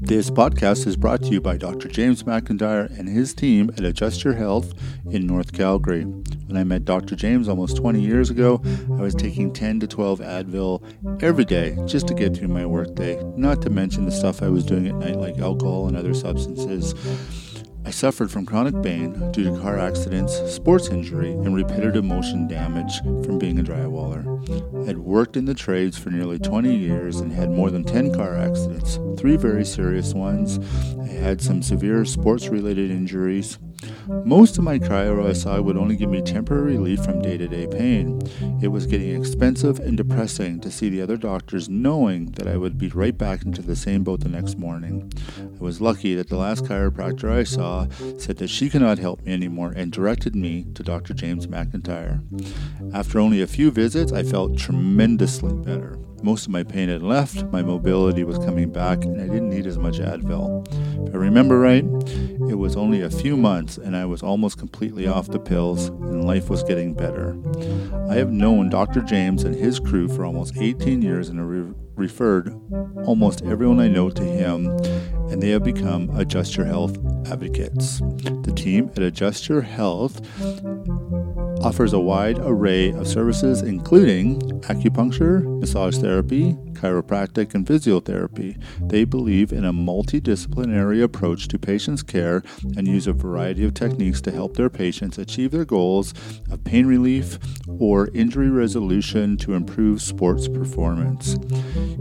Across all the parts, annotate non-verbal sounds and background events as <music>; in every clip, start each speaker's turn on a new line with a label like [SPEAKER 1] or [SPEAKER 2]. [SPEAKER 1] This podcast is brought to you by Dr. James McIntyre and his team at Adjust Your Health in North Calgary. When I met Dr. James almost 20 years ago, I was taking 10 to 12 Advil every day just to get through my workday, not to mention the stuff I was doing at night, like alcohol and other substances. I suffered from chronic pain due to car accidents, sports injury, and repetitive motion damage from being a drywaller. I had worked in the trades for nearly 20 years and had more than 10 car accidents, three very serious ones. I had some severe sports related injuries. Most of my cryo SI would only give me temporary relief from day to day pain. It was getting expensive and depressing to see the other doctors knowing that I would be right back into the same boat the next morning. I was lucky that the last chiropractor I saw said that she cannot help me anymore and directed me to Dr. James McIntyre. After only a few visits, I felt tremendously better. Most of my pain had left, my mobility was coming back, and I didn't need as much Advil. If I remember right, it was only a few months and I was almost completely off the pills, and life was getting better. I have known Dr. James and his crew for almost 18 years and have re- referred almost everyone I know to him, and they have become Adjust Your Health advocates. The team at Adjust Your Health offers a wide array of services, including acupuncture, massage therapy, chiropractic, and physiotherapy. They believe in a multidisciplinary approach to patients' care and use a variety of techniques to help their patients achieve their goals of pain relief or injury resolution to improve sports performance.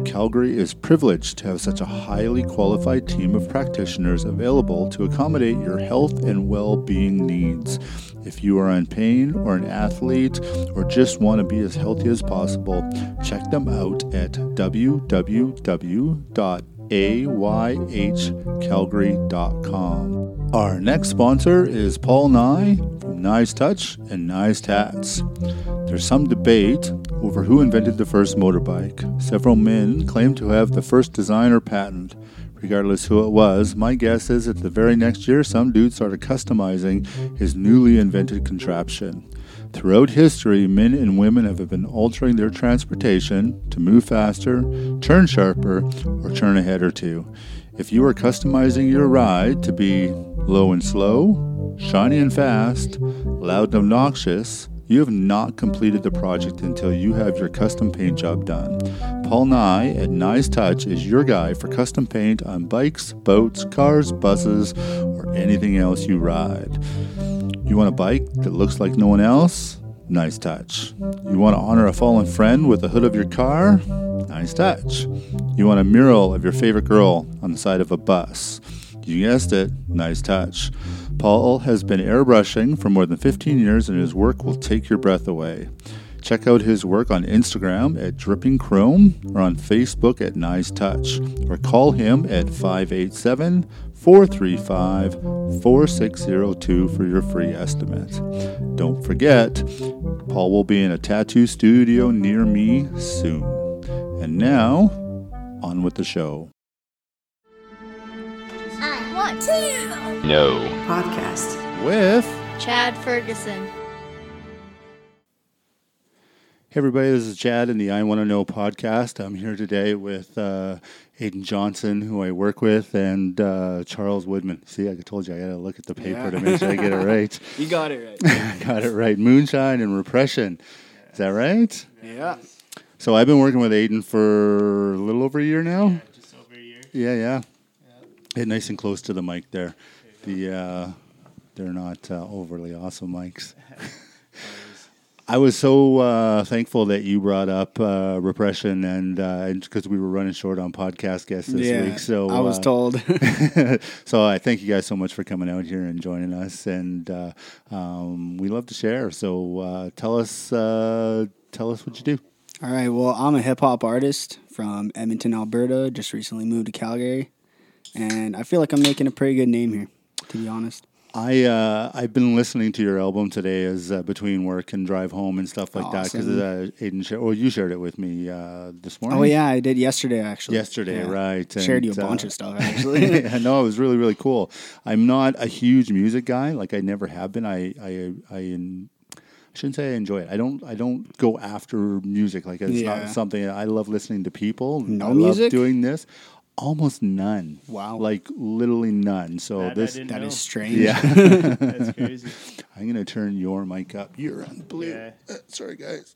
[SPEAKER 1] Calgary is privileged to have such a highly qualified team of practitioners available to accommodate your health and well being needs. If you are in pain or an athlete or just want to be as healthy as possible, check them out at www.ayhcalgary.com. Our next sponsor is Paul Nye from Nye's Touch and Nye's Tats. There's some debate over who invented the first motorbike. Several men claim to have the first design or patent. Regardless who it was, my guess is that the very next year some dude started customizing his newly invented contraption. Throughout history, men and women have been altering their transportation to move faster, turn sharper, or turn a head or two. If you are customizing your ride to be low and slow, shiny and fast, loud and obnoxious, you have not completed the project until you have your custom paint job done. Paul Nye at Nye's Touch is your guy for custom paint on bikes, boats, cars, buses, or anything else you ride. You want a bike that looks like no one else? Nice touch. You want to honor a fallen friend with the hood of your car? Nice touch. You want a mural of your favorite girl on the side of a bus? You guessed it, nice touch. Paul has been airbrushing for more than 15 years and his work will take your breath away. Check out his work on Instagram at Dripping Chrome or on Facebook at Nice Touch or call him at 587 435 4602 for your free estimate. Don't forget, Paul will be in a tattoo studio near me soon. And now, on with the show.
[SPEAKER 2] I want to.
[SPEAKER 3] No.
[SPEAKER 4] podcast.
[SPEAKER 1] With
[SPEAKER 2] Chad Ferguson.
[SPEAKER 1] Hey everybody, this is Chad in the I Want to Know podcast. I'm here today with uh, Aiden Johnson, who I work with, and uh, Charles Woodman. See, I told you I got to look at the paper to make sure I get it right. <laughs>
[SPEAKER 5] You got it right.
[SPEAKER 1] I got it right. Moonshine and repression. Is that right?
[SPEAKER 5] yeah.
[SPEAKER 1] So I've been working with Aiden for a little over a year now. Yeah, just over a year. Yeah, yeah. Hey, nice and close to the mic there. The uh, they're not uh, overly awesome <laughs> mics. I was so uh, thankful that you brought up uh, repression, and because we were running short on podcast guests this
[SPEAKER 5] yeah.
[SPEAKER 1] week, so
[SPEAKER 5] I was
[SPEAKER 1] uh,
[SPEAKER 5] told.
[SPEAKER 1] <laughs>
[SPEAKER 5] <laughs>
[SPEAKER 1] so I thank you guys so much for coming out here and joining us, and uh, um, we love to share. So uh, tell us, uh, tell us what you do.
[SPEAKER 5] All right. Well, I'm a hip hop artist from Edmonton, Alberta. Just recently moved to Calgary, and I feel like I'm making a pretty good name here. To be honest.
[SPEAKER 1] I uh, I've been listening to your album today as uh, between work and drive home and stuff like that because uh, Aiden shared. Well, you shared it with me uh, this morning.
[SPEAKER 5] Oh yeah, I did yesterday actually.
[SPEAKER 1] yesterday,
[SPEAKER 5] Yeah.
[SPEAKER 1] right?
[SPEAKER 5] Shared
[SPEAKER 1] and,
[SPEAKER 5] you a
[SPEAKER 1] uh,
[SPEAKER 5] bunch of
[SPEAKER 1] <laughs>
[SPEAKER 5] stuff actually.
[SPEAKER 1] yeah, no, it was really really cool. I'm not a huge music guy, like I never have been. I I I, en- I shouldn't say I enjoy it. I don't I don't go after music like it's
[SPEAKER 5] Yeah.
[SPEAKER 1] not something I love listening to people.
[SPEAKER 5] No
[SPEAKER 1] I love
[SPEAKER 5] music?
[SPEAKER 1] doing this. almost none.
[SPEAKER 5] Wow.
[SPEAKER 1] Like literally none. So
[SPEAKER 3] That I
[SPEAKER 1] Oh, this
[SPEAKER 3] didn't
[SPEAKER 5] <laughs> That
[SPEAKER 3] No.
[SPEAKER 5] is strange.
[SPEAKER 1] <laughs> yeah.
[SPEAKER 3] <laughs> That's crazy.
[SPEAKER 1] I'm gonna turn your mic up. You're on blue.
[SPEAKER 3] Yeah.
[SPEAKER 1] Uh, Sorry guys.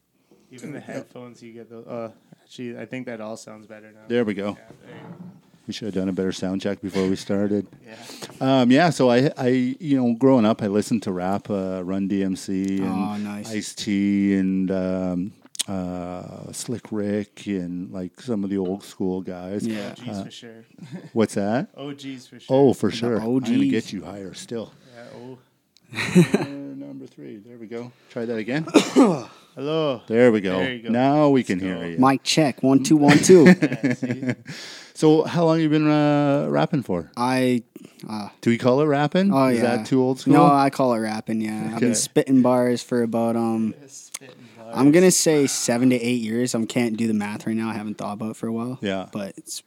[SPEAKER 3] Even the headphones, you get those. Uh, actually, I think that all sounds better now.
[SPEAKER 1] There we go.
[SPEAKER 3] Yeah, there you
[SPEAKER 1] We should have done a better sound check before we <laughs> started.
[SPEAKER 3] go. Yeah.
[SPEAKER 1] Um, yeah, so I, I, you know, growing up, I listened to rap, uh, Run DMC, and
[SPEAKER 5] Oh, nice.
[SPEAKER 1] Ice T, and um, uh, Slick Rick, and like some of the old school guys.
[SPEAKER 5] Yeah.
[SPEAKER 3] OGs for sure.
[SPEAKER 1] What's that?
[SPEAKER 3] OGs for sure.
[SPEAKER 1] Oh, for sure. I'm gonna
[SPEAKER 5] OGs.
[SPEAKER 1] get you higher <laughs> still.
[SPEAKER 3] Yeah, oh.
[SPEAKER 1] Uh, number three. There we go. Try that <coughs> again.
[SPEAKER 3] Hello.
[SPEAKER 1] There we go.
[SPEAKER 3] There you go.
[SPEAKER 1] Now we can
[SPEAKER 3] Let's
[SPEAKER 1] hear
[SPEAKER 3] go.
[SPEAKER 1] you.
[SPEAKER 5] Mic check. One, two, one,
[SPEAKER 1] <laughs>
[SPEAKER 5] two.
[SPEAKER 3] Yeah, see?
[SPEAKER 1] So, how long you been uh, rapping for?
[SPEAKER 5] I
[SPEAKER 1] Do we call it rapping?
[SPEAKER 5] oh
[SPEAKER 1] Is
[SPEAKER 5] yeah.
[SPEAKER 1] that too old school?
[SPEAKER 5] No, I call it rapping. Yeah, I've
[SPEAKER 1] Okay.
[SPEAKER 5] been spitting bars for about um.
[SPEAKER 3] Spitting
[SPEAKER 5] I'm gonna say seven to eight years. I can't do the math right now. I haven't thought about it for a while.
[SPEAKER 1] Yeah.
[SPEAKER 5] but it's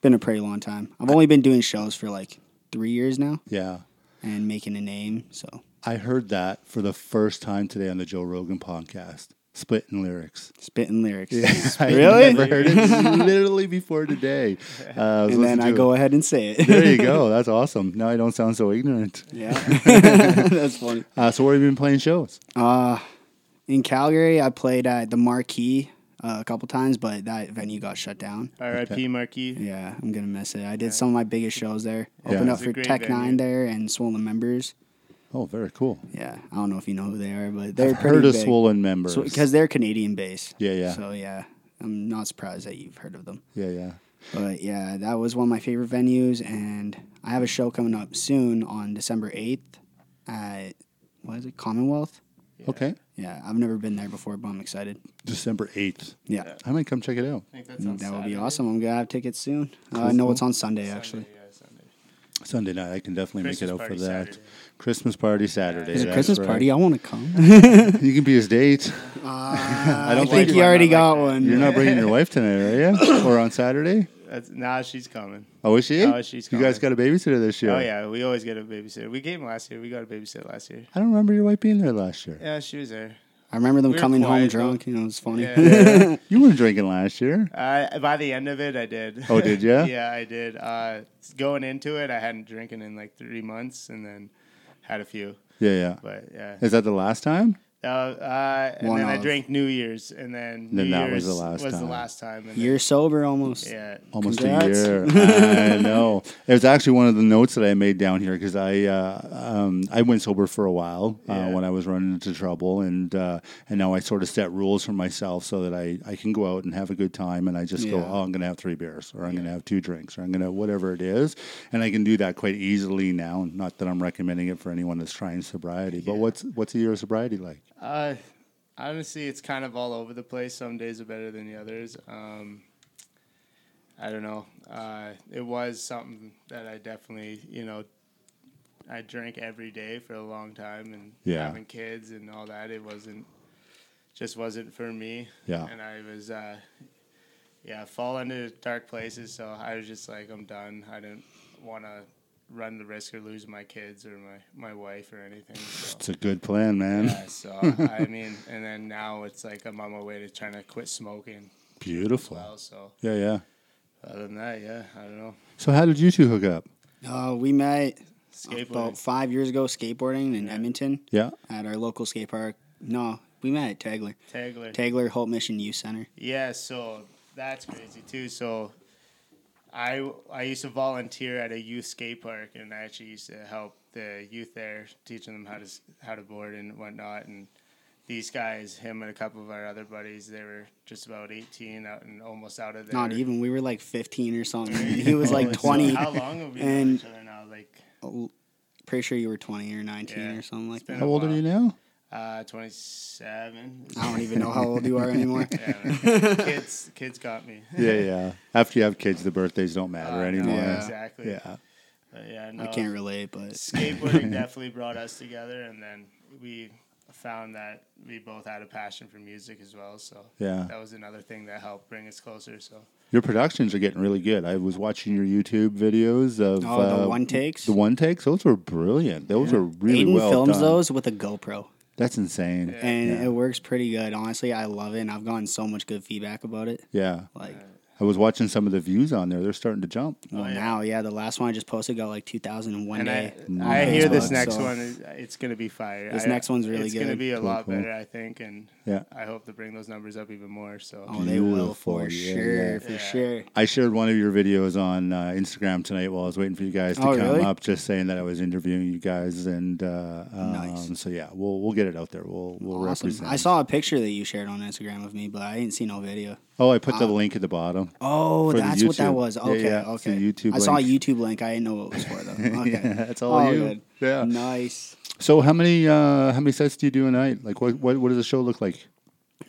[SPEAKER 5] been a pretty long time. I've only been doing shows for like three years now
[SPEAKER 1] yeah.
[SPEAKER 5] and making a name. So
[SPEAKER 1] I heard that for the first time today on the Joe Rogan podcast. Splitting
[SPEAKER 5] <laughs>
[SPEAKER 1] lyrics.
[SPEAKER 5] spitting lyrics.
[SPEAKER 1] I <laughs>
[SPEAKER 5] Really?
[SPEAKER 1] never heard it literally before
[SPEAKER 5] <laughs>
[SPEAKER 1] today. Uh, I was
[SPEAKER 5] and then
[SPEAKER 1] listening
[SPEAKER 5] I
[SPEAKER 1] to
[SPEAKER 5] go
[SPEAKER 1] it.
[SPEAKER 5] ahead and say it. <laughs>
[SPEAKER 1] There you go. That's awesome. Now I don't sound so ignorant.
[SPEAKER 5] yeah, <laughs> that's funny.
[SPEAKER 1] Uh, so where have you been playing shows?
[SPEAKER 5] In Calgary, I played at the Marquee uh, a couple times, but that venue got shut down.
[SPEAKER 3] R.I.P. Marquis.
[SPEAKER 5] Yeah, I'm gonna miss it. I did some of my biggest shows there.
[SPEAKER 1] Yeah.
[SPEAKER 5] Opened up
[SPEAKER 1] It's
[SPEAKER 3] a
[SPEAKER 5] for
[SPEAKER 3] great
[SPEAKER 5] Tech
[SPEAKER 3] venue.
[SPEAKER 5] Nine there and Swollen Members.
[SPEAKER 1] Oh, very cool.
[SPEAKER 5] Yeah, I don't know if you know who they are, but they're
[SPEAKER 1] I've
[SPEAKER 5] pretty
[SPEAKER 1] heard of
[SPEAKER 5] big.
[SPEAKER 1] Swollen Members.
[SPEAKER 5] So because they're Canadian based.
[SPEAKER 1] Yeah, yeah.
[SPEAKER 5] So yeah, I'm not surprised that you've heard of them.
[SPEAKER 1] yeah, yeah.
[SPEAKER 5] But yeah, that was one of my favorite venues, and I have a show coming up soon on December 8th at what is it, Commonwealth?
[SPEAKER 1] Okay.
[SPEAKER 5] Yeah, I've never been there before, but I'm excited.
[SPEAKER 1] December 8th.
[SPEAKER 5] Yeah,
[SPEAKER 1] I might come check it out.
[SPEAKER 3] I think that's on
[SPEAKER 5] Mm, that would be
[SPEAKER 3] Saturday.
[SPEAKER 5] awesome. I'm gonna have tickets soon. Uh, no, it's on Sunday actually.
[SPEAKER 3] Sunday, yeah,
[SPEAKER 1] Sunday
[SPEAKER 3] Sunday.
[SPEAKER 1] night, I can definitely
[SPEAKER 3] Christmas
[SPEAKER 1] make it out for
[SPEAKER 3] party
[SPEAKER 1] that.
[SPEAKER 3] Saturday.
[SPEAKER 1] Christmas party Saturday.
[SPEAKER 5] There's a
[SPEAKER 1] that's
[SPEAKER 5] Christmas
[SPEAKER 1] right.
[SPEAKER 5] party. I want
[SPEAKER 1] <laughs>
[SPEAKER 5] to come.
[SPEAKER 1] You can be his date.
[SPEAKER 5] I <laughs>
[SPEAKER 1] don't like
[SPEAKER 5] think you
[SPEAKER 3] one,
[SPEAKER 5] already
[SPEAKER 3] I
[SPEAKER 5] got
[SPEAKER 3] like that.
[SPEAKER 5] one.
[SPEAKER 1] You're not bringing your wife tonight, are you?
[SPEAKER 3] <coughs>
[SPEAKER 1] Or on Saturday?
[SPEAKER 3] That's, nah, she's coming.
[SPEAKER 1] Oh, is she?
[SPEAKER 3] Oh, she's
[SPEAKER 1] you guys got a babysitter this year.
[SPEAKER 3] Oh yeah, we always get a babysitter. We gave him last year. We got a babysitter last year.
[SPEAKER 1] I don't remember your wife being there last year.
[SPEAKER 3] Yeah, she was there.
[SPEAKER 5] I remember them
[SPEAKER 3] We're
[SPEAKER 5] coming home
[SPEAKER 3] quiet, though.
[SPEAKER 5] drunk. You know, it's funny.
[SPEAKER 3] Yeah.
[SPEAKER 1] You weren't drinking last year.
[SPEAKER 3] I, by the end of it, I did.
[SPEAKER 1] Oh, did ya?
[SPEAKER 3] <laughs> yeah, I did. Uh, going into it, I hadn't drinking in like three months, and then had a few.
[SPEAKER 1] Yeah, yeah.
[SPEAKER 3] But yeah,
[SPEAKER 1] Is that the last time?
[SPEAKER 3] uh, uh, and
[SPEAKER 5] One
[SPEAKER 3] then I
[SPEAKER 5] of.
[SPEAKER 3] drank New Year's, and then
[SPEAKER 1] Then
[SPEAKER 3] New
[SPEAKER 1] that was
[SPEAKER 3] Year's
[SPEAKER 1] the last
[SPEAKER 3] was
[SPEAKER 1] time.
[SPEAKER 3] the last time.
[SPEAKER 5] <laughs>
[SPEAKER 3] And
[SPEAKER 5] You're sober almost.
[SPEAKER 3] then, yeah,
[SPEAKER 1] Almost <laughs>
[SPEAKER 5] Congrats.
[SPEAKER 1] a year. I know. It was actually one of the notes that I made down here because I uh, um, I went sober for a while uh,
[SPEAKER 3] Yeah.
[SPEAKER 1] when I was running into trouble, and uh, and now I sort of set rules for myself so that I, I can go out and have a good time, and I just go,
[SPEAKER 5] Yeah.
[SPEAKER 1] oh, I'm gonna have three beers, or I'm gonna have two drinks, or I'm gonna whatever it is, and I can do that quite easily now. Not that I'm recommending it for anyone that's trying sobriety, but what's what's a year of sobriety like?
[SPEAKER 3] Uh, honestly, it's kind of all over the place. Some days are better than the others. Um, I don't know. Uh, it was something that I definitely, you know, I drank every day for a long time, and
[SPEAKER 1] Yeah.
[SPEAKER 3] having kids and all that, it wasn't just wasn't for me.
[SPEAKER 1] Yeah.
[SPEAKER 3] and I was, uh, yeah, fall into dark places. So I was just like, I'm done. I didn't want to run the risk or lose my kids or my my wife or anything. So.
[SPEAKER 1] It's a good plan, man.
[SPEAKER 3] Yeah, so I mean, and then now it's like I'm on my way to trying to quit smoking. as
[SPEAKER 1] Beautiful.
[SPEAKER 3] Well, so
[SPEAKER 1] Yeah, yeah.
[SPEAKER 3] other than that, yeah, I don't know.
[SPEAKER 1] So how did you two hook up?
[SPEAKER 5] Uh, we met about
[SPEAKER 3] Skateboarding.
[SPEAKER 5] five years ago skateboarding in Edmonton
[SPEAKER 1] Yeah.
[SPEAKER 5] at our local skate park. No, we met at Tagler.
[SPEAKER 3] Tagler.
[SPEAKER 5] Tagler Hope Mission Youth Center.
[SPEAKER 3] yeah, so that's crazy too. So I I used to volunteer at a youth skate park, and I actually used to help the youth there, teaching them how to s- how to board and whatnot. And these guys, him and a couple of our other buddies, they were just about 18 out and almost out of there.
[SPEAKER 5] Not
[SPEAKER 3] <laughs>
[SPEAKER 5] even. We were like 15 or something. and he was like
[SPEAKER 3] So
[SPEAKER 5] 20.
[SPEAKER 3] how long have we known
[SPEAKER 5] And-
[SPEAKER 3] each other now? Like
[SPEAKER 5] Pretty sure you were 20 or 19
[SPEAKER 3] Yeah.
[SPEAKER 5] or something like
[SPEAKER 3] It's been
[SPEAKER 5] that.
[SPEAKER 1] How old are you now?
[SPEAKER 3] Uh, 27.
[SPEAKER 5] I don't even know how old
[SPEAKER 3] <laughs>
[SPEAKER 5] you are anymore.
[SPEAKER 3] Yeah, kids, kids got me. <laughs>
[SPEAKER 1] Yeah, yeah. After you have kids, the birthdays don't matter
[SPEAKER 3] Uh,
[SPEAKER 1] anymore.
[SPEAKER 3] no,
[SPEAKER 5] Yeah.
[SPEAKER 3] Exactly.
[SPEAKER 1] Yeah.
[SPEAKER 3] But yeah, no,
[SPEAKER 5] I can't relate, but
[SPEAKER 1] <laughs>
[SPEAKER 3] skateboarding definitely brought us together, and then we found that we both had a passion for music as well. So
[SPEAKER 1] Yeah.
[SPEAKER 3] that was another thing that helped bring us closer. So
[SPEAKER 1] Your productions are getting really good. I was watching your YouTube videos of
[SPEAKER 5] Oh, the
[SPEAKER 1] uh,
[SPEAKER 5] one takes?
[SPEAKER 1] The one takes. Those were brilliant. Those were really
[SPEAKER 5] Aiden
[SPEAKER 1] well
[SPEAKER 5] films
[SPEAKER 1] done.
[SPEAKER 5] those with a GoPro.
[SPEAKER 1] That's insane. Yeah.
[SPEAKER 5] And it works pretty good. Honestly, I love it. And I've gotten so much good feedback about it. Like,
[SPEAKER 1] I was watching some of the views on there. They're starting to jump.
[SPEAKER 5] Well,
[SPEAKER 3] Oh, yeah.
[SPEAKER 5] now, yeah, the last one I just posted got like 2,000 in one
[SPEAKER 3] And
[SPEAKER 5] day.
[SPEAKER 3] I, I hear this
[SPEAKER 5] Facebook,
[SPEAKER 3] next
[SPEAKER 5] so-
[SPEAKER 3] one. is- It's gonna be fire.
[SPEAKER 5] This
[SPEAKER 3] I-
[SPEAKER 5] next one's really
[SPEAKER 3] it's It's gonna
[SPEAKER 5] good.
[SPEAKER 3] be a
[SPEAKER 1] Cool,
[SPEAKER 3] lot
[SPEAKER 1] cool.
[SPEAKER 3] better, I think, and
[SPEAKER 1] Yeah.
[SPEAKER 3] I hope to bring those numbers up even more. So
[SPEAKER 5] Oh, they will
[SPEAKER 1] Beautiful,
[SPEAKER 5] for
[SPEAKER 1] yeah,
[SPEAKER 5] sure,
[SPEAKER 1] yeah.
[SPEAKER 5] for
[SPEAKER 3] Yeah.
[SPEAKER 5] sure.
[SPEAKER 1] I shared one of your videos on uh, Instagram tonight while I was waiting for you guys to
[SPEAKER 5] Oh,
[SPEAKER 1] come
[SPEAKER 5] really?
[SPEAKER 1] up, just saying that I was interviewing you guys, and uh, um,
[SPEAKER 5] Nice.
[SPEAKER 1] so yeah, we'll we'll get it out there. We'll we'll
[SPEAKER 5] Awesome.
[SPEAKER 1] represent.
[SPEAKER 5] I saw a picture that you shared on Instagram of me, but I didn't see no video.
[SPEAKER 1] Oh, I put the link at the bottom.
[SPEAKER 5] Oh,
[SPEAKER 1] For the
[SPEAKER 5] that's what that
[SPEAKER 1] YouTube.
[SPEAKER 5] was.
[SPEAKER 1] Yeah,
[SPEAKER 5] Okay,
[SPEAKER 1] yeah, it's a
[SPEAKER 5] okay.
[SPEAKER 1] YouTube
[SPEAKER 5] I saw a
[SPEAKER 1] link.
[SPEAKER 5] YouTube link. I didn't know what it was for <laughs> though. Okay,
[SPEAKER 1] Yeah, that's all you. Yeah.
[SPEAKER 5] Nice.
[SPEAKER 1] So how many uh, how many sets do you do a night? Like what what, what does the show look like?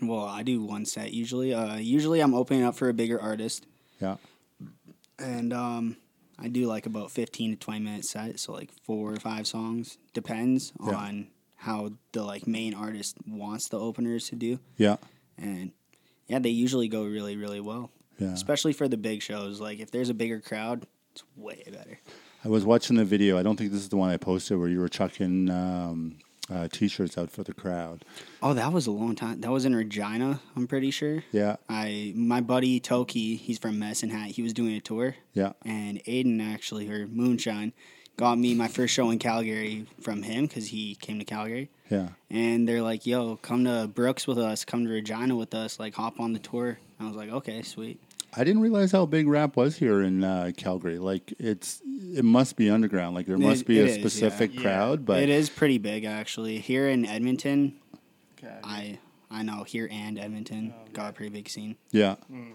[SPEAKER 5] Well, I do one set usually. Uh, usually I'm opening up for a bigger artist,
[SPEAKER 1] Yeah,
[SPEAKER 5] and um, I do like about fifteen to twenty minute set, so like four or five songs. Depends
[SPEAKER 1] Yeah.
[SPEAKER 5] on how the like main artist wants the openers to do,
[SPEAKER 1] yeah,
[SPEAKER 5] and yeah, they usually go really really well.
[SPEAKER 1] yeah.
[SPEAKER 5] Especially for the big shows, like if there's a bigger crowd, it's way better.
[SPEAKER 1] I was watching the video. I don't think this is the one I posted where you were chucking um, uh, t-shirts out for the crowd.
[SPEAKER 5] Oh, that was a long time. That was in Regina, I'm pretty sure.
[SPEAKER 1] Yeah,
[SPEAKER 5] I my buddy Toki, he's from Medicine Hat. He was doing a tour,
[SPEAKER 1] yeah,
[SPEAKER 5] and Aiden actually or Moonshine got me my first show in Calgary from him because he came to Calgary.
[SPEAKER 1] yeah.
[SPEAKER 5] And they're like, "Yo, come to Brooks with us. Come to Regina with us. Like, hop on the tour." I was like, "Okay, sweet."
[SPEAKER 1] I didn't realize how big rap was here in uh, Calgary. Like it's it must be underground. Like there must
[SPEAKER 5] It-
[SPEAKER 1] be
[SPEAKER 5] it
[SPEAKER 1] a
[SPEAKER 5] is, yeah.
[SPEAKER 1] specific
[SPEAKER 3] Yeah.
[SPEAKER 1] crowd, but
[SPEAKER 5] it is pretty big actually. Here in Edmonton,
[SPEAKER 3] okay.
[SPEAKER 5] I I know here and Edmonton got a pretty big scene.
[SPEAKER 1] Yeah.
[SPEAKER 5] Mm.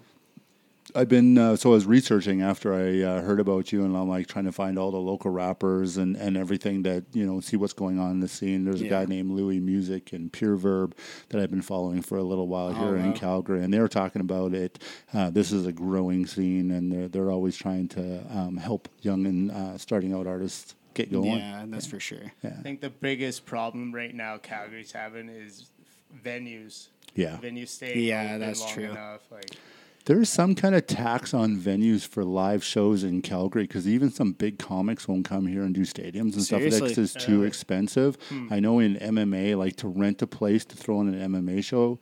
[SPEAKER 1] I've been uh, so I was researching after I uh, heard about you, and I'm like trying to find all the local rappers and, and everything that you know see what's going on in the scene. There's a guy
[SPEAKER 5] Yeah.
[SPEAKER 1] named Louis Music and Pure Verb that I've been following for a little while here in
[SPEAKER 5] Oh, wow.
[SPEAKER 1] Calgary, and they were talking about it. Uh, this is a growing scene, and they're they're always trying to um, help young and uh, starting out artists get going.
[SPEAKER 5] Yeah, that's for sure.
[SPEAKER 3] I think the biggest problem right now Calgary's having is venues.
[SPEAKER 1] Yeah.
[SPEAKER 3] Venue staying
[SPEAKER 5] Yeah,
[SPEAKER 3] open
[SPEAKER 5] that's
[SPEAKER 3] long
[SPEAKER 5] true.
[SPEAKER 3] Enough.
[SPEAKER 1] <laughs>
[SPEAKER 3] Like,
[SPEAKER 1] There's some kind of tax on venues for live shows in Calgary because even some big comics won't come here and do stadiums and stuff.
[SPEAKER 5] Seriously? Hmm.
[SPEAKER 1] That's just too expensive. I know in MMA, like to rent a place to throw in an MMA show,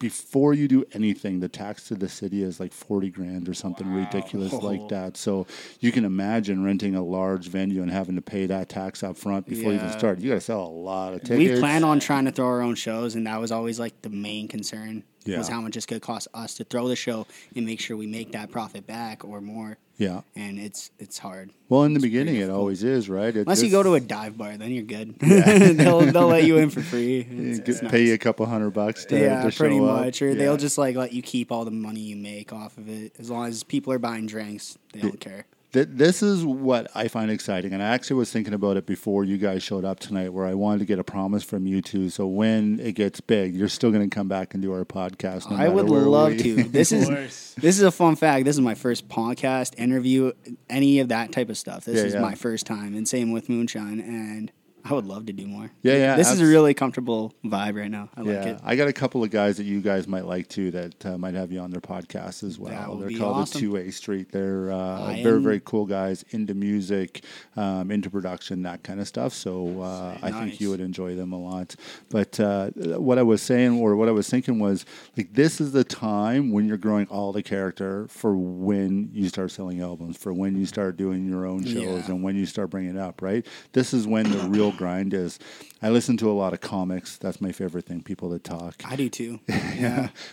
[SPEAKER 1] before you do anything, the tax to the city is like 40 grand or something ridiculous
[SPEAKER 5] <laughs>
[SPEAKER 1] like that. So you can imagine renting a large venue and having to pay that tax up front before you even
[SPEAKER 5] Yeah.
[SPEAKER 1] start. You got to sell a lot of tickets.
[SPEAKER 5] We planned on trying to throw our own shows, and that was always like the main concern
[SPEAKER 1] Yeah.
[SPEAKER 5] was how much it's going to cost us to throw the show and make sure we make that profit back or more.
[SPEAKER 1] Yeah.
[SPEAKER 5] And it's it's hard
[SPEAKER 1] Well, in the beginning, it always is, right? It's-
[SPEAKER 5] unless you
[SPEAKER 1] it's-
[SPEAKER 5] go to a dive bar, then you're good. <laughs> they'll they'll let you in for free. It's-
[SPEAKER 1] get-
[SPEAKER 5] it's nice.
[SPEAKER 1] pay <laughs> you a couple hundred bucks to,
[SPEAKER 5] yeah,
[SPEAKER 1] to show
[SPEAKER 5] pretty
[SPEAKER 1] up.
[SPEAKER 5] much. Or they'll
[SPEAKER 1] Yeah.
[SPEAKER 5] just like let you keep all the money you make off of it as long as people are buying drinks. They don't care.
[SPEAKER 1] Th- this is what I find exciting, and I actually was thinking about it before you guys showed up tonight, where I wanted to get a promise from you two. So when it gets big, you're still going to come back and do our podcast. no
[SPEAKER 5] I would
[SPEAKER 1] matter where <laughs>
[SPEAKER 5] love
[SPEAKER 1] we-
[SPEAKER 5] to. This
[SPEAKER 3] Of
[SPEAKER 5] is
[SPEAKER 3] course.
[SPEAKER 5] this is a fun fact. This is my first podcast interview, any of that type of stuff. This
[SPEAKER 1] Yeah,
[SPEAKER 5] is
[SPEAKER 1] yeah.
[SPEAKER 5] my first time, and same with Moonshine. And I would love to do more.
[SPEAKER 1] Yeah, yeah,
[SPEAKER 5] This is
[SPEAKER 1] abs-
[SPEAKER 5] a really comfortable vibe right now. I like
[SPEAKER 1] yeah,
[SPEAKER 5] it.
[SPEAKER 1] I got a couple of guys that you guys might like too that uh, might have you on their podcast as well.
[SPEAKER 5] That would
[SPEAKER 1] They're
[SPEAKER 5] be
[SPEAKER 1] called
[SPEAKER 5] awesome.
[SPEAKER 1] the Two Way Street. They're uh,
[SPEAKER 5] I
[SPEAKER 1] very
[SPEAKER 5] am-
[SPEAKER 1] very cool guys into music, um, into production, that kind of stuff. So uh, I think you
[SPEAKER 5] Nice.
[SPEAKER 1] would enjoy them a lot. But uh, what I was saying or what I was thinking was like this is the time when you're growing all the character for when you start selling albums, for when you start doing your own shows
[SPEAKER 5] Yeah.
[SPEAKER 1] and and when you start bringing it up, right? This is when the real grind is. I listen to a lot of comics. That's my favorite thing. People that talk,
[SPEAKER 5] I
[SPEAKER 1] <laughs>
[SPEAKER 5] do too.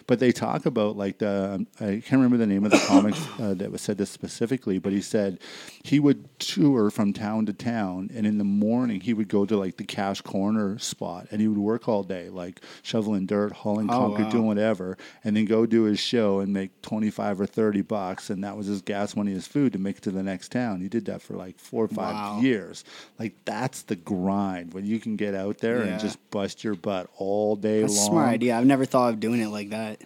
[SPEAKER 1] but they talk about like the um, I can't remember the name
[SPEAKER 5] <coughs>
[SPEAKER 1] of the comic uh, that was said this specifically, but he said he would tour from town to town, and in the morning he would go to like the cash corner spot, and he would work all day, like shoveling dirt, hauling
[SPEAKER 5] Oh,
[SPEAKER 1] concrete,
[SPEAKER 5] wow.
[SPEAKER 1] doing whatever, and then go do his show and make twenty five or thirty bucks, and that was his gas money, his food to make it to the next town. He did that for like four or five
[SPEAKER 5] Wow.
[SPEAKER 1] years. Like that's the grind when you can get out there
[SPEAKER 5] Yeah.
[SPEAKER 1] and just bust your butt all day
[SPEAKER 5] That's a
[SPEAKER 1] long.
[SPEAKER 5] smart idea. I've never thought of doing it like that.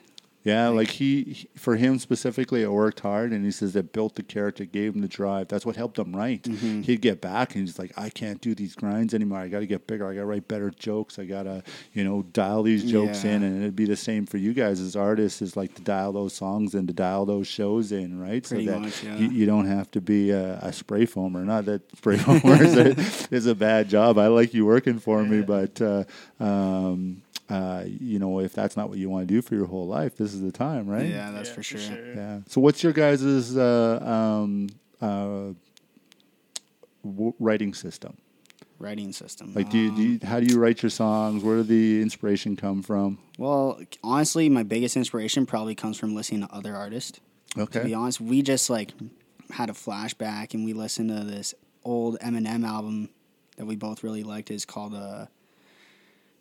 [SPEAKER 1] Yeah, like, he, he- for him specifically, it worked hard, and he says it built the character, gave him the drive. That's what helped him write.
[SPEAKER 5] Mm-hmm.
[SPEAKER 1] He'd get back, and he's like, I can't do these grinds anymore. I got to get bigger. I got to write better jokes. I got to, you know, dial these jokes
[SPEAKER 5] Yeah.
[SPEAKER 1] in, and it'd be the same for you guys as artists, is like to dial those songs and to dial those shows in, right?
[SPEAKER 5] Pretty
[SPEAKER 1] so that
[SPEAKER 5] much, yeah.
[SPEAKER 1] you, you don't have to be a, a spray foamer. Not that spray <laughs> foamer is, a, is a bad job. I like you working for me, but. Uh, um, uh, you know, if that's not what you want to do for your whole life, this is the time, right?
[SPEAKER 5] Yeah, that's
[SPEAKER 3] Yeah,
[SPEAKER 5] for sure.
[SPEAKER 1] Yeah. So what's your guys' uh, um, uh, w- writing system?
[SPEAKER 5] Writing system.
[SPEAKER 1] Like, do you, do you,
[SPEAKER 5] Um.
[SPEAKER 1] how do you write your songs? Where did the inspiration come from?
[SPEAKER 5] Well, honestly, my biggest inspiration probably comes from listening to other artists. To be
[SPEAKER 1] Okay.
[SPEAKER 5] honest, we just like had a flashback and we listened to this old Eminem album that we both really liked. It's called uh,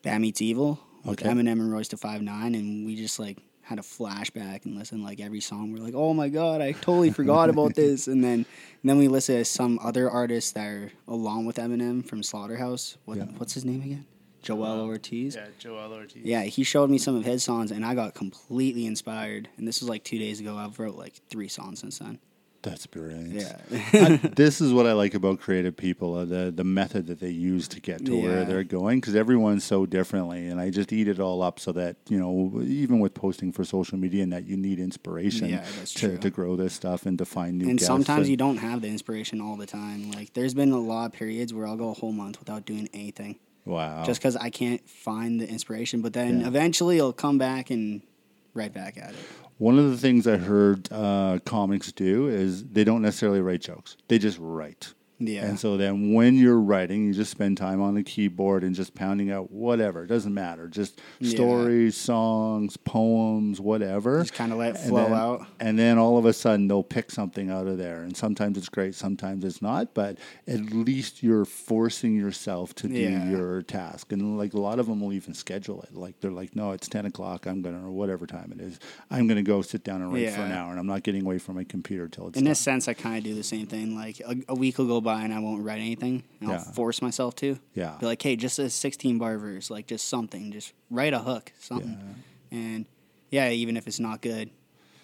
[SPEAKER 5] "Bad Meets Evil" with
[SPEAKER 1] Okay.
[SPEAKER 5] Eminem and Royce to Five Nine, and we just like had a flashback and listened to, like every song. We're like, "Oh my god, I totally
[SPEAKER 1] <laughs>
[SPEAKER 5] forgot about this!" And then and then we listened to some other artists that are along with Eminem from Slaughterhouse. What,
[SPEAKER 1] Yeah.
[SPEAKER 5] What's his name again? Joel Ortiz.
[SPEAKER 3] Yeah, Joel Ortiz.
[SPEAKER 5] Yeah, he showed me some of his songs, and I got completely inspired. And this was like two days ago. I've wrote like three songs since then.
[SPEAKER 1] That's brilliant.
[SPEAKER 5] Yeah, <laughs>
[SPEAKER 1] I- this is what I like about creative people uh, the the method that they use to get to where
[SPEAKER 5] Yeah.
[SPEAKER 1] they're going because everyone's so differently and I just eat it all up so that you know even with posting for social media and that you need inspiration
[SPEAKER 5] Yeah, that's
[SPEAKER 1] to,
[SPEAKER 5] true.
[SPEAKER 1] to grow this stuff and to find new
[SPEAKER 5] and
[SPEAKER 1] guests
[SPEAKER 5] sometimes
[SPEAKER 1] and-
[SPEAKER 5] you don't have the inspiration all the time. Like, there's been a lot of periods where I'll go a whole month without doing anything
[SPEAKER 1] wow
[SPEAKER 5] just because I can't find the inspiration. But then
[SPEAKER 1] Oh. Yeah.
[SPEAKER 5] eventually, it'll come back and right back at it.
[SPEAKER 1] One of the things I heard uh, comics do is they don't necessarily write jokes; they just write.
[SPEAKER 5] Yeah.
[SPEAKER 1] And so then, when you're writing, you just spend time on the keyboard and just pounding out whatever. It doesn't matter. Just
[SPEAKER 5] Yeah.
[SPEAKER 1] stories, songs, poems, whatever.
[SPEAKER 5] Just kind of let it
[SPEAKER 1] And
[SPEAKER 5] flow
[SPEAKER 1] then-
[SPEAKER 5] out.
[SPEAKER 1] And then all of a sudden, they'll pick something out of there. And sometimes it's great, sometimes it's not. But at least you're forcing yourself to do
[SPEAKER 5] Yeah.
[SPEAKER 1] your task. And like a lot of them will even schedule it. Like they're like, no, it's 10 o'clock. I'm going to, or whatever time it is, I'm going to go sit down and write for an
[SPEAKER 5] Yeah.
[SPEAKER 1] hour. And I'm not getting away from my computer till it's
[SPEAKER 5] In
[SPEAKER 1] done.
[SPEAKER 5] this sense, I kind of do the same thing. Like a, a week will go by and I won't write anything, and
[SPEAKER 1] Yeah.
[SPEAKER 5] I'll force myself to.
[SPEAKER 1] Yeah.
[SPEAKER 5] Be like, hey, just a 16 bar verse, like just something, just write a hook, something. And yeah, even if it's not good,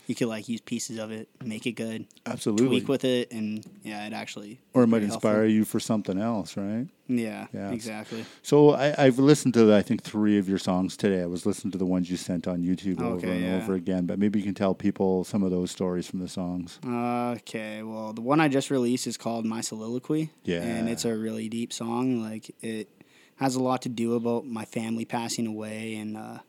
[SPEAKER 5] you could like use pieces of it, make it good,
[SPEAKER 1] Absolutely.
[SPEAKER 5] tweak with it, and yeah, it actually.
[SPEAKER 1] Or it might
[SPEAKER 5] very
[SPEAKER 1] inspire
[SPEAKER 5] helpful.
[SPEAKER 1] you for something else, right?
[SPEAKER 5] Yeah,
[SPEAKER 1] Yeah.
[SPEAKER 5] exactly.
[SPEAKER 1] So I, I've listened to I think three of your songs today. I was listening to the ones you sent on YouTube over
[SPEAKER 5] Okay,
[SPEAKER 1] and
[SPEAKER 5] yeah.
[SPEAKER 1] over again. But maybe you can tell people some of those stories from the songs.
[SPEAKER 5] Okay, well, the one I just released is called My Soliloquy.
[SPEAKER 1] Yeah.
[SPEAKER 5] And it's a really deep song. Like, it has a lot to do about my family passing away and uh, a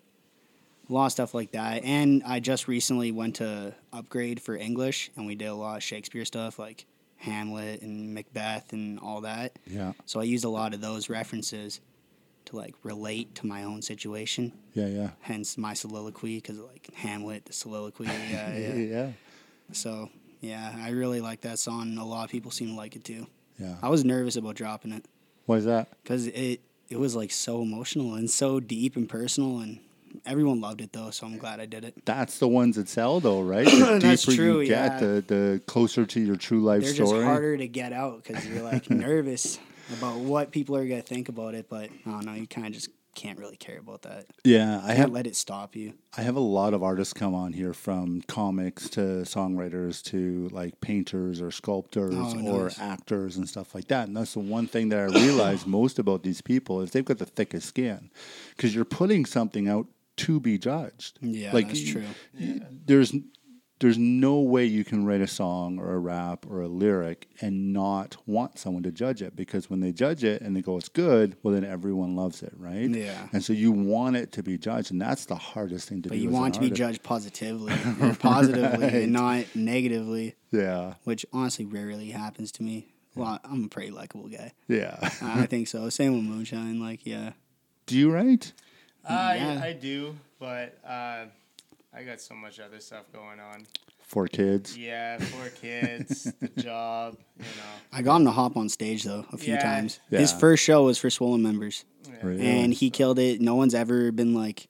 [SPEAKER 5] lot of stuff like that. And I just recently went to upgrade for English, and we did a lot of Shakespeare stuff, like Hamlet and Macbeth and all that.
[SPEAKER 1] Yeah,
[SPEAKER 5] So I used a lot of those references to, like, relate to my own situation.
[SPEAKER 1] yeah, yeah,
[SPEAKER 5] Hence my soliloquy, because, like, Hamlet, the soliloquy. yeah,
[SPEAKER 1] <laughs>
[SPEAKER 5] yeah.
[SPEAKER 1] yeah.
[SPEAKER 5] So yeah, I really like that song. and A lot of people seem to like it too.
[SPEAKER 1] yeah.
[SPEAKER 5] I was nervous about dropping it
[SPEAKER 1] Why is that?
[SPEAKER 5] because it it was like so emotional and so deep and personal, and everyone loved it though. So I'm glad I did it.
[SPEAKER 1] That's the ones that sell, though,
[SPEAKER 5] <clears throat>
[SPEAKER 1] right? The
[SPEAKER 5] That's
[SPEAKER 1] deeper
[SPEAKER 5] true,
[SPEAKER 1] you get,
[SPEAKER 5] yeah.
[SPEAKER 1] the, the closer to your true life
[SPEAKER 5] They're
[SPEAKER 1] story.
[SPEAKER 5] just harder to get out because
[SPEAKER 1] <laughs>
[SPEAKER 5] you're like nervous about what people are gonna think about it. But I don't know, you kind of just can't really care about that.
[SPEAKER 1] Yeah, I
[SPEAKER 5] Can't
[SPEAKER 1] have
[SPEAKER 5] let it stop you.
[SPEAKER 1] I have a lot of artists come on here from comics to songwriters to like painters or sculptors
[SPEAKER 5] Oh,
[SPEAKER 1] or
[SPEAKER 5] nice.
[SPEAKER 1] actors and stuff like that. And that's the one thing that I
[SPEAKER 5] <clears throat>
[SPEAKER 1] realize most about these people is they've got the thickest skin because you're putting something out to be judged.
[SPEAKER 5] Yeah, that's
[SPEAKER 1] y-
[SPEAKER 5] true.
[SPEAKER 1] y- There's there's no way you can write a song or a rap or a lyric and not want someone to judge it because when they judge it and they go it's good, well then everyone loves it, right?
[SPEAKER 5] Yeah.
[SPEAKER 1] And so you want it to be judged, and that's the hardest thing to
[SPEAKER 5] But
[SPEAKER 1] do.
[SPEAKER 5] you
[SPEAKER 1] as
[SPEAKER 5] want it
[SPEAKER 1] an
[SPEAKER 5] to be
[SPEAKER 1] artist. <laughs>
[SPEAKER 5] judged positively, or positively, and not negatively,
[SPEAKER 1] Yeah,
[SPEAKER 5] which honestly rarely happens to me. Well, I'm a pretty likable guy.
[SPEAKER 1] yeah.
[SPEAKER 5] I think so. Same with moonshine. Like, yeah,
[SPEAKER 1] do you write?
[SPEAKER 3] I
[SPEAKER 5] Yeah.
[SPEAKER 3] I do, but uh, I got so much other stuff going on.
[SPEAKER 1] for kids?
[SPEAKER 3] Yeah, four
[SPEAKER 1] <laughs>
[SPEAKER 3] kids, the job, you know.
[SPEAKER 5] I got him to hop on stage though a few
[SPEAKER 3] Yeah.
[SPEAKER 5] times.
[SPEAKER 1] Yeah.
[SPEAKER 5] His first show was for Swollen members,
[SPEAKER 3] Yeah.
[SPEAKER 1] Really?
[SPEAKER 5] and he killed it. No one's ever been like,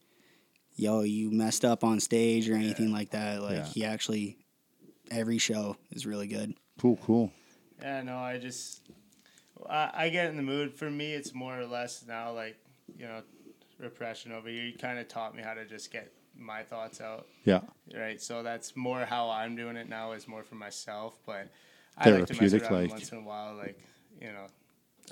[SPEAKER 5] "Yo, you messed up on stage" or anything like that. Like,
[SPEAKER 1] Yeah.
[SPEAKER 5] he actually, every show is really good.
[SPEAKER 1] Cool, cool.
[SPEAKER 3] Yeah, no, I just I, I get in the mood. For me, it's more or less now like you know repression over here. You kind of taught me how to just get my thoughts out,
[SPEAKER 1] Yeah,
[SPEAKER 3] right? So that's more how I'm doing it now. Is more for myself, but I like to mess
[SPEAKER 1] Therapeutic,
[SPEAKER 3] around
[SPEAKER 1] like.
[SPEAKER 3] once in a while, like you know,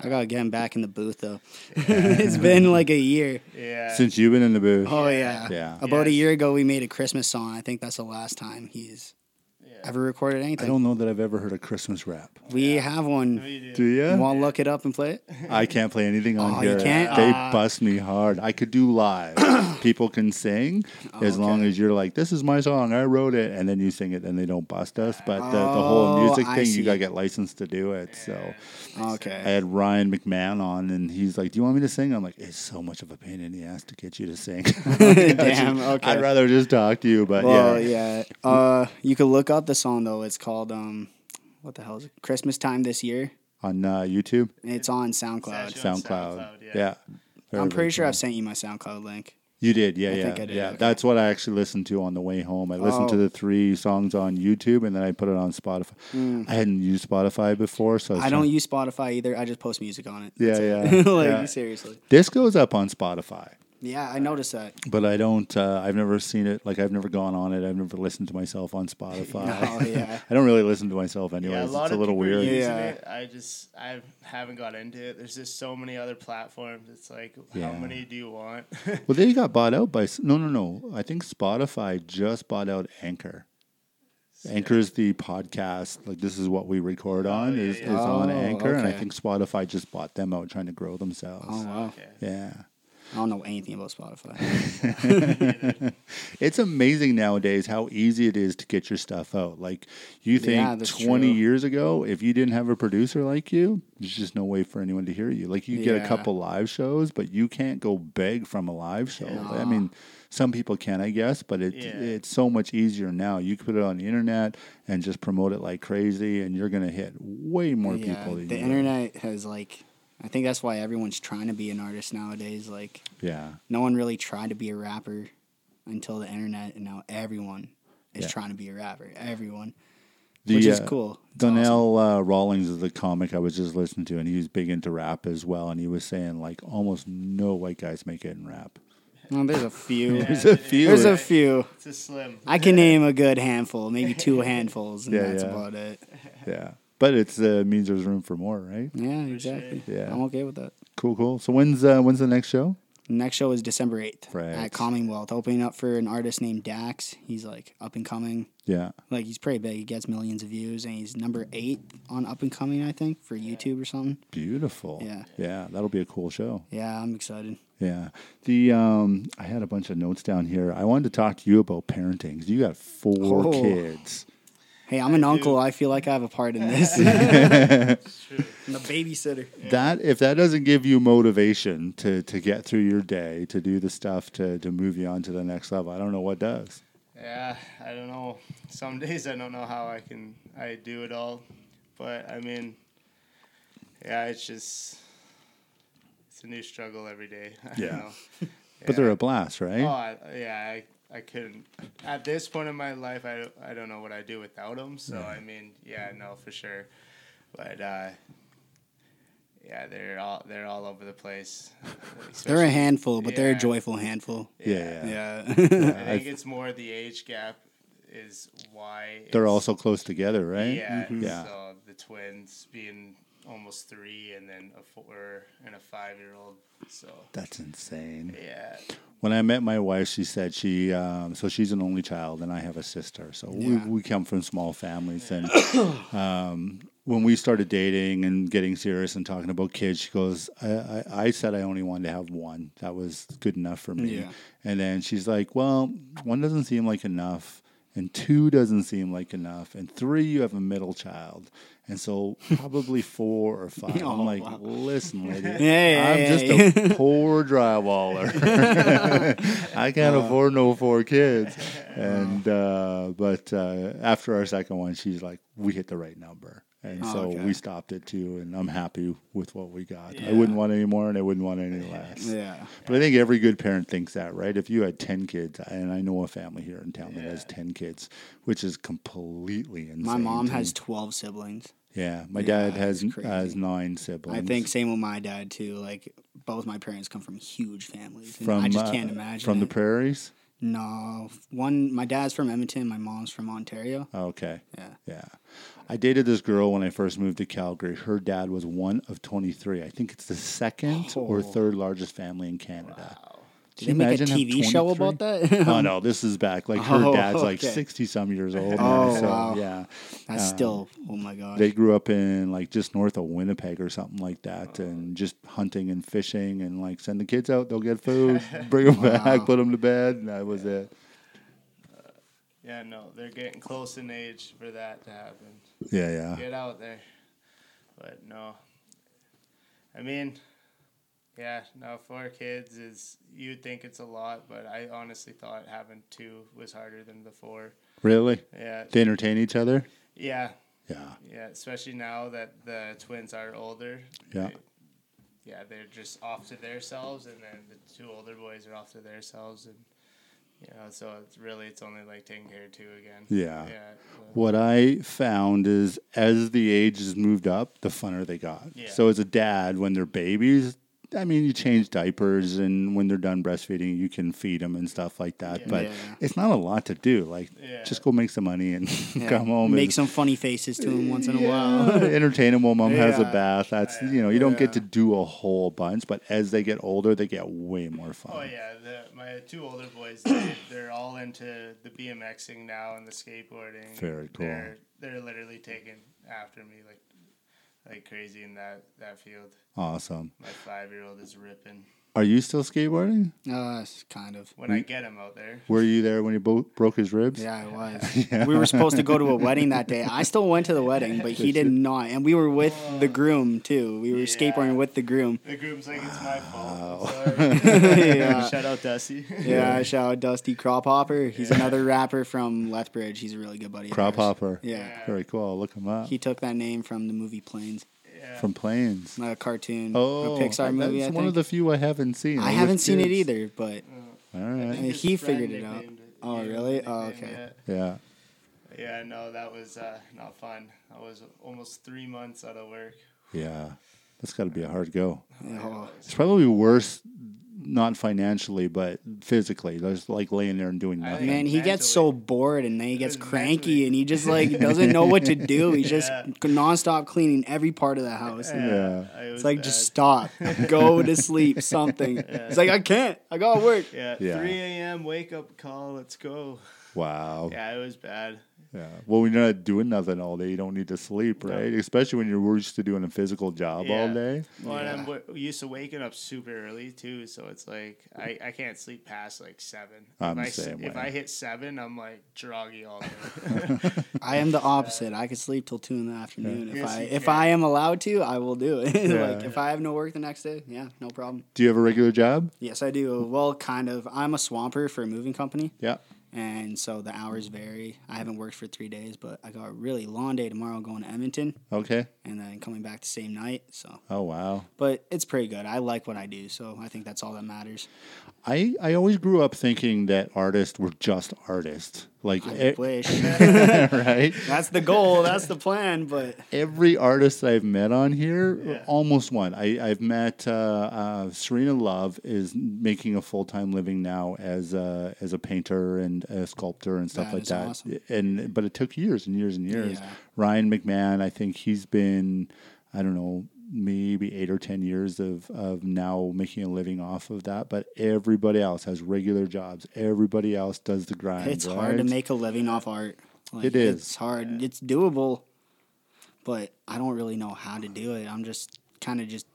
[SPEAKER 5] I gotta get him back in the booth though. <laughs> it's been like a year.
[SPEAKER 3] yeah.
[SPEAKER 1] since you've been in the booth.
[SPEAKER 5] Oh yeah.
[SPEAKER 1] Yeah.
[SPEAKER 5] About a
[SPEAKER 3] Yes.
[SPEAKER 5] year ago, we made a Christmas song. I think that's the last time he's
[SPEAKER 3] yeah.
[SPEAKER 5] ever recorded
[SPEAKER 1] I
[SPEAKER 5] anything.
[SPEAKER 1] don't know that I've ever heard a Christmas rap.
[SPEAKER 5] We have one.
[SPEAKER 3] What do you
[SPEAKER 1] Do
[SPEAKER 3] do?
[SPEAKER 1] you?
[SPEAKER 5] Want to look it up and play it?
[SPEAKER 1] I can't play anything on
[SPEAKER 5] Oh, you
[SPEAKER 1] here.
[SPEAKER 5] can't?
[SPEAKER 1] They
[SPEAKER 5] Ah. <coughs>
[SPEAKER 1] bust me hard. I could do live. people can sing
[SPEAKER 5] Oh,
[SPEAKER 1] as long as you're like, this is my song, I wrote it, and then you sing it, and they don't bust us. But the, the whole
[SPEAKER 5] Oh,
[SPEAKER 1] music
[SPEAKER 5] I
[SPEAKER 1] thing, you
[SPEAKER 5] see.
[SPEAKER 1] gotta get licensed to do it. So I
[SPEAKER 5] Okay.
[SPEAKER 1] had Ryan McMahon on, and he's like, "Do you want me to sing?" I'm like, "It's so much of a pain in the ass to get you to sing." <laughs>
[SPEAKER 5] <laughs> Damn. Okay.
[SPEAKER 1] I'd rather just talk to you, but <laughs>
[SPEAKER 5] Well,
[SPEAKER 1] yeah.
[SPEAKER 5] yeah. Uh, you could look up the song though. It's called um, what the hell is it? Christmas time this year.
[SPEAKER 1] on uh, YouTube, Uh,
[SPEAKER 5] And it's on SoundCloud.
[SPEAKER 3] It's actually on
[SPEAKER 1] SoundCloud,
[SPEAKER 3] SoundCloud,
[SPEAKER 1] yeah.
[SPEAKER 3] yeah.
[SPEAKER 1] Very, very
[SPEAKER 5] I'm pretty sure
[SPEAKER 1] cool.
[SPEAKER 5] I've sent you my SoundCloud link.
[SPEAKER 1] You did, yeah, yeah,
[SPEAKER 5] think I did,
[SPEAKER 1] yeah.
[SPEAKER 5] okay.
[SPEAKER 1] That's what I actually listened to on the way home. I listened to
[SPEAKER 5] Oh.
[SPEAKER 1] the three songs on YouTube, and then I put it on Spotify. I hadn't used Spotify before, so I, was
[SPEAKER 5] Hmm. I
[SPEAKER 1] trying-
[SPEAKER 5] don't use Spotify either. I just post music on it.
[SPEAKER 1] Yeah,
[SPEAKER 5] That's
[SPEAKER 1] yeah,
[SPEAKER 5] it. <laughs> like
[SPEAKER 1] yeah.
[SPEAKER 5] seriously.
[SPEAKER 1] This goes up on Spotify,
[SPEAKER 5] Yeah, I noticed that.
[SPEAKER 1] but I don't. Uh, I've never seen it. Like I've never gone on it. I've never listened to myself on Spotify.
[SPEAKER 5] <laughs> No, yeah.
[SPEAKER 1] <laughs> I don't really listen to myself
[SPEAKER 3] Yeah, a
[SPEAKER 1] anyways.
[SPEAKER 3] lot
[SPEAKER 1] it's a
[SPEAKER 3] of
[SPEAKER 1] little
[SPEAKER 3] people are
[SPEAKER 1] weird.
[SPEAKER 3] using
[SPEAKER 5] Yeah.
[SPEAKER 3] it. I just I haven't got into it. There's just so many other platforms. It's like, how
[SPEAKER 1] Yeah.
[SPEAKER 3] many do you
[SPEAKER 5] <laughs>
[SPEAKER 3] want?
[SPEAKER 1] Well, they got bought out by S- no, no, no. I think Spotify just bought out Anchor. Anchor is the podcast. Like this is what we record on
[SPEAKER 3] yeah,
[SPEAKER 1] is,
[SPEAKER 3] yeah.
[SPEAKER 1] is on
[SPEAKER 5] Oh,
[SPEAKER 1] Anchor, and I
[SPEAKER 5] okay.
[SPEAKER 1] think Spotify just bought them out, trying to grow themselves.
[SPEAKER 5] Oh wow.
[SPEAKER 3] okay.
[SPEAKER 1] Yeah,
[SPEAKER 5] I don't know anything about Spotify.
[SPEAKER 1] <laughs> it's amazing nowadays how easy it is to get your stuff out. Like you think
[SPEAKER 5] Yeah, that's
[SPEAKER 1] twenty
[SPEAKER 5] true.
[SPEAKER 1] years ago, if you didn't have a producer like you, there's just no way for anyone to hear you. Like you get a
[SPEAKER 5] Yeah.
[SPEAKER 1] couple live shows, but you can't go beg from a live show. I
[SPEAKER 5] Yeah.
[SPEAKER 1] mean, some people can, I guess, but it
[SPEAKER 3] Yeah.
[SPEAKER 1] it's so much easier now. You can put it on the internet and just promote it like crazy, and you're gonna hit way <laughs> more
[SPEAKER 5] yeah,
[SPEAKER 1] people. Than
[SPEAKER 5] the
[SPEAKER 1] you would.
[SPEAKER 5] internet has like, I think that's why everyone's trying to be an artist nowadays. Like,
[SPEAKER 1] yeah.
[SPEAKER 5] no one really tried to be a rapper until the internet, and now everyone is
[SPEAKER 1] Yeah.
[SPEAKER 5] trying to be a rapper. Everyone,
[SPEAKER 1] The,
[SPEAKER 5] which is
[SPEAKER 1] uh,
[SPEAKER 5] cool. It's awesome.
[SPEAKER 1] Donnell uh, Rawlings is the comic I was just listening to, and he was big into rap as well. And he was saying like almost no white guys make it in rap.
[SPEAKER 5] Well, there's a few.
[SPEAKER 1] There's a few.
[SPEAKER 5] There's a few.
[SPEAKER 3] It's a slim.
[SPEAKER 5] I can name a good handful, maybe <laughs> two handfuls, and
[SPEAKER 1] Yeah,
[SPEAKER 5] that's
[SPEAKER 1] yeah.
[SPEAKER 5] about it.
[SPEAKER 1] yeah, but it's uh, means there's room for more, right?
[SPEAKER 5] Yeah, exactly.
[SPEAKER 1] Yeah.
[SPEAKER 5] I'm okay with that.
[SPEAKER 1] Cool, cool. So when's uh, when's the next show?
[SPEAKER 5] Next show is December 8th
[SPEAKER 1] Right.
[SPEAKER 5] at Commonwealth, opening up for an artist named Dax. He's like up and coming.
[SPEAKER 1] Yeah,
[SPEAKER 5] Like he's pretty big. He gets millions of views, and he's number eight on up and coming, I think, for YouTube or something.
[SPEAKER 1] beautiful.
[SPEAKER 5] Yeah.
[SPEAKER 1] yeah, that'll be a cool show.
[SPEAKER 5] Yeah, I'm excited.
[SPEAKER 1] Yeah, the um, I had a bunch of notes down here. I wanted to talk to you about parenting. 'cause You got four
[SPEAKER 5] Oh.
[SPEAKER 1] kids.
[SPEAKER 5] Hey, I'm an uncle. I feel like I have a part
[SPEAKER 1] <laughs>
[SPEAKER 5] in this. I'm the babysitter.
[SPEAKER 1] that if that doesn't give you motivation to to get through your day to do the stuff to to move you on to the next level i don't know what does
[SPEAKER 3] Yeah, I don't know. Some <laughs> days I don't know how I can I do it all, but I mean, yeah, it's just it's a new struggle every day. <laughs> I don't
[SPEAKER 1] Yeah.
[SPEAKER 3] know.
[SPEAKER 1] but they're a blast right
[SPEAKER 3] Oh, I, yeah, I, I couldn't. At this point in my life, I, I don't know what I do without them. So, I mean, yeah, no, for sure. But, uh, yeah, they're all they're all over the place.
[SPEAKER 5] They're a handful, but they're a
[SPEAKER 3] Yeah.
[SPEAKER 5] joyful
[SPEAKER 1] <laughs>
[SPEAKER 5] handful. <laughs>
[SPEAKER 1] yeah yeah,
[SPEAKER 5] Yeah.
[SPEAKER 3] I think it's more the age gap is why
[SPEAKER 1] they're
[SPEAKER 3] it's-
[SPEAKER 1] all so close together right Mm-hmm.
[SPEAKER 3] Yeah,
[SPEAKER 1] Yeah.
[SPEAKER 3] So the twins being almost three, and then a four and a five year old. So
[SPEAKER 1] that's insane
[SPEAKER 3] yeah,
[SPEAKER 1] when I met my wife, she said she um, so she's an only child, and I have a sister. So
[SPEAKER 5] Yeah.
[SPEAKER 1] we, we come from small families, and um,
[SPEAKER 5] <coughs>
[SPEAKER 1] when we started dating and getting serious and talking about kids, she goes, I, I, "I said I only wanted to have one. That was good enough for me."
[SPEAKER 5] Yeah.
[SPEAKER 1] And then she's like, "Well, one doesn't seem like enough." And two doesn't seem like enough, and three you have a middle child, and so probably four or five. I'm
[SPEAKER 5] <laughs> Oh,
[SPEAKER 1] like,
[SPEAKER 5] wow.
[SPEAKER 1] lady,
[SPEAKER 5] <laughs> Hey,
[SPEAKER 1] I'm
[SPEAKER 5] hey,
[SPEAKER 1] just <laughs>
[SPEAKER 5] hey.
[SPEAKER 1] a
[SPEAKER 5] <laughs>
[SPEAKER 1] poor drywaller. <laughs> I can't afford no four kids. And uh, but uh, after our second one, she's like, we hit the right number, and so
[SPEAKER 5] okay.
[SPEAKER 1] we stopped it too. And I'm happy with what we got. I wouldn't want any more, and I wouldn't want any less.
[SPEAKER 5] yeah.
[SPEAKER 1] But I think every good parent thinks that, right? If you had ten kids, and I know a family here in town that has ten kids, which is completely insane.
[SPEAKER 5] My mom
[SPEAKER 1] to me.
[SPEAKER 5] has 12 siblings.
[SPEAKER 1] Yeah, my
[SPEAKER 5] Yeah,
[SPEAKER 1] dad has
[SPEAKER 5] it's crazy.
[SPEAKER 1] has nine siblings.
[SPEAKER 5] I think same with my dad too. Like both my parents come from huge families. and
[SPEAKER 1] from
[SPEAKER 5] I just
[SPEAKER 1] uh,
[SPEAKER 5] can't imagine
[SPEAKER 1] from the
[SPEAKER 5] it.
[SPEAKER 1] prairies.
[SPEAKER 5] no one. My dad's from Edmonton. My mom's from Ontario.
[SPEAKER 1] Okay.
[SPEAKER 5] Yeah.
[SPEAKER 1] Yeah. I dated this girl when I first moved to Calgary. Her dad was one of 23. I think it's the second or
[SPEAKER 5] Oh.
[SPEAKER 1] third largest family in Canada.
[SPEAKER 5] Did they
[SPEAKER 1] Can you
[SPEAKER 5] make a
[SPEAKER 1] imagine have
[SPEAKER 5] TV show
[SPEAKER 1] <laughs>
[SPEAKER 5] about that?
[SPEAKER 1] oh no, this is back. Like her
[SPEAKER 5] Oh,
[SPEAKER 1] dad's like
[SPEAKER 5] okay.
[SPEAKER 1] sixty some years old.
[SPEAKER 5] Oh,
[SPEAKER 1] now, so,
[SPEAKER 5] wow.
[SPEAKER 1] yeah.
[SPEAKER 5] <laughs> That's
[SPEAKER 1] Uh,
[SPEAKER 5] still oh my gosh.
[SPEAKER 1] They grew up in like just north of Winnipeg or something like
[SPEAKER 5] Oh.
[SPEAKER 1] that, and just hunting and fishing, and like send the kids out. They'll get
[SPEAKER 5] <laughs>
[SPEAKER 1] food, bring them back, put them to bed. And that was it.
[SPEAKER 3] Yeah, no, they're getting close in age for that to happen.
[SPEAKER 1] Yeah, yeah.
[SPEAKER 3] Get out there. But no. I mean, yeah, no, four kids is, you'd think it's a lot, but I honestly thought having two was harder than the four.
[SPEAKER 1] Really,
[SPEAKER 3] Yeah.
[SPEAKER 1] they entertain each other.
[SPEAKER 3] Yeah.
[SPEAKER 1] Yeah,
[SPEAKER 3] Yeah. Especially now that the twins are older.
[SPEAKER 1] yeah.
[SPEAKER 3] They- yeah, they're just off to themselves, and then the two older boys are off to themselves, and you know, so it's really it's only like taking care of two again.
[SPEAKER 1] Yeah.
[SPEAKER 3] yeah, so-
[SPEAKER 1] What I found is as the ages moved up, the funner they got.
[SPEAKER 3] Yeah.
[SPEAKER 1] So as a dad, when they're babies, I mean, you change diapers, and when they're done breastfeeding, you can feed them and stuff like that. But
[SPEAKER 5] Yeah.
[SPEAKER 1] it's not a lot to do. Like,
[SPEAKER 3] Yeah.
[SPEAKER 1] just go make some money and <laughs>
[SPEAKER 5] Yeah.
[SPEAKER 1] come home.
[SPEAKER 5] Make
[SPEAKER 1] and,
[SPEAKER 5] some funny faces to him once in a
[SPEAKER 1] Yeah,
[SPEAKER 5] while. <laughs>
[SPEAKER 1] <laughs> entertain them while mom has a
[SPEAKER 5] Yeah.
[SPEAKER 1] bath. That's you know, you don't get to do a whole bunch. But as they get older, they get way more fun.
[SPEAKER 3] Oh yeah, the, my two older boys, they, they're all into the BMXing now and the skateboarding.
[SPEAKER 1] Very cool.
[SPEAKER 3] They're, they're literally taking after me like like crazy in that that field.
[SPEAKER 1] Awesome.
[SPEAKER 3] My five year old is ripping.
[SPEAKER 1] Are you still skateboarding?
[SPEAKER 5] Uh, it's kind of.
[SPEAKER 3] When
[SPEAKER 1] Mm.
[SPEAKER 3] I get him out there,
[SPEAKER 1] Were you there when he bo- broke his ribs?
[SPEAKER 5] Yeah,
[SPEAKER 1] <laughs>
[SPEAKER 5] it was. We were supposed to go to a wedding that day. I still went to the wedding, but he did not. And we were with the groom too. We were
[SPEAKER 3] Yeah.
[SPEAKER 5] skateboarding with the
[SPEAKER 1] <laughs>
[SPEAKER 5] groom. <laughs>
[SPEAKER 3] the groom's like, "It's my fault." I'm sorry.
[SPEAKER 5] yeah.
[SPEAKER 3] <laughs> Shout out Dusty.
[SPEAKER 5] Yeah, shout out Dusty Crop Hopper. He's another rapper from Lethbridge. He's a really good buddy. of
[SPEAKER 1] Crop
[SPEAKER 5] ours.
[SPEAKER 1] hopper.
[SPEAKER 5] Yeah.
[SPEAKER 1] Very cool. I'll look him up.
[SPEAKER 5] He took that name from the movie Planes,
[SPEAKER 3] Yeah.
[SPEAKER 1] From planes.
[SPEAKER 5] a cartoon,
[SPEAKER 1] Oh,
[SPEAKER 5] a Pixar
[SPEAKER 1] that's
[SPEAKER 5] movie. I
[SPEAKER 1] one
[SPEAKER 5] think.
[SPEAKER 1] of the few I haven't seen.
[SPEAKER 5] I
[SPEAKER 1] was
[SPEAKER 5] haven't seen it
[SPEAKER 1] curious.
[SPEAKER 5] either, but uh,
[SPEAKER 1] All
[SPEAKER 3] I
[SPEAKER 1] right.
[SPEAKER 3] think <laughs> his
[SPEAKER 5] he
[SPEAKER 3] friend
[SPEAKER 5] figured it out.
[SPEAKER 3] nicknamed
[SPEAKER 5] Oh,
[SPEAKER 3] Yeah,
[SPEAKER 5] really? Oh,
[SPEAKER 3] nicknamed
[SPEAKER 5] okay.
[SPEAKER 3] it.
[SPEAKER 1] Yeah.
[SPEAKER 3] Yeah, no, that was uh, not fun. I was almost three months out of work.
[SPEAKER 1] Yeah. That's got to be a hard go.
[SPEAKER 5] oh,
[SPEAKER 1] It's probably worse, not financially, but physically. Just like laying there and doing
[SPEAKER 3] I
[SPEAKER 1] nothing.
[SPEAKER 5] man, he gets so bored and then he gets cranky and he just like doesn't know what to do. He's just
[SPEAKER 3] Yeah.
[SPEAKER 5] nonstop cleaning every part of the house.
[SPEAKER 1] Yeah.
[SPEAKER 3] I was
[SPEAKER 5] It's like
[SPEAKER 3] bad.
[SPEAKER 5] just stop, go to sleep, something. It's like I can't. I got to work.
[SPEAKER 3] yeah,
[SPEAKER 1] Yeah.
[SPEAKER 3] three a.m. wake up call. Let's go.
[SPEAKER 1] Wow.
[SPEAKER 3] Yeah, it was bad.
[SPEAKER 1] Yeah. Well, when you're not doing nothing all day, you don't need to sleep, right? Especially when you're used to doing a physical job all
[SPEAKER 3] Yeah.
[SPEAKER 1] day.
[SPEAKER 3] Well, and I'm w- used to waking up super early too, so it's like I, I can't sleep past like seven.
[SPEAKER 1] I'm
[SPEAKER 3] if
[SPEAKER 1] the
[SPEAKER 3] I, s-
[SPEAKER 1] same
[SPEAKER 3] If
[SPEAKER 1] way.
[SPEAKER 3] I hit seven, I'm like droggy all day.
[SPEAKER 1] <laughs>
[SPEAKER 5] I am the opposite. I could sleep till two in the afternoon. If
[SPEAKER 3] Yes,
[SPEAKER 5] I
[SPEAKER 3] you
[SPEAKER 5] if
[SPEAKER 3] can.
[SPEAKER 5] I am allowed to, I will do it. <laughs> like
[SPEAKER 1] Yeah.
[SPEAKER 5] if I have no work the next day, yeah, no problem.
[SPEAKER 1] Do you have a regular job?
[SPEAKER 5] Yes, I do. Well, kind of. I'm a swamper for a moving company,
[SPEAKER 1] Yeah.
[SPEAKER 5] and so the hours vary. I haven't worked for three days, but I got a really long day tomorrow going to Edmonton,
[SPEAKER 1] Okay.
[SPEAKER 5] and then coming back the same night. So,
[SPEAKER 1] Oh, wow.
[SPEAKER 5] but it's pretty good. I like what I do, so I think that's all that matters.
[SPEAKER 1] I, I always grew up thinking that artists were just artists. Like,
[SPEAKER 5] I
[SPEAKER 1] e-
[SPEAKER 5] wish
[SPEAKER 1] <laughs> right?
[SPEAKER 5] <laughs> that's the goal. That's the plan. But
[SPEAKER 1] every artist I've met on here,
[SPEAKER 3] Yeah.
[SPEAKER 1] almost one. I, I've met uh, uh, Serena Love is making a full time living now as a, as a painter and a sculptor and stuff
[SPEAKER 5] That
[SPEAKER 1] like
[SPEAKER 5] is
[SPEAKER 1] that.
[SPEAKER 5] awesome.
[SPEAKER 1] And but it took years and years and years.
[SPEAKER 5] Yeah.
[SPEAKER 1] Ryan McMahon, I think he's been, I don't know, maybe eight or ten years of of now making a living off of that. But everybody else has regular jobs. Everybody else does the grind.
[SPEAKER 5] it's hard to
[SPEAKER 1] right?
[SPEAKER 5] make a living off art. Like,
[SPEAKER 1] It is.
[SPEAKER 5] It's hard. It's doable, but I don't really know how to do it. I'm just kind of just,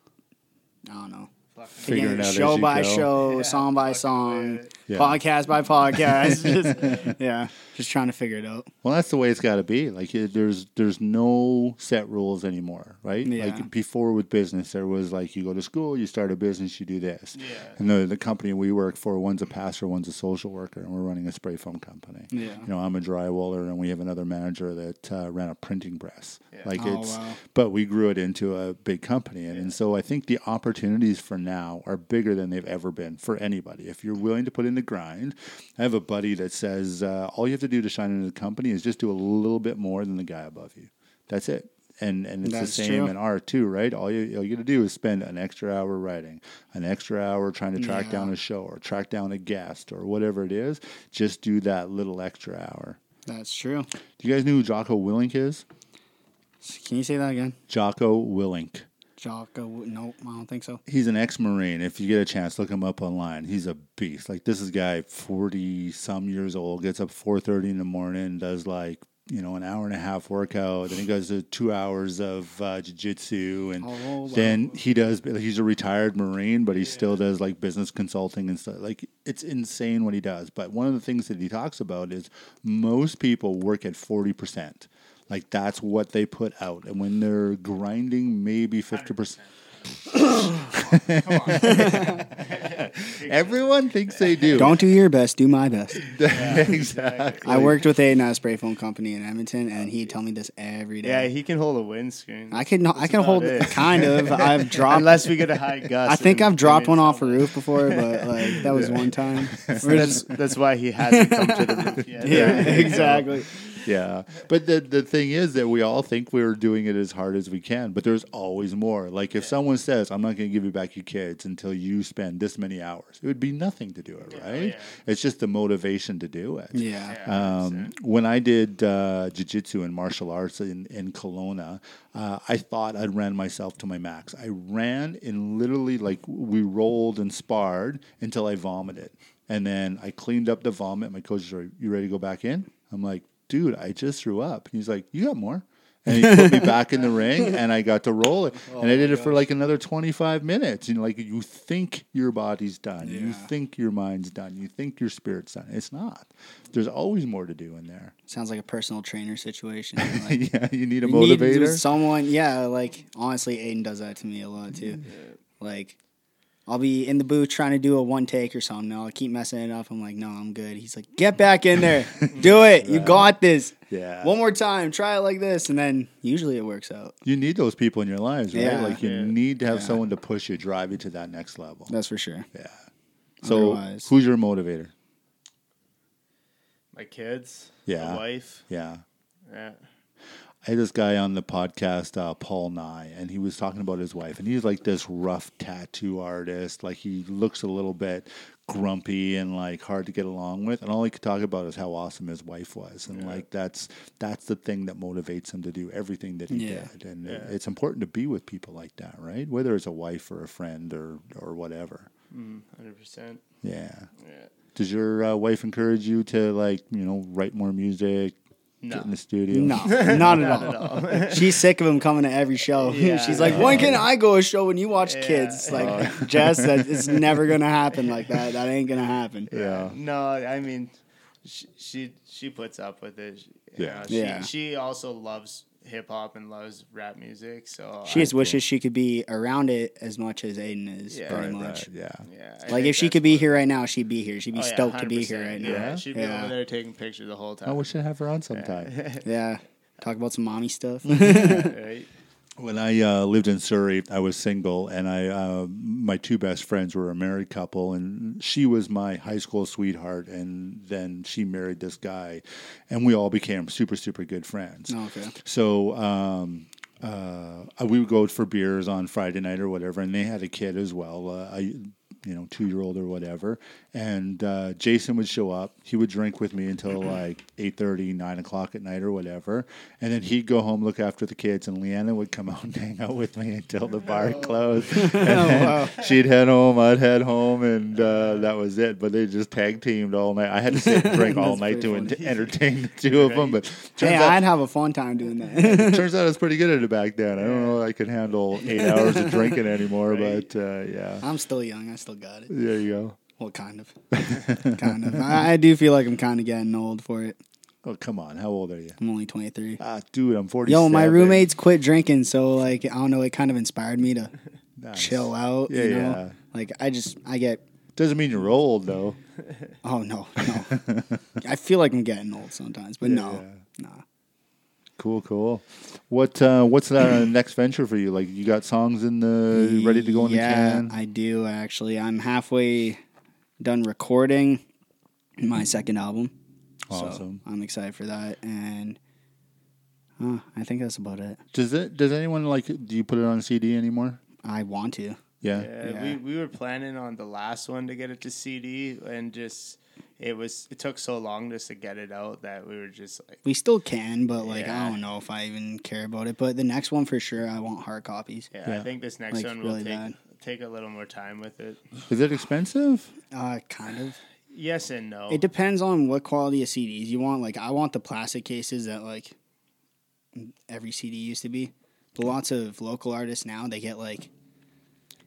[SPEAKER 5] I don't know.
[SPEAKER 3] Fucking
[SPEAKER 1] Figure it
[SPEAKER 5] Again,
[SPEAKER 1] out as
[SPEAKER 5] show
[SPEAKER 1] you
[SPEAKER 5] by
[SPEAKER 1] go.
[SPEAKER 5] show,
[SPEAKER 3] <laughs> Yeah,
[SPEAKER 5] song by
[SPEAKER 3] fucking
[SPEAKER 5] song,
[SPEAKER 3] weird.
[SPEAKER 1] Yeah.
[SPEAKER 5] podcast by
[SPEAKER 1] <laughs>
[SPEAKER 5] podcast. just, yeah, just trying to figure it out.
[SPEAKER 1] Well, that's the way it's got to be. Like it- there's there's no set rules anymore, right?
[SPEAKER 5] Yeah.
[SPEAKER 1] Like before with business, there was like you go to school, you start a business, you do this.
[SPEAKER 3] Yeah.
[SPEAKER 1] And the the company we work for, one's a pastor, one's a social worker, and we're running a spray foam company.
[SPEAKER 5] Yeah.
[SPEAKER 1] You know, I'm a drywaller, and we have another manager that uh, ran a printing press.
[SPEAKER 3] Yeah.
[SPEAKER 1] Like
[SPEAKER 5] Oh,
[SPEAKER 1] it's,
[SPEAKER 5] wow.
[SPEAKER 1] but we grew it into a big company, and, and so I think the opportunities for now are bigger than they've ever been for anybody. If you're willing to put in the grind, I have a buddy that says uh, all you have to do to shine in the company is just do a little bit more than the guy above you. That's it. And, and it's
[SPEAKER 5] That's
[SPEAKER 1] the same
[SPEAKER 5] true.
[SPEAKER 1] in art too, right? All you all you got to do is spend an extra hour writing, an extra hour trying to track
[SPEAKER 5] Yeah.
[SPEAKER 1] down a show or track down a guest or whatever it is. Just do that little extra hour.
[SPEAKER 5] That's true.
[SPEAKER 1] Do you guys know who Jocko Willink is?
[SPEAKER 5] Can you say that again?
[SPEAKER 1] Jocko Willink.
[SPEAKER 5] Jocko, nope, I don't think so.
[SPEAKER 1] He's an ex-marine. If you get a chance, look him up online. He's a beast. Like this is guy, forty some years old, gets up four thirty in the morning, does like you know an hour and a half workout, then he goes to two hours of uh, jujitsu, and
[SPEAKER 5] Oh,
[SPEAKER 1] then he does. He's a retired marine, but he still does like business consulting and stuff. Like it's insane what he does. But one of the things that he talks about is most people work at forty percent. Like that's what they put out, and when they're grinding, maybe fifty percent. Everyone thinks they do. <laughs>
[SPEAKER 5] Don't do your best, do my best.
[SPEAKER 1] exactly.
[SPEAKER 5] I worked with a uh, spray foam company in Edmonton, and he'd tell me this every day.
[SPEAKER 3] Yeah, he can hold a windscreen.
[SPEAKER 5] I can I can
[SPEAKER 3] about
[SPEAKER 5] hold
[SPEAKER 3] it.
[SPEAKER 5] kind
[SPEAKER 1] <laughs>
[SPEAKER 5] of. I've dropped.
[SPEAKER 3] Unless we get a high gust.
[SPEAKER 5] I think
[SPEAKER 3] and-
[SPEAKER 5] I've dropped one
[SPEAKER 3] and it's
[SPEAKER 5] off a
[SPEAKER 3] all-
[SPEAKER 5] roof before, but like <laughs> that was one time. We're
[SPEAKER 3] That's
[SPEAKER 5] just-
[SPEAKER 3] that's why he hasn't come to the
[SPEAKER 1] <laughs>
[SPEAKER 3] roof yet.
[SPEAKER 5] yeah, <laughs> exactly.
[SPEAKER 1] Yeah. But the the thing is that we all think we're doing it as hard as we can, but there's always more. Like if someone says, I'm not gonna give you back your kids until you spend this many hours, it would be nothing to do it, right?
[SPEAKER 3] yeah.
[SPEAKER 1] It's just the motivation to do it.
[SPEAKER 5] Yeah.
[SPEAKER 1] Um, when I did uh, jiu-jitsu and martial arts in, in Kelowna, uh, I thought I'd ran myself to my max. I ran and literally like we rolled and sparred until I vomited. And then I cleaned up the vomit. My coach is like, you ready to go back in? I'm like, dude, I just threw up. He's like, you got more. And he
[SPEAKER 5] <laughs>
[SPEAKER 1] put me back in the ring and I got to roll it. and
[SPEAKER 5] Oh
[SPEAKER 1] I did it for like another 25 minutes. And like you think your body's done. You
[SPEAKER 5] Yeah.
[SPEAKER 1] think your mind's done. You think your spirit's done. It's not. There's always more to do in there. <laughs>
[SPEAKER 5] Sounds like a personal trainer situation. <laughs> Like,
[SPEAKER 1] yeah, you need a
[SPEAKER 5] you need
[SPEAKER 1] motivator.
[SPEAKER 5] someone, yeah. Like honestly, Aiden does that to me a lot too. Like I'll be in the booth trying to do a one take or something. I'll keep messing it up. I'm like, no, I'm good. He's like, get back in <laughs> there, do it. You got this.
[SPEAKER 1] Yeah.
[SPEAKER 5] One more time. Try it like this, and then usually it works out.
[SPEAKER 1] you need those people in your lives, right?
[SPEAKER 5] Yeah.
[SPEAKER 1] Like you
[SPEAKER 3] Yeah.
[SPEAKER 1] need to have someone to push you, drive you to that next level.
[SPEAKER 5] That's for sure.
[SPEAKER 1] yeah. So
[SPEAKER 5] Otherwise-
[SPEAKER 1] who's your motivator?
[SPEAKER 3] My kids.
[SPEAKER 1] Yeah.
[SPEAKER 3] My wife.
[SPEAKER 1] Yeah.
[SPEAKER 3] Yeah.
[SPEAKER 1] I had this guy on the podcast, uh, Paul Nye, and he was talking about his wife, and he's like this rough tattoo artist. Like he looks a little bit grumpy and like hard to get along with, and all he could talk about is how awesome his wife was, and like that's that's the thing that motivates him to do everything that he
[SPEAKER 5] Yeah.
[SPEAKER 1] did, and it- it's important to be with people like that, right? Whether it's a wife or a friend or or whatever. <laughs>
[SPEAKER 3] Hundred percent.
[SPEAKER 1] Yeah.
[SPEAKER 3] Yeah.
[SPEAKER 1] Does your uh, wife encourage you to like you know write more music, get in the studio?
[SPEAKER 5] No, <laughs> not at all. She's sick of him coming to every show.
[SPEAKER 3] <laughs> Yeah.
[SPEAKER 5] She's like, when can I go to a show when you watch
[SPEAKER 3] Yeah.
[SPEAKER 5] kids? Like, Jess, that
[SPEAKER 3] <laughs>
[SPEAKER 5] it's never gonna happen like that. That ain't gonna happen.
[SPEAKER 1] Yeah.
[SPEAKER 3] No, I mean, she she, she puts up with it. She- you
[SPEAKER 1] Yeah.
[SPEAKER 3] know, she,
[SPEAKER 5] Yeah.
[SPEAKER 3] She also loves hip hop and loves rap music. So
[SPEAKER 5] She just wishes she could be around it as much as Aiden is,
[SPEAKER 3] Yeah,
[SPEAKER 5] pretty
[SPEAKER 3] right,
[SPEAKER 5] much.
[SPEAKER 1] Yeah.
[SPEAKER 3] Yeah. I
[SPEAKER 5] Like
[SPEAKER 3] think
[SPEAKER 5] if she
[SPEAKER 3] that's
[SPEAKER 5] could be
[SPEAKER 3] what-
[SPEAKER 5] here right now, she'd be here. She'd be
[SPEAKER 3] Oh, yeah,
[SPEAKER 5] stoked to be here
[SPEAKER 3] 100%.
[SPEAKER 5] right
[SPEAKER 3] yeah.
[SPEAKER 5] now.
[SPEAKER 3] She'd be
[SPEAKER 5] Yeah.
[SPEAKER 3] over there taking pictures
[SPEAKER 5] <laughs>
[SPEAKER 3] the whole time.
[SPEAKER 1] I wish I'd have her on sometime.
[SPEAKER 5] Yeah. Talk about some mommy
[SPEAKER 3] <laughs>
[SPEAKER 5] stuff.
[SPEAKER 3] right?
[SPEAKER 1] <laughs> When I uh, lived in Surrey, I was single, and I uh, my two best friends were a married couple, and she was my high school sweetheart, and then she married this guy, and we all became super super good friends.
[SPEAKER 5] okay.
[SPEAKER 1] So um, uh, we would go out for beers on Friday night or whatever, and they had a kid as well, uh, a you know two year old or whatever. And uh, Jason would show up. He would drink with me until
[SPEAKER 5] Mm-hmm.
[SPEAKER 1] like 8.30, 9 o'clock at night or whatever, and then he'd go home, look after the kids, and Leanna would come <laughs> out and hang out with me until the bar
[SPEAKER 5] <laughs>
[SPEAKER 1] closed.
[SPEAKER 5] Oh,
[SPEAKER 1] And then She'd head home, I'd head home, and uh, that was it. But they just tag teamed all night. I had to sit and drink all
[SPEAKER 5] <laughs> That's
[SPEAKER 1] night to
[SPEAKER 5] pretty
[SPEAKER 1] en- entertain the two
[SPEAKER 5] <laughs>
[SPEAKER 1] of them, but
[SPEAKER 5] Hey,
[SPEAKER 1] turns out-
[SPEAKER 5] I'd have a fun time doing
[SPEAKER 3] <laughs>
[SPEAKER 5] that.
[SPEAKER 1] Turns out I was pretty good at it back then. I don't know if I could
[SPEAKER 5] <laughs>
[SPEAKER 1] handle eight hours of drinking anymore, but uh, yeah.
[SPEAKER 5] I'm still young. I still got it.
[SPEAKER 1] There you go.
[SPEAKER 5] Well, kind of. kind of. I, I do feel like I'm kind of getting old for it.
[SPEAKER 1] Oh, come on. How old are you?
[SPEAKER 5] I'm only 23.
[SPEAKER 1] Ah, dude, I'm 47.
[SPEAKER 5] Yo, my roommates quit drinking, so like I don't know, it kind of inspired me to
[SPEAKER 1] <laughs> Nice.
[SPEAKER 5] chill out.
[SPEAKER 1] Yeah,
[SPEAKER 5] you know?
[SPEAKER 1] yeah.
[SPEAKER 5] Like I just I get
[SPEAKER 1] Doesn't mean you're old, though.
[SPEAKER 5] oh no
[SPEAKER 1] <laughs>
[SPEAKER 5] no. I feel like I'm getting old sometimes, but no no.
[SPEAKER 1] Cool, cool. What uh, What's
[SPEAKER 5] <clears throat>
[SPEAKER 1] the next venture for you? Like, you got songs in the ready to go in the
[SPEAKER 5] yeah,
[SPEAKER 1] can?
[SPEAKER 5] I do actually. I'm halfway done recording my second album.
[SPEAKER 1] Awesome.
[SPEAKER 5] So I'm excited for that, and uh, I think that's about it.
[SPEAKER 1] Does it? Does anyone like? Do you put it on CD anymore?
[SPEAKER 5] I want to.
[SPEAKER 1] Yeah.
[SPEAKER 3] Yeah, we, we were planning on the last one to get it to CD and just it was it took so long just to get it out that we were just like
[SPEAKER 5] We still can, but like I
[SPEAKER 3] Yeah.
[SPEAKER 5] don't know if I even care about it. But the next one for sure, I want hard copies.
[SPEAKER 3] yeah, I
[SPEAKER 1] Yeah.
[SPEAKER 3] think this next
[SPEAKER 5] Like,
[SPEAKER 3] one will
[SPEAKER 5] really
[SPEAKER 3] take
[SPEAKER 5] bad.
[SPEAKER 3] take a little more time with it.
[SPEAKER 1] Is it expensive?
[SPEAKER 5] Uh, kind of.
[SPEAKER 3] Yes and no.
[SPEAKER 1] Oh.
[SPEAKER 5] It depends on what quality of CDs you want. Like I want the plastic cases that like every CD used to be. But lots of local artists now they get like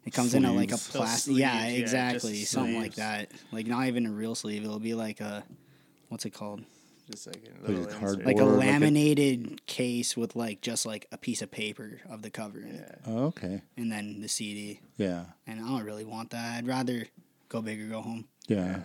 [SPEAKER 5] it comes in at like a
[SPEAKER 1] Sleeves.
[SPEAKER 3] So
[SPEAKER 5] plastic.
[SPEAKER 3] sleeves,
[SPEAKER 5] yeah,
[SPEAKER 3] yeah, just
[SPEAKER 5] exactly. Something like
[SPEAKER 3] sleeves.
[SPEAKER 5] that. Like not even a real sleeve. It'll be like a what's it called?
[SPEAKER 3] just like a
[SPEAKER 1] Like
[SPEAKER 3] little
[SPEAKER 1] a
[SPEAKER 3] insert.
[SPEAKER 1] cardboard.
[SPEAKER 5] Like
[SPEAKER 1] Or
[SPEAKER 5] a
[SPEAKER 1] like a-
[SPEAKER 5] laminated case with like just like a piece of paper of the cover in it,
[SPEAKER 3] yeah.
[SPEAKER 1] Oh, okay.
[SPEAKER 5] and then the CD.
[SPEAKER 1] Yeah.
[SPEAKER 5] And I don't really want that. I'd rather go big or go home.
[SPEAKER 1] Yeah.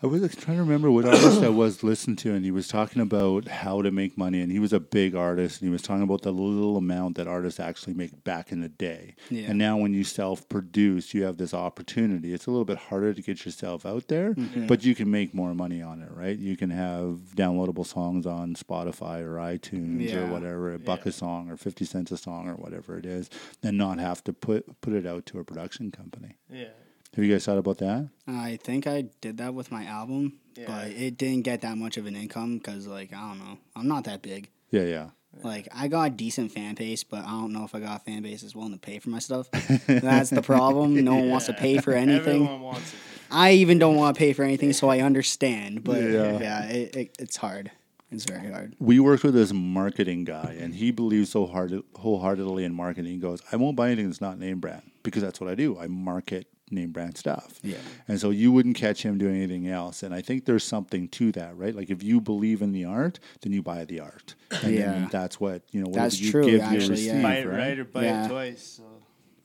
[SPEAKER 1] I was like, trying to remember what artist I was listening to, and he was talking about how to make money. And he was a big artist, and he was talking about the little amount that artists actually make back in the day.
[SPEAKER 5] Yeah.
[SPEAKER 1] And now, when you self produce, you have this opportunity. It's a little bit harder to get yourself out there,
[SPEAKER 5] Mm-hmm.
[SPEAKER 1] but you can make more money on it, right? You can have downloadable songs on Spotify or iTunes or
[SPEAKER 5] Yeah.
[SPEAKER 1] whatever, a buck a song or 50 cents a song or whatever it is, and not have to put, put it out to a production company.
[SPEAKER 3] Yeah.
[SPEAKER 1] Have you guys thought about that?
[SPEAKER 5] I think I did that with my album,
[SPEAKER 3] Yeah.
[SPEAKER 5] but it didn't get that much of an income because, like, I don't know. I'm not that big.
[SPEAKER 1] Yeah, yeah.
[SPEAKER 5] Like, I got decent fan base, but I don't know if I got fan base that's willing to pay for my
[SPEAKER 3] <laughs>
[SPEAKER 5] stuff. That's the problem. No one wants to pay for anything.
[SPEAKER 3] Everyone wants it.
[SPEAKER 5] I even don't want to pay for anything, so I understand. But
[SPEAKER 1] Yeah.
[SPEAKER 5] yeah, it, it, it's hard. It's very hard.
[SPEAKER 1] we worked with this marketing guy, and he believes so hard, wholeheartedly in marketing. He goes, "I won't buy anything that's not name brand because that's what I do. I market name brand stuff."
[SPEAKER 5] Yeah.
[SPEAKER 1] And so you wouldn't catch him doing anything else. And I think there's something to that, right? Like if you believe in the art, then you buy the art, and
[SPEAKER 5] Yeah.
[SPEAKER 1] then that's what you know. What
[SPEAKER 5] That's
[SPEAKER 1] you
[SPEAKER 5] true,
[SPEAKER 1] Give, you
[SPEAKER 5] actually, yeah.
[SPEAKER 1] receive,
[SPEAKER 3] Buy it
[SPEAKER 1] right?
[SPEAKER 3] right or buy
[SPEAKER 5] Yeah.
[SPEAKER 3] it twice. So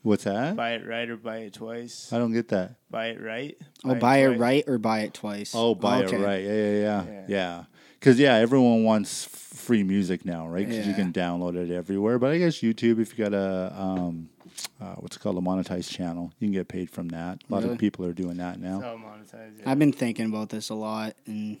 [SPEAKER 1] What's that?
[SPEAKER 3] buy it right or buy it twice.
[SPEAKER 1] I don't get that.
[SPEAKER 3] Buy it right.
[SPEAKER 5] Oh, buy it
[SPEAKER 3] twice.
[SPEAKER 5] right or buy it twice.
[SPEAKER 1] Oh, buy
[SPEAKER 5] Okay.
[SPEAKER 1] it right. Yeah, yeah, yeah,
[SPEAKER 3] Yeah.
[SPEAKER 1] yeah. Because yeah. everyone wants f- free music now, right? Because you
[SPEAKER 5] Yeah.
[SPEAKER 1] can download it everywhere. But I guess YouTube, if you got a um, uh, what's it called a monetized channel, you can get paid from that. A lot
[SPEAKER 5] Really?
[SPEAKER 1] of people are doing that now.
[SPEAKER 3] So monetize it.
[SPEAKER 5] I've been thinking about this a lot, and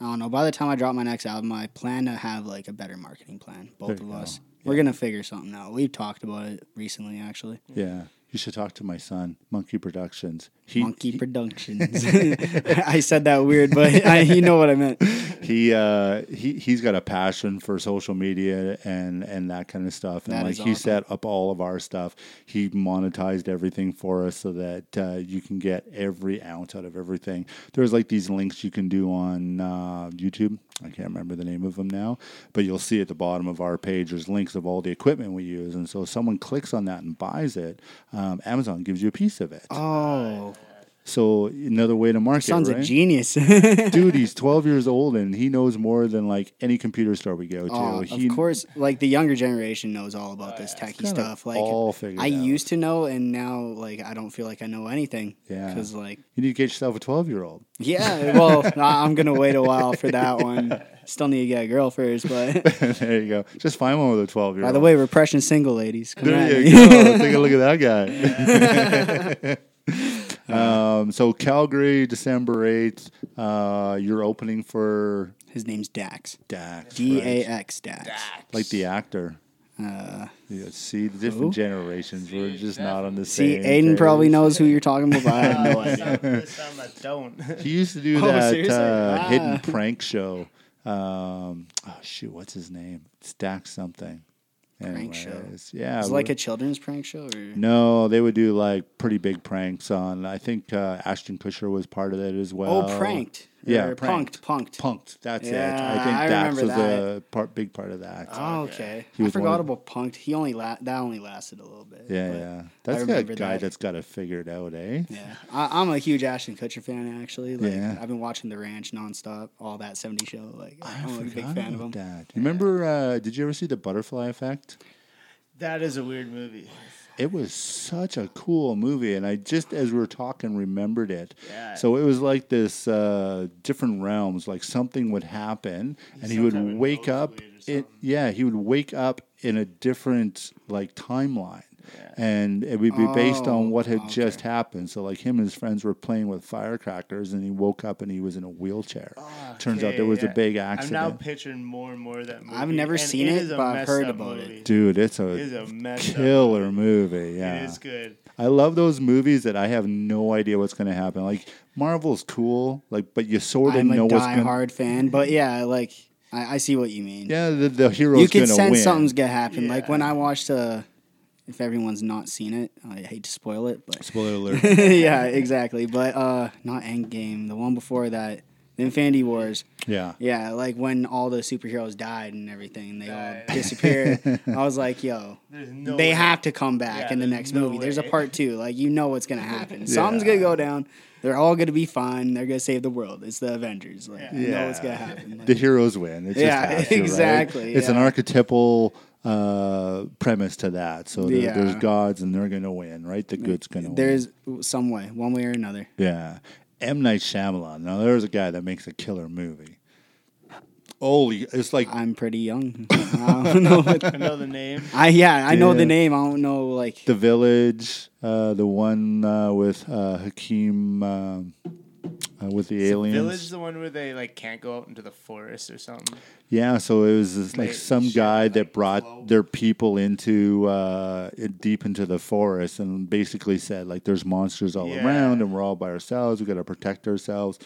[SPEAKER 5] I don't know. By the time I drop my next album, I plan to have like a better marketing plan. Both
[SPEAKER 1] There
[SPEAKER 5] of
[SPEAKER 1] you
[SPEAKER 5] us,
[SPEAKER 1] go.
[SPEAKER 5] we're gonna figure something out. We've talked about it recently, actually.
[SPEAKER 1] yeah, you should talk to my son, Monkey Productions. He,
[SPEAKER 5] Monkey
[SPEAKER 1] he- <laughs>
[SPEAKER 5] Productions. <laughs> I said that weird, but I, you know what I meant.
[SPEAKER 1] he uh he he's got a passion for social media and and that kind of stuff and
[SPEAKER 5] That
[SPEAKER 1] like
[SPEAKER 5] is
[SPEAKER 1] he
[SPEAKER 5] awesome.
[SPEAKER 1] set up all of our stuff he monetized everything for us so that uh, you can get every ounce out of everything there's like these links you can do on uh, youtube i can't remember the name of them now but you'll see at the bottom of our page there's links of all the equipment we use and so if someone clicks on that and buys it um, amazon gives you a piece of it
[SPEAKER 5] Oh,
[SPEAKER 1] so another way to market
[SPEAKER 5] sounds
[SPEAKER 1] right?
[SPEAKER 5] a genius. <laughs>
[SPEAKER 1] dude, he's 12 years old and he knows more than like any computer store we go to.
[SPEAKER 5] Oh,
[SPEAKER 1] he,
[SPEAKER 5] of course, like the younger generation knows all about this techie
[SPEAKER 1] kinda
[SPEAKER 5] stuff. Like
[SPEAKER 1] all figured
[SPEAKER 5] I
[SPEAKER 1] out.
[SPEAKER 5] used to know, and now like I don't feel like I know anything.
[SPEAKER 1] Yeah.
[SPEAKER 5] because like
[SPEAKER 1] You need to get yourself a 12 year old.
[SPEAKER 5] Yeah, well, I- I'm gonna wait a while for that one. Still need to get a girl first, but
[SPEAKER 1] <laughs> there you go. Just find one with a 12 year
[SPEAKER 5] by
[SPEAKER 1] old.
[SPEAKER 5] the way, repression single ladies. Come at
[SPEAKER 1] there
[SPEAKER 5] me.
[SPEAKER 1] you go. Take a look at that guy. <laughs> um, so Calgary, December 8th. Uh, you're opening for
[SPEAKER 5] <laughs> His name's Dax.
[SPEAKER 1] Dax.
[SPEAKER 5] D A
[SPEAKER 1] right?
[SPEAKER 5] X Dax.
[SPEAKER 1] Like the actor.
[SPEAKER 5] Uh,
[SPEAKER 1] Yeah, see, the different
[SPEAKER 5] Who?
[SPEAKER 1] generations. We're just not on the
[SPEAKER 5] see,
[SPEAKER 1] same.
[SPEAKER 5] Aiden
[SPEAKER 1] page.
[SPEAKER 5] probably knows who you're talking about. But I
[SPEAKER 1] <laughs>
[SPEAKER 5] have no
[SPEAKER 3] Uh,
[SPEAKER 5] idea.
[SPEAKER 3] some, some I don't. <laughs>
[SPEAKER 1] He used to do
[SPEAKER 5] <laughs> Oh,
[SPEAKER 1] that
[SPEAKER 5] seriously?
[SPEAKER 1] uh,
[SPEAKER 5] Ah.
[SPEAKER 1] hidden prank show. Um, oh shoot, what's his name? Stack something.
[SPEAKER 5] Prank show.
[SPEAKER 1] Anyways, Yeah,
[SPEAKER 5] It's like
[SPEAKER 1] we-
[SPEAKER 5] a children's prank show. Or?
[SPEAKER 1] no, they would do like pretty big pranks on. I think uh, Ashton Kutcher was part of that as well.
[SPEAKER 5] oh, pranked.
[SPEAKER 1] Yeah,
[SPEAKER 5] Or
[SPEAKER 1] pranked.
[SPEAKER 5] Punked. Punked.
[SPEAKER 1] Punked. That's it. I
[SPEAKER 5] Yeah,
[SPEAKER 1] think
[SPEAKER 5] I
[SPEAKER 1] Dax
[SPEAKER 5] remember
[SPEAKER 1] was a
[SPEAKER 5] that.
[SPEAKER 1] part, big part of that.
[SPEAKER 5] Oh, okay.
[SPEAKER 1] He
[SPEAKER 5] I
[SPEAKER 1] was one
[SPEAKER 5] forgot
[SPEAKER 1] of-
[SPEAKER 5] about punked. He only la- that only lasted a little bit.
[SPEAKER 1] yeah,
[SPEAKER 5] but
[SPEAKER 1] yeah.
[SPEAKER 5] I
[SPEAKER 1] That's a
[SPEAKER 5] remember
[SPEAKER 1] guy
[SPEAKER 5] that.
[SPEAKER 1] that's got it figured out, eh?
[SPEAKER 5] Yeah, I, I'm a huge Ashton Kutcher fan. Actually, like
[SPEAKER 1] Yeah.
[SPEAKER 5] I've been watching The Ranch nonstop, all that '70s show. Like
[SPEAKER 1] I
[SPEAKER 5] I'm a big
[SPEAKER 1] forgot
[SPEAKER 5] fan of
[SPEAKER 1] about
[SPEAKER 5] him.
[SPEAKER 1] that. You Remember? Uh, did you ever see the Butterfly Effect?
[SPEAKER 3] that is a weird movie.
[SPEAKER 1] It was such a cool movie, and I just as we were talking remembered it.
[SPEAKER 3] Yeah.
[SPEAKER 1] So it was like this uh, different realms. Like something would happen, and he
[SPEAKER 3] some
[SPEAKER 1] would
[SPEAKER 3] type of
[SPEAKER 1] wake up.
[SPEAKER 3] nosebleed or
[SPEAKER 1] It,
[SPEAKER 3] something.
[SPEAKER 1] yeah, he would wake up in a different like timeline, and it would be based on
[SPEAKER 5] Oh,
[SPEAKER 1] what had
[SPEAKER 5] okay.
[SPEAKER 1] just happened. So like him and his friends were playing with firecrackers, and he woke up and he was in a wheelchair. Turns out
[SPEAKER 3] Oh, Okay,
[SPEAKER 1] there was
[SPEAKER 3] yeah.
[SPEAKER 1] a big
[SPEAKER 3] I'm now
[SPEAKER 1] accident.
[SPEAKER 3] picturing more and more of that movie.
[SPEAKER 5] I've never
[SPEAKER 3] and
[SPEAKER 5] seen it,
[SPEAKER 3] is a
[SPEAKER 5] but I've
[SPEAKER 3] messed
[SPEAKER 5] heard
[SPEAKER 3] up
[SPEAKER 5] about it.
[SPEAKER 3] movie.
[SPEAKER 1] Dude, it's a,
[SPEAKER 3] It is a messed up <laughs>
[SPEAKER 1] killer movie. Yeah,
[SPEAKER 3] It is good.
[SPEAKER 1] I love those movies that I have no idea what's going to happen. Like Marvel's cool, like but you sort of
[SPEAKER 5] I'm a
[SPEAKER 1] know what's going.
[SPEAKER 5] diehard fan, but yeah, like I, I see what you mean.
[SPEAKER 1] Yeah, the, the hero's
[SPEAKER 5] you can
[SPEAKER 1] gonna
[SPEAKER 5] sense
[SPEAKER 1] win.
[SPEAKER 5] something's gonna happen. Like
[SPEAKER 3] Yeah.
[SPEAKER 5] when I watched, uh, if everyone's not seen it, I hate to spoil it,
[SPEAKER 1] <laughs> <laughs>
[SPEAKER 5] but
[SPEAKER 1] Spoiler alert.
[SPEAKER 5] <laughs> yeah, exactly. But uh, not Endgame, the one before that, the Infinity Wars.
[SPEAKER 1] Yeah.
[SPEAKER 5] Yeah, like when all the superheroes died and everything, they
[SPEAKER 3] Died.
[SPEAKER 5] all disappeared. I was like, yo,
[SPEAKER 3] There's no
[SPEAKER 5] they
[SPEAKER 3] way.
[SPEAKER 5] have to come back
[SPEAKER 3] Yeah,
[SPEAKER 5] in the
[SPEAKER 3] there's
[SPEAKER 5] next
[SPEAKER 3] no
[SPEAKER 5] movie. There's a
[SPEAKER 3] way.
[SPEAKER 5] part two. Like you know what's
[SPEAKER 1] <laughs>
[SPEAKER 5] gonna happen. Something's gonna go down. They're all gonna be fine. They're gonna save the world. It's the Avengers. Like you know what's gonna
[SPEAKER 1] Yeah.
[SPEAKER 5] happen. Like,
[SPEAKER 1] The heroes win. It just
[SPEAKER 5] Yeah,
[SPEAKER 1] has to, right?
[SPEAKER 5] exactly,
[SPEAKER 1] It's an
[SPEAKER 5] yeah.
[SPEAKER 1] archetypal uh, premise to that. So there-
[SPEAKER 5] Yeah.
[SPEAKER 1] there's gods and they're going to win, right? The good's going to win.
[SPEAKER 5] There's some way, one way or another.
[SPEAKER 1] Yeah. M. Night Shyamalan. Now, there's a guy that makes a killer movie. Holy, it's like
[SPEAKER 5] I'm pretty young. <laughs> I don't know. What,
[SPEAKER 1] <laughs>
[SPEAKER 3] I know the name.
[SPEAKER 5] I yeah, I know
[SPEAKER 1] Yeah.
[SPEAKER 5] the name. I don't know like
[SPEAKER 1] The Village, uh, the one uh, with uh, Hakeem, um uh, with the aliens.
[SPEAKER 3] Village is the one where they like can't go out into the forest or something.
[SPEAKER 1] Yeah, so it was this, like
[SPEAKER 3] Wait,
[SPEAKER 1] some
[SPEAKER 3] shit,
[SPEAKER 1] guy
[SPEAKER 3] like,
[SPEAKER 1] that brought
[SPEAKER 3] flow?
[SPEAKER 1] their people into uh, it- deep into the forest and basically said like, "There's monsters all
[SPEAKER 3] Yeah.
[SPEAKER 1] around, and we're all by ourselves. We got to protect ourselves."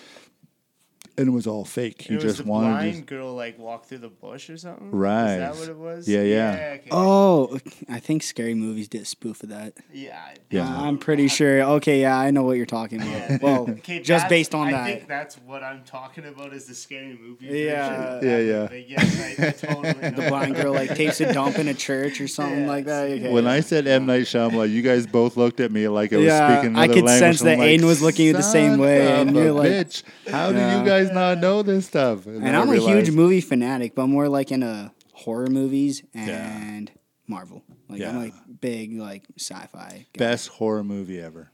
[SPEAKER 1] And it was all fake. He
[SPEAKER 3] it was
[SPEAKER 1] just
[SPEAKER 3] the
[SPEAKER 1] wanted.
[SPEAKER 3] blind
[SPEAKER 1] to-
[SPEAKER 3] girl like walked through the bush or something.
[SPEAKER 1] Right.
[SPEAKER 3] Is that what it was?
[SPEAKER 1] Yeah, yeah.
[SPEAKER 3] okay.
[SPEAKER 5] oh, I think scary movies did a spoof of that.
[SPEAKER 3] yeah. I-
[SPEAKER 1] Yeah.
[SPEAKER 5] I'm pretty sure. Okay, yeah, I know what you're talking about. Well,
[SPEAKER 3] <laughs> Okay,
[SPEAKER 5] just
[SPEAKER 3] that's-
[SPEAKER 5] based on
[SPEAKER 3] I
[SPEAKER 5] that.
[SPEAKER 3] think that's what I'm talking about is the scary movie.
[SPEAKER 5] Yeah.
[SPEAKER 3] version.
[SPEAKER 1] Yeah, yeah.
[SPEAKER 3] But yes, I, I totally know.
[SPEAKER 5] <laughs> the
[SPEAKER 3] <laughs>
[SPEAKER 5] blind girl like takes a dump in a church or something like that. Okay.
[SPEAKER 1] when I said M Night Shyamalan, you guys both looked at me like I was
[SPEAKER 5] Yeah,
[SPEAKER 1] speaking another
[SPEAKER 5] I could
[SPEAKER 1] language.
[SPEAKER 5] sense
[SPEAKER 1] I'm
[SPEAKER 5] that
[SPEAKER 1] like,
[SPEAKER 5] Aiden was looking at the same
[SPEAKER 1] "Son
[SPEAKER 5] way,"
[SPEAKER 1] of
[SPEAKER 5] and
[SPEAKER 1] a
[SPEAKER 5] you're like-
[SPEAKER 1] "Bitch, how do
[SPEAKER 5] Yeah.
[SPEAKER 1] you guys not know this stuff?"
[SPEAKER 5] and
[SPEAKER 1] I
[SPEAKER 5] I'm a
[SPEAKER 1] realized-
[SPEAKER 5] huge movie fanatic, but more like into horror movies and Marvel. Like I'm
[SPEAKER 1] Yeah.
[SPEAKER 5] like big like sci-fi. Guy.
[SPEAKER 1] best horror movie ever.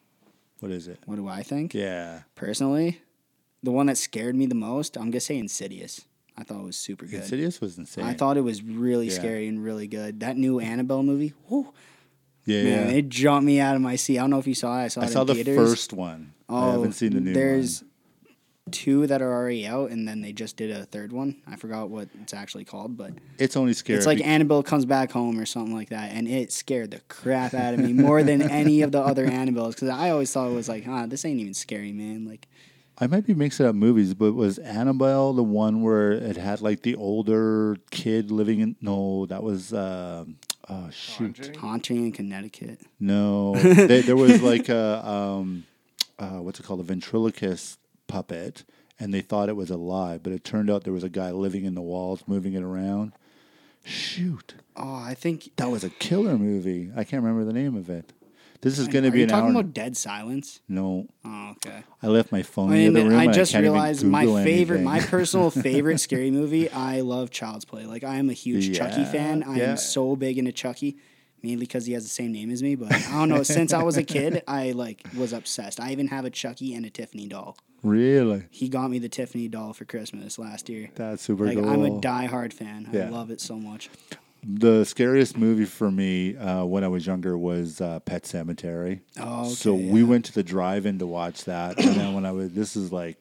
[SPEAKER 1] What is it?
[SPEAKER 5] What do I think?
[SPEAKER 1] Yeah.
[SPEAKER 5] Personally, the one that scared me the most, I'm gonna say Insidious. I thought it was super good.
[SPEAKER 1] Insidious was insane.
[SPEAKER 5] I thought it was really
[SPEAKER 1] Yeah.
[SPEAKER 5] scary and really good. That new Annabelle movie, whew,
[SPEAKER 1] yeah,
[SPEAKER 5] man,
[SPEAKER 1] yeah.
[SPEAKER 5] it jumped me out of my seat. I don't know if you saw it. I saw
[SPEAKER 1] I
[SPEAKER 5] it
[SPEAKER 1] saw
[SPEAKER 5] in
[SPEAKER 1] the
[SPEAKER 5] theaters. Oh,
[SPEAKER 1] first one. I haven't seen the new
[SPEAKER 5] There's
[SPEAKER 1] one.
[SPEAKER 5] two that are already out, and then they just did a third one. I forgot what it's actually called, but
[SPEAKER 1] It's only scary.
[SPEAKER 5] it's like
[SPEAKER 1] be-
[SPEAKER 5] Annabelle comes back home or something like that, and it scared the crap out of me more than any of the other Annabelles because I always thought it was like, ah, this ain't even scary, man. Like,
[SPEAKER 1] I might be mixing up movies, but was Annabelle the one where it had like the older kid living in? No, that was. Um, oh shoot!
[SPEAKER 3] Conjuring?
[SPEAKER 5] haunting in Connecticut. <laughs>
[SPEAKER 1] No, they, there was like a um, uh, what's it called? A ventriloquist puppet, and they thought it was alive, but it turned out there was a guy living in the walls, moving it around. Shoot.
[SPEAKER 5] Oh, I think
[SPEAKER 1] That was a killer movie. I can't remember the name of it. This is going
[SPEAKER 5] Are
[SPEAKER 1] to be
[SPEAKER 5] you
[SPEAKER 1] an hour.
[SPEAKER 5] talking about Dead Silence?
[SPEAKER 1] no,
[SPEAKER 5] Oh, okay.
[SPEAKER 1] I left my phone in
[SPEAKER 5] And
[SPEAKER 1] the other room.
[SPEAKER 5] I
[SPEAKER 1] and
[SPEAKER 5] just
[SPEAKER 1] can't even
[SPEAKER 5] realized my
[SPEAKER 1] Google
[SPEAKER 5] favorite,
[SPEAKER 1] anything. <laughs>
[SPEAKER 5] my <laughs> personal favorite scary movie. I love Child's Play. Like I am a huge Chucky
[SPEAKER 1] Yeah,
[SPEAKER 5] fan. I
[SPEAKER 1] yeah.
[SPEAKER 5] am so big into Chucky, mainly because he has the same name as me. But I don't know. since I was a <laughs> kid, I like was obsessed. I even have a Chucky and a Tiffany doll.
[SPEAKER 1] really.
[SPEAKER 5] He got me the Tiffany doll for Christmas last year.
[SPEAKER 1] That's super
[SPEAKER 5] Like
[SPEAKER 1] cool.
[SPEAKER 5] I'm a diehard fan.
[SPEAKER 1] Yeah.
[SPEAKER 5] I love it so much.
[SPEAKER 1] the scariest movie for me uh, when I was younger was uh, Pet Cemetery.
[SPEAKER 5] Oh, okay,
[SPEAKER 1] so we
[SPEAKER 5] yeah.
[SPEAKER 1] went to the drive-in to watch that, and then when I was this is like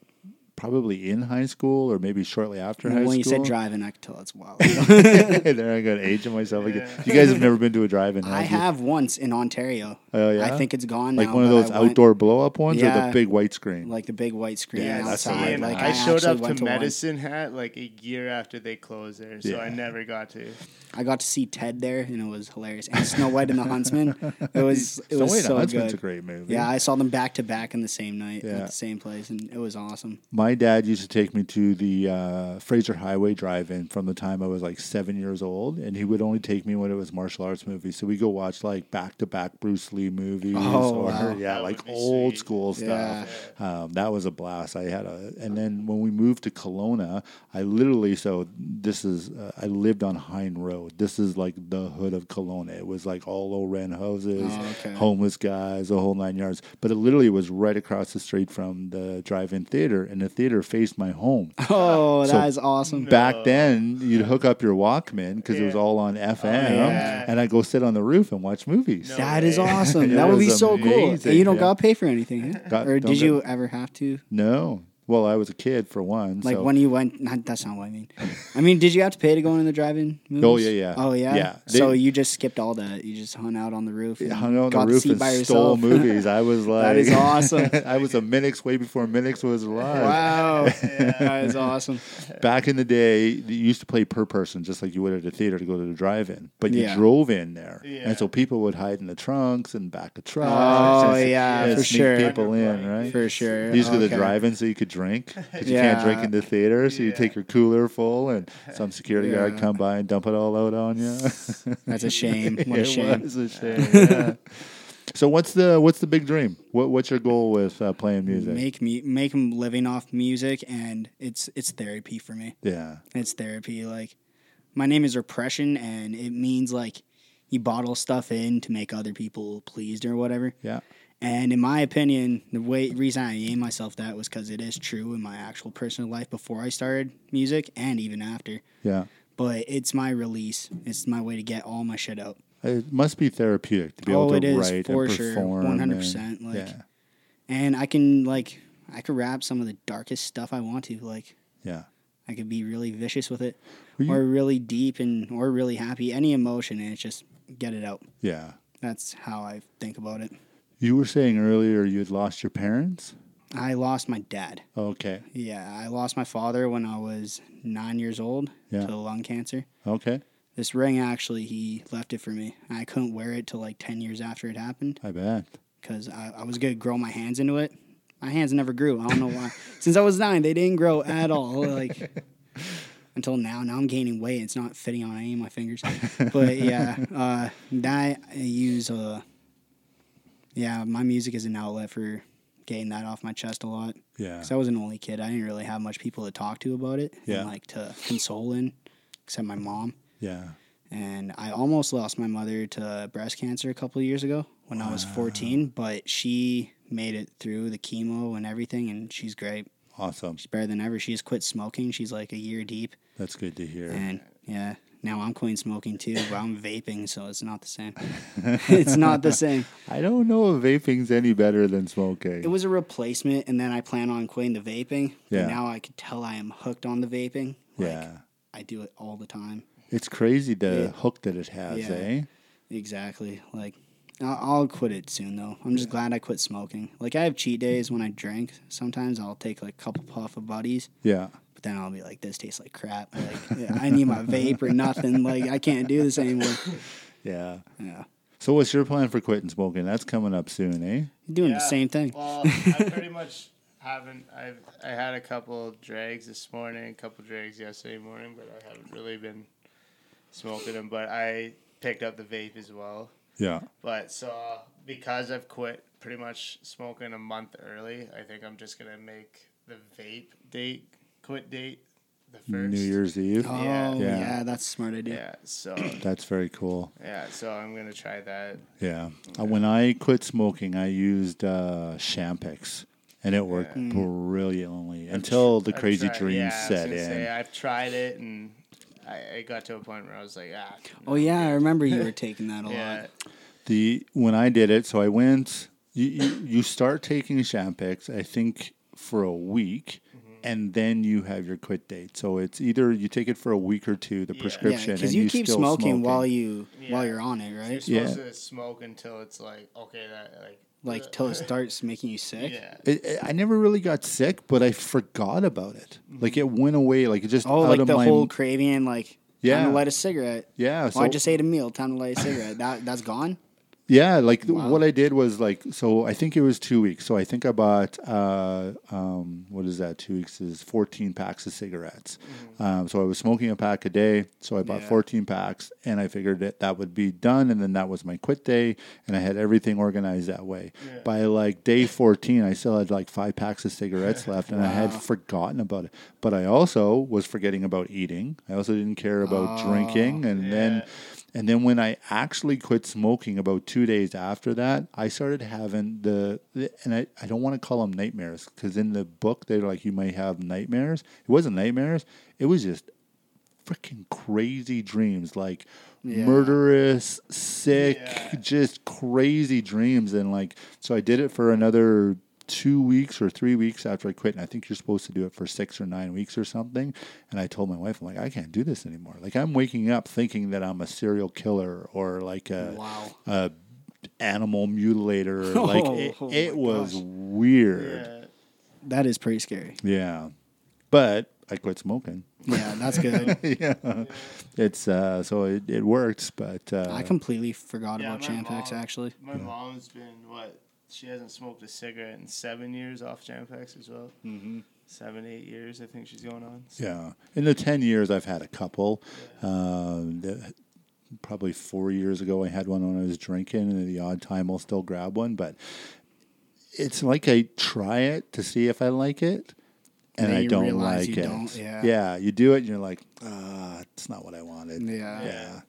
[SPEAKER 1] probably in high school or maybe shortly after
[SPEAKER 5] And
[SPEAKER 1] high
[SPEAKER 5] when
[SPEAKER 1] school.
[SPEAKER 5] you said
[SPEAKER 1] <laughs>
[SPEAKER 5] driving, I could tell it's wild.
[SPEAKER 1] there I got aging myself again. You guys have never been to a drive-in.
[SPEAKER 5] I
[SPEAKER 1] you?
[SPEAKER 5] have once in Ontario.
[SPEAKER 1] Oh, yeah?
[SPEAKER 5] I think it's gone.
[SPEAKER 1] like
[SPEAKER 5] now,
[SPEAKER 1] one of
[SPEAKER 5] but I
[SPEAKER 1] those
[SPEAKER 5] went-
[SPEAKER 1] outdoor blow-up ones or the
[SPEAKER 5] Yeah.
[SPEAKER 1] big white screen.
[SPEAKER 5] like the big white screen
[SPEAKER 1] Yeah, that's the
[SPEAKER 5] outside.
[SPEAKER 1] one.
[SPEAKER 5] Like
[SPEAKER 3] I,
[SPEAKER 5] I,
[SPEAKER 3] showed
[SPEAKER 5] actually
[SPEAKER 3] up to,
[SPEAKER 5] went to, one.
[SPEAKER 3] Medicine Hat like a year after they closed there, so
[SPEAKER 1] Yeah.
[SPEAKER 3] I never
[SPEAKER 5] <laughs>
[SPEAKER 3] got to.
[SPEAKER 5] I got to see Ted there, and it was hilarious. And Snow White and
[SPEAKER 1] <laughs>
[SPEAKER 5] the Huntsman. It was it
[SPEAKER 1] Snow White
[SPEAKER 5] was
[SPEAKER 1] and the
[SPEAKER 5] so
[SPEAKER 1] Huntsman's
[SPEAKER 5] good.
[SPEAKER 1] a great movie.
[SPEAKER 5] Yeah, I saw them back to back in the same night
[SPEAKER 1] Yeah.
[SPEAKER 5] at the same place, and it
[SPEAKER 1] <laughs>
[SPEAKER 5] was awesome.
[SPEAKER 1] My dad used to take me to the uh, Fraser Highway Drive-In from the time I was like seven years old, and he would only take me when it was martial arts movies. So we go watch like back-to-back Bruce Lee movies,
[SPEAKER 5] Oh,
[SPEAKER 1] or
[SPEAKER 5] wow.
[SPEAKER 1] yeah,
[SPEAKER 3] That
[SPEAKER 1] like
[SPEAKER 3] would be
[SPEAKER 1] old
[SPEAKER 3] sweet.
[SPEAKER 1] school stuff. Um, that was a blast. I had a, and then when we moved to Kelowna, I literally so this is uh, I lived on Hine Road. This is like the hood of Kelowna. It was like all low rent houses,
[SPEAKER 5] Oh, okay.
[SPEAKER 1] homeless guys, the whole nine yards. But it literally was right across the street from the drive-in theater, and the theater faced my home.
[SPEAKER 5] <laughs> Oh,
[SPEAKER 1] So-
[SPEAKER 5] that is awesome.
[SPEAKER 1] Back then, you'd hook up your Walkman because it was
[SPEAKER 3] Yeah.
[SPEAKER 1] all on
[SPEAKER 5] Oh,
[SPEAKER 1] FM,
[SPEAKER 3] yeah.
[SPEAKER 1] and I'd go sit on the roof and watch movies.
[SPEAKER 3] No.
[SPEAKER 5] That is
[SPEAKER 1] <laughs>
[SPEAKER 3] way.
[SPEAKER 5] awesome.
[SPEAKER 1] It
[SPEAKER 5] that would be
[SPEAKER 1] was
[SPEAKER 5] so cool.
[SPEAKER 1] amazing,
[SPEAKER 5] And you don't
[SPEAKER 1] yeah.
[SPEAKER 5] gotta pay for anything, huh?
[SPEAKER 1] Got-
[SPEAKER 5] or
[SPEAKER 1] don't
[SPEAKER 5] did
[SPEAKER 1] get-
[SPEAKER 5] you ever have to?
[SPEAKER 1] No, well, I was a kid for one.
[SPEAKER 5] Like
[SPEAKER 1] so.
[SPEAKER 5] when you went? Not, that's not what I mean. I mean, did you have to pay to go in the drive-in? Movies?
[SPEAKER 1] Oh, yeah, yeah.
[SPEAKER 5] Oh yeah.
[SPEAKER 1] Yeah.
[SPEAKER 5] so
[SPEAKER 1] They-
[SPEAKER 5] you just skipped all that. You just hung out on the roof. and
[SPEAKER 1] hung out
[SPEAKER 5] got
[SPEAKER 1] on
[SPEAKER 5] to
[SPEAKER 1] the roof
[SPEAKER 5] see
[SPEAKER 1] and
[SPEAKER 5] by
[SPEAKER 1] stole
[SPEAKER 5] yourself. <laughs>
[SPEAKER 1] movies. I was like,
[SPEAKER 5] That is awesome.
[SPEAKER 1] <laughs> I was a Minix way before Minix was alive. <laughs>
[SPEAKER 5] Wow, that is awesome.
[SPEAKER 1] Back in the day, you used to play per person, just like you would at a theater to go to the drive-in, but you
[SPEAKER 5] Yeah.
[SPEAKER 1] drove in there,
[SPEAKER 3] Yeah.
[SPEAKER 1] and so people would hide in the trunks and back of trucks.
[SPEAKER 5] Oh,
[SPEAKER 1] and-
[SPEAKER 5] yeah,
[SPEAKER 1] and
[SPEAKER 5] for
[SPEAKER 1] sneak
[SPEAKER 5] sure.
[SPEAKER 1] people in, right?
[SPEAKER 5] For sure.
[SPEAKER 1] You used to go to the
[SPEAKER 5] Okay.
[SPEAKER 1] drive-in so you could drink. 'cause you can't drink
[SPEAKER 5] Yeah.
[SPEAKER 1] in the theater, so you
[SPEAKER 3] Yeah.
[SPEAKER 1] take your cooler full, and some security guard
[SPEAKER 5] Yeah.
[SPEAKER 1] come by and dump it all out on you.
[SPEAKER 5] <laughs> That's
[SPEAKER 1] <laughs>
[SPEAKER 5] a shame. What a
[SPEAKER 1] it
[SPEAKER 5] shame.
[SPEAKER 1] was a shame. <laughs> yeah. so what's the what's the big dream? What what's your goal with uh, playing music?
[SPEAKER 5] Make me make him living off music, and it's it's therapy for me.
[SPEAKER 1] yeah,
[SPEAKER 5] It's therapy. Like my name is repression, and it means like you bottle stuff in to make other people pleased or whatever.
[SPEAKER 1] yeah,
[SPEAKER 5] And in my opinion, the way reason I named myself that was because it is true in my actual personal life before I started music and even after.
[SPEAKER 1] yeah.
[SPEAKER 5] But it's my release. It's my way to get all my shit out.
[SPEAKER 1] It must be therapeutic to be
[SPEAKER 5] Oh,
[SPEAKER 1] able to
[SPEAKER 5] it is,
[SPEAKER 1] write
[SPEAKER 5] for
[SPEAKER 1] and
[SPEAKER 5] sure,
[SPEAKER 1] perform. and-
[SPEAKER 5] 100%, like-
[SPEAKER 1] yeah,
[SPEAKER 5] And I can like I could rap some of the darkest stuff I want to. Like
[SPEAKER 1] yeah.
[SPEAKER 5] I could be really vicious with it,
[SPEAKER 1] Were you-
[SPEAKER 5] or really deep and or really happy. Any emotion, and it's just get it out.
[SPEAKER 1] yeah.
[SPEAKER 5] That's how I think about it.
[SPEAKER 1] You were saying earlier you had lost your parents.
[SPEAKER 5] I lost my dad.
[SPEAKER 1] Okay,
[SPEAKER 5] Yeah, I lost my father when I was nine years old
[SPEAKER 1] Yeah.
[SPEAKER 5] to lung cancer.
[SPEAKER 1] okay.
[SPEAKER 5] This ring actually, he left it for me. I couldn't wear it till like ten years after it happened
[SPEAKER 1] I bet.
[SPEAKER 5] because I, I was gonna grow my hands into it. My hands never grew. I don't know why. <laughs> Since I was nine, they didn't grow at all. Like
[SPEAKER 1] <laughs>
[SPEAKER 5] until now. Now I'm gaining weight. It's not fitting on any of my fingers. But yeah, uh, that I use. Uh, yeah, my music is an outlet for getting that off my chest a lot.
[SPEAKER 1] Yeah.
[SPEAKER 5] Because I was an only kid. I didn't really have much people to talk to about it.
[SPEAKER 1] Yeah.
[SPEAKER 5] And like to console in, except my mom.
[SPEAKER 1] Yeah.
[SPEAKER 5] And I almost lost my mother to breast cancer a couple of years ago when I was 14, but she made it through the chemo and everything, and she's great.
[SPEAKER 1] Awesome.
[SPEAKER 5] She's better than ever. She's quit smoking. She's like a year deep.
[SPEAKER 1] That's good to hear.
[SPEAKER 5] And yeah, now I'm quitting smoking too, but I'm vaping, so it's not the same. <laughs> it's not the same.
[SPEAKER 1] I don't know if vaping's any better than smoking.
[SPEAKER 5] It was a replacement, and then I plan on quitting the vaping.
[SPEAKER 1] Yeah.
[SPEAKER 5] But now I could tell I am hooked on the vaping. Like,
[SPEAKER 1] yeah.
[SPEAKER 5] I do it all the time.
[SPEAKER 1] It's crazy the
[SPEAKER 5] Yeah.
[SPEAKER 1] hook that it has,
[SPEAKER 5] Yeah.
[SPEAKER 1] eh?
[SPEAKER 5] Exactly. Like, I- I'll quit it soon though. I'm just glad I quit smoking. Like, I have cheat days when I drink. Sometimes I'll take like a couple puff of buddies,
[SPEAKER 1] Yeah.
[SPEAKER 5] but then I'll be like, "This tastes like crap. Like, yeah, I need my vape or nothing. Like, I can't do this anymore."
[SPEAKER 1] Yeah.
[SPEAKER 5] Yeah,
[SPEAKER 1] So what's your plan for quitting smoking? That's coming up soon, eh?
[SPEAKER 5] doing
[SPEAKER 3] Yeah,
[SPEAKER 5] the same thing.
[SPEAKER 3] Well, I pretty much haven't. I've I had a couple drags this morning, a couple drags yesterday morning, but I haven't really been smoking them. But I picked up the vape as well.
[SPEAKER 1] Yeah.
[SPEAKER 3] But so because I've quit pretty much smoking a month early, I think I'm just gonna make the vape date quit date the first.
[SPEAKER 1] New Year's Eve.
[SPEAKER 5] oh
[SPEAKER 3] yeah.
[SPEAKER 5] yeah.
[SPEAKER 1] Yeah.
[SPEAKER 5] that's a smart idea.
[SPEAKER 3] Yeah. So
[SPEAKER 1] That's very cool.
[SPEAKER 3] yeah. So I'm gonna try that.
[SPEAKER 1] Yeah. Uh, When I quit smoking, I used uh, Shampix, and it worked brilliantly until the
[SPEAKER 3] I've
[SPEAKER 1] crazy
[SPEAKER 3] tried-
[SPEAKER 1] dreams
[SPEAKER 3] yeah, I was
[SPEAKER 1] set in.
[SPEAKER 3] gonna Say, I've tried it and I, I got to a point where I was like, ah.
[SPEAKER 5] Oh yeah, I remember you
[SPEAKER 3] <laughs>
[SPEAKER 5] were taking that a
[SPEAKER 3] Yeah.
[SPEAKER 5] lot.
[SPEAKER 1] the when I did it, so I went. You you, you start taking Champix, I think, for a week, and then you have your quit date. So it's either you take it for a week or two, the
[SPEAKER 3] Yeah.
[SPEAKER 5] Yeah,
[SPEAKER 1] prescription,
[SPEAKER 5] because
[SPEAKER 1] and
[SPEAKER 5] you, keep
[SPEAKER 1] still
[SPEAKER 5] smoking, while
[SPEAKER 1] smoking.
[SPEAKER 5] you while
[SPEAKER 3] Yeah.
[SPEAKER 5] you're on it,
[SPEAKER 3] You're
[SPEAKER 5] right?
[SPEAKER 1] Yeah.
[SPEAKER 3] supposed to smoke until it's like okay, that like
[SPEAKER 5] Like
[SPEAKER 3] <laughs>
[SPEAKER 5] till it starts making you sick.
[SPEAKER 3] yeah.
[SPEAKER 1] It, it- I never really got sick, but I forgot about it. Like it went away. Like it just
[SPEAKER 5] Oh,
[SPEAKER 1] out
[SPEAKER 5] like
[SPEAKER 1] of
[SPEAKER 5] the
[SPEAKER 1] my
[SPEAKER 5] whole craving and like
[SPEAKER 1] Yeah.
[SPEAKER 5] time to light a cigarette.
[SPEAKER 1] yeah.
[SPEAKER 5] Oh, I just ate a meal. Time to light a cigarette. That that's gone.
[SPEAKER 1] Yeah, like th- what I did was like so I think it was two weeks. So I think I bought uh, um, what is that? Two weeks is fourteen packs of cigarettes. Um, so I was smoking a pack a day. So I bought
[SPEAKER 5] Yeah.
[SPEAKER 1] fourteen packs, and I figured that that would be done, and then that was my quit day, and I had everything organized that way. By like day fourteen, I still had like five packs of cigarettes left, and I had forgotten about it. But I also was forgetting about eating. I also didn't care about drinking, and then And then when I actually quit smoking about two days after that, I started having the, the- and I, I don't want to call them nightmares because in the book, they're like, you may have nightmares. It wasn't nightmares, it was just freaking crazy dreams, like murderous, sick,
[SPEAKER 3] Yeah.
[SPEAKER 1] just crazy dreams. And like, so I did it for another two weeks or three weeks after I quit. And I think you're supposed to do it for six or nine weeks or something. And I told my wife, I'm like, I can't do this anymore. Like, I'm waking up thinking that I'm a serial killer or like a
[SPEAKER 5] Wow.
[SPEAKER 1] a animal
[SPEAKER 5] <laughs>
[SPEAKER 1] mutilator. like, it,
[SPEAKER 5] Oh,
[SPEAKER 1] it
[SPEAKER 5] my
[SPEAKER 1] was
[SPEAKER 5] gosh.
[SPEAKER 1] weird.
[SPEAKER 3] Yeah.
[SPEAKER 5] That is pretty scary.
[SPEAKER 1] Yeah. But I quit smoking.
[SPEAKER 5] Yeah,
[SPEAKER 1] <laughs>
[SPEAKER 5] that's good.
[SPEAKER 1] yeah. It's uh so it, it works, but uh
[SPEAKER 5] I completely forgot
[SPEAKER 3] Yeah,
[SPEAKER 5] about
[SPEAKER 3] my
[SPEAKER 5] Champix
[SPEAKER 3] mom-
[SPEAKER 5] actually.
[SPEAKER 3] My mom's been what? She hasn't smoked a cigarette in seven years off Jampex as well. Mm-hmm. Seven, eight years, I think she's going on. So,
[SPEAKER 1] yeah. In the ten years I've had a couple. Um the- probably four years ago I had one when I was drinking and at the odd time I'll still grab one, but it's like I try it to see if I like it. And
[SPEAKER 5] Then
[SPEAKER 1] I
[SPEAKER 5] you
[SPEAKER 1] don't
[SPEAKER 5] realize
[SPEAKER 1] like
[SPEAKER 5] you
[SPEAKER 1] it.
[SPEAKER 5] don't, yeah.
[SPEAKER 1] you do it and you're like, ah, it's not what I wanted.
[SPEAKER 5] Yeah.
[SPEAKER 1] Yeah.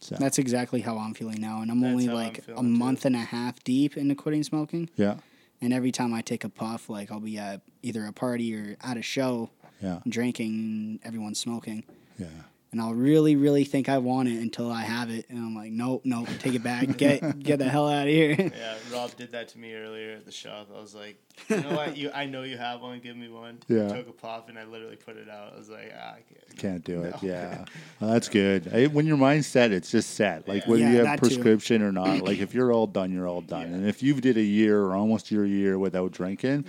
[SPEAKER 1] So
[SPEAKER 5] That's exactly how I'm feeling now, and I'm
[SPEAKER 3] That's
[SPEAKER 5] only
[SPEAKER 3] how I'm
[SPEAKER 5] like a
[SPEAKER 3] feeling, too.
[SPEAKER 5] month and a half deep into quitting smoking.
[SPEAKER 1] yeah.
[SPEAKER 5] And every time I take a puff, like I'll be at either a party or at a show,
[SPEAKER 1] Yeah.
[SPEAKER 5] drinking, everyone's smoking,
[SPEAKER 1] Yeah.
[SPEAKER 5] and I'll really, really think I want it until I have it, and I'm like, nope, nope, take it back, get get the hell out of
[SPEAKER 1] <laughs>
[SPEAKER 5] here.
[SPEAKER 3] yeah, Rob did that to me earlier at the shop. I was like, you know what? You, I know you have one. Give
[SPEAKER 1] <laughs>
[SPEAKER 3] me one.
[SPEAKER 1] Yeah.
[SPEAKER 3] Took a pop and I literally put it out. I was like, ah, I can't.
[SPEAKER 1] Can't do it. Yeah, well, that's good. I, when your mind's set, it's just set. Like whether
[SPEAKER 5] Yeah,
[SPEAKER 1] you have
[SPEAKER 5] that too.
[SPEAKER 1] prescription or not.
[SPEAKER 3] <clears throat>
[SPEAKER 1] Like if you're all done, you're all done. And if you did a year or almost your year without drinking,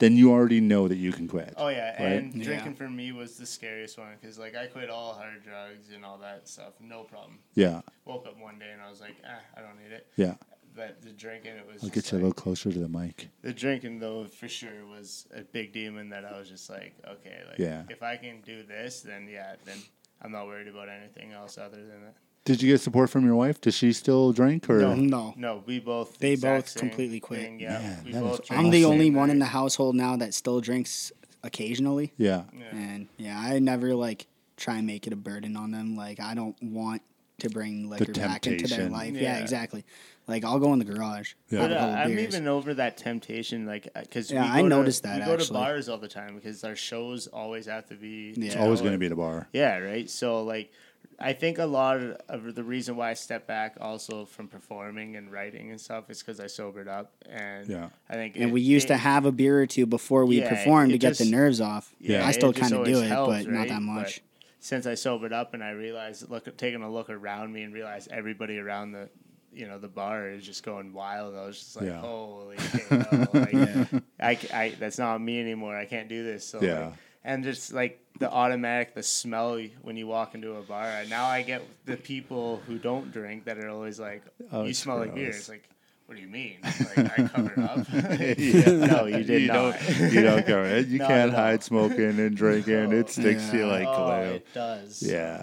[SPEAKER 1] then you already know that you can quit.
[SPEAKER 3] Oh yeah,
[SPEAKER 1] Right?
[SPEAKER 3] and
[SPEAKER 5] Yeah.
[SPEAKER 3] drinking for me was the scariest one because like I quit all hard drugs and all that stuff, no problem.
[SPEAKER 1] yeah,
[SPEAKER 3] Woke up one day and I was like, ah, I don't need it.
[SPEAKER 1] yeah.
[SPEAKER 3] But the drinking, it was.
[SPEAKER 1] I'll
[SPEAKER 3] just
[SPEAKER 1] get you a
[SPEAKER 3] like-
[SPEAKER 1] little closer to the mic.
[SPEAKER 3] The drinking though for sure was a big demon that I was just like, okay, like
[SPEAKER 1] Yeah.
[SPEAKER 3] if I can do this, then yeah, then I'm not worried about anything else other than that.
[SPEAKER 1] Did you get support from your wife? Does she still drink or?
[SPEAKER 5] <laughs> No,
[SPEAKER 3] No, we both
[SPEAKER 5] They
[SPEAKER 3] exact
[SPEAKER 5] both
[SPEAKER 3] same
[SPEAKER 5] completely quit.
[SPEAKER 3] thing, Yeah,
[SPEAKER 1] Man,
[SPEAKER 3] we
[SPEAKER 1] that
[SPEAKER 3] both
[SPEAKER 1] is
[SPEAKER 3] drank
[SPEAKER 5] I'm the
[SPEAKER 1] Awesome.
[SPEAKER 5] only
[SPEAKER 3] same
[SPEAKER 5] one in the
[SPEAKER 3] night.
[SPEAKER 5] household now that still drinks occasionally.
[SPEAKER 1] Yeah,
[SPEAKER 3] Yeah.
[SPEAKER 5] And yeah, I never like try and make it a burden on them. Like I don't want to bring liquor back into their
[SPEAKER 1] temptation.
[SPEAKER 5] life. Yeah.
[SPEAKER 3] Yeah.
[SPEAKER 5] exactly. Like I'll go in the garage.
[SPEAKER 1] Yeah.
[SPEAKER 5] have
[SPEAKER 3] But
[SPEAKER 5] a
[SPEAKER 3] uh,
[SPEAKER 5] couple
[SPEAKER 3] I'm
[SPEAKER 5] beers.
[SPEAKER 3] even over that temptation, like because
[SPEAKER 5] Yeah, I noticed that,
[SPEAKER 3] we go to
[SPEAKER 5] actually.
[SPEAKER 3] bars all the time because our shows always have to be.
[SPEAKER 5] Yeah.
[SPEAKER 1] it's
[SPEAKER 5] Yeah.
[SPEAKER 1] always going to be at a
[SPEAKER 3] <laughs>
[SPEAKER 1] bar.
[SPEAKER 3] Yeah, right. So like, I think a lot of the reason why I stepped back also from performing and writing and stuff is because I sobered up, and
[SPEAKER 1] Yeah.
[SPEAKER 3] I think
[SPEAKER 5] and
[SPEAKER 3] it-
[SPEAKER 5] we used
[SPEAKER 3] it-
[SPEAKER 5] to have a beer or two before we
[SPEAKER 3] Yeah,
[SPEAKER 5] performed
[SPEAKER 3] it
[SPEAKER 5] to get the
[SPEAKER 3] just-
[SPEAKER 5] nerves off.
[SPEAKER 1] Yeah.
[SPEAKER 5] I still
[SPEAKER 3] just
[SPEAKER 5] kind of do
[SPEAKER 3] always
[SPEAKER 5] it,
[SPEAKER 3] helps,
[SPEAKER 5] but not
[SPEAKER 3] right?
[SPEAKER 5] that much. <laughs>
[SPEAKER 3] But since I sobered up and I realized, look, taking a look around me and realized everybody around the, you know, the bar is just going wild. I was just like,
[SPEAKER 1] Yeah.
[SPEAKER 3] holy, cow,
[SPEAKER 5] <laughs>
[SPEAKER 3] like, I, c- I- that's not me anymore. I can't do this. So
[SPEAKER 1] Yeah.
[SPEAKER 3] Like, and just like the automatic, the smell when you walk into a bar. And Now I get the people who don't drink that are always like,
[SPEAKER 1] Oh,
[SPEAKER 3] "You
[SPEAKER 1] it's
[SPEAKER 3] smell like beer."
[SPEAKER 1] gross.
[SPEAKER 3] It's like, what do you mean? Like I covered
[SPEAKER 1] <laughs>
[SPEAKER 3] up? <laughs> No, you did not.
[SPEAKER 1] Don't, <laughs> you don't go.
[SPEAKER 3] <laughs>
[SPEAKER 1] You
[SPEAKER 3] Not
[SPEAKER 1] can't
[SPEAKER 3] at all.
[SPEAKER 1] hide smoking and drinking.
[SPEAKER 3] <laughs> No.
[SPEAKER 1] It sticks to you
[SPEAKER 5] Yeah.
[SPEAKER 1] like
[SPEAKER 3] oh,
[SPEAKER 1] glue.
[SPEAKER 3] it does.
[SPEAKER 1] Yeah.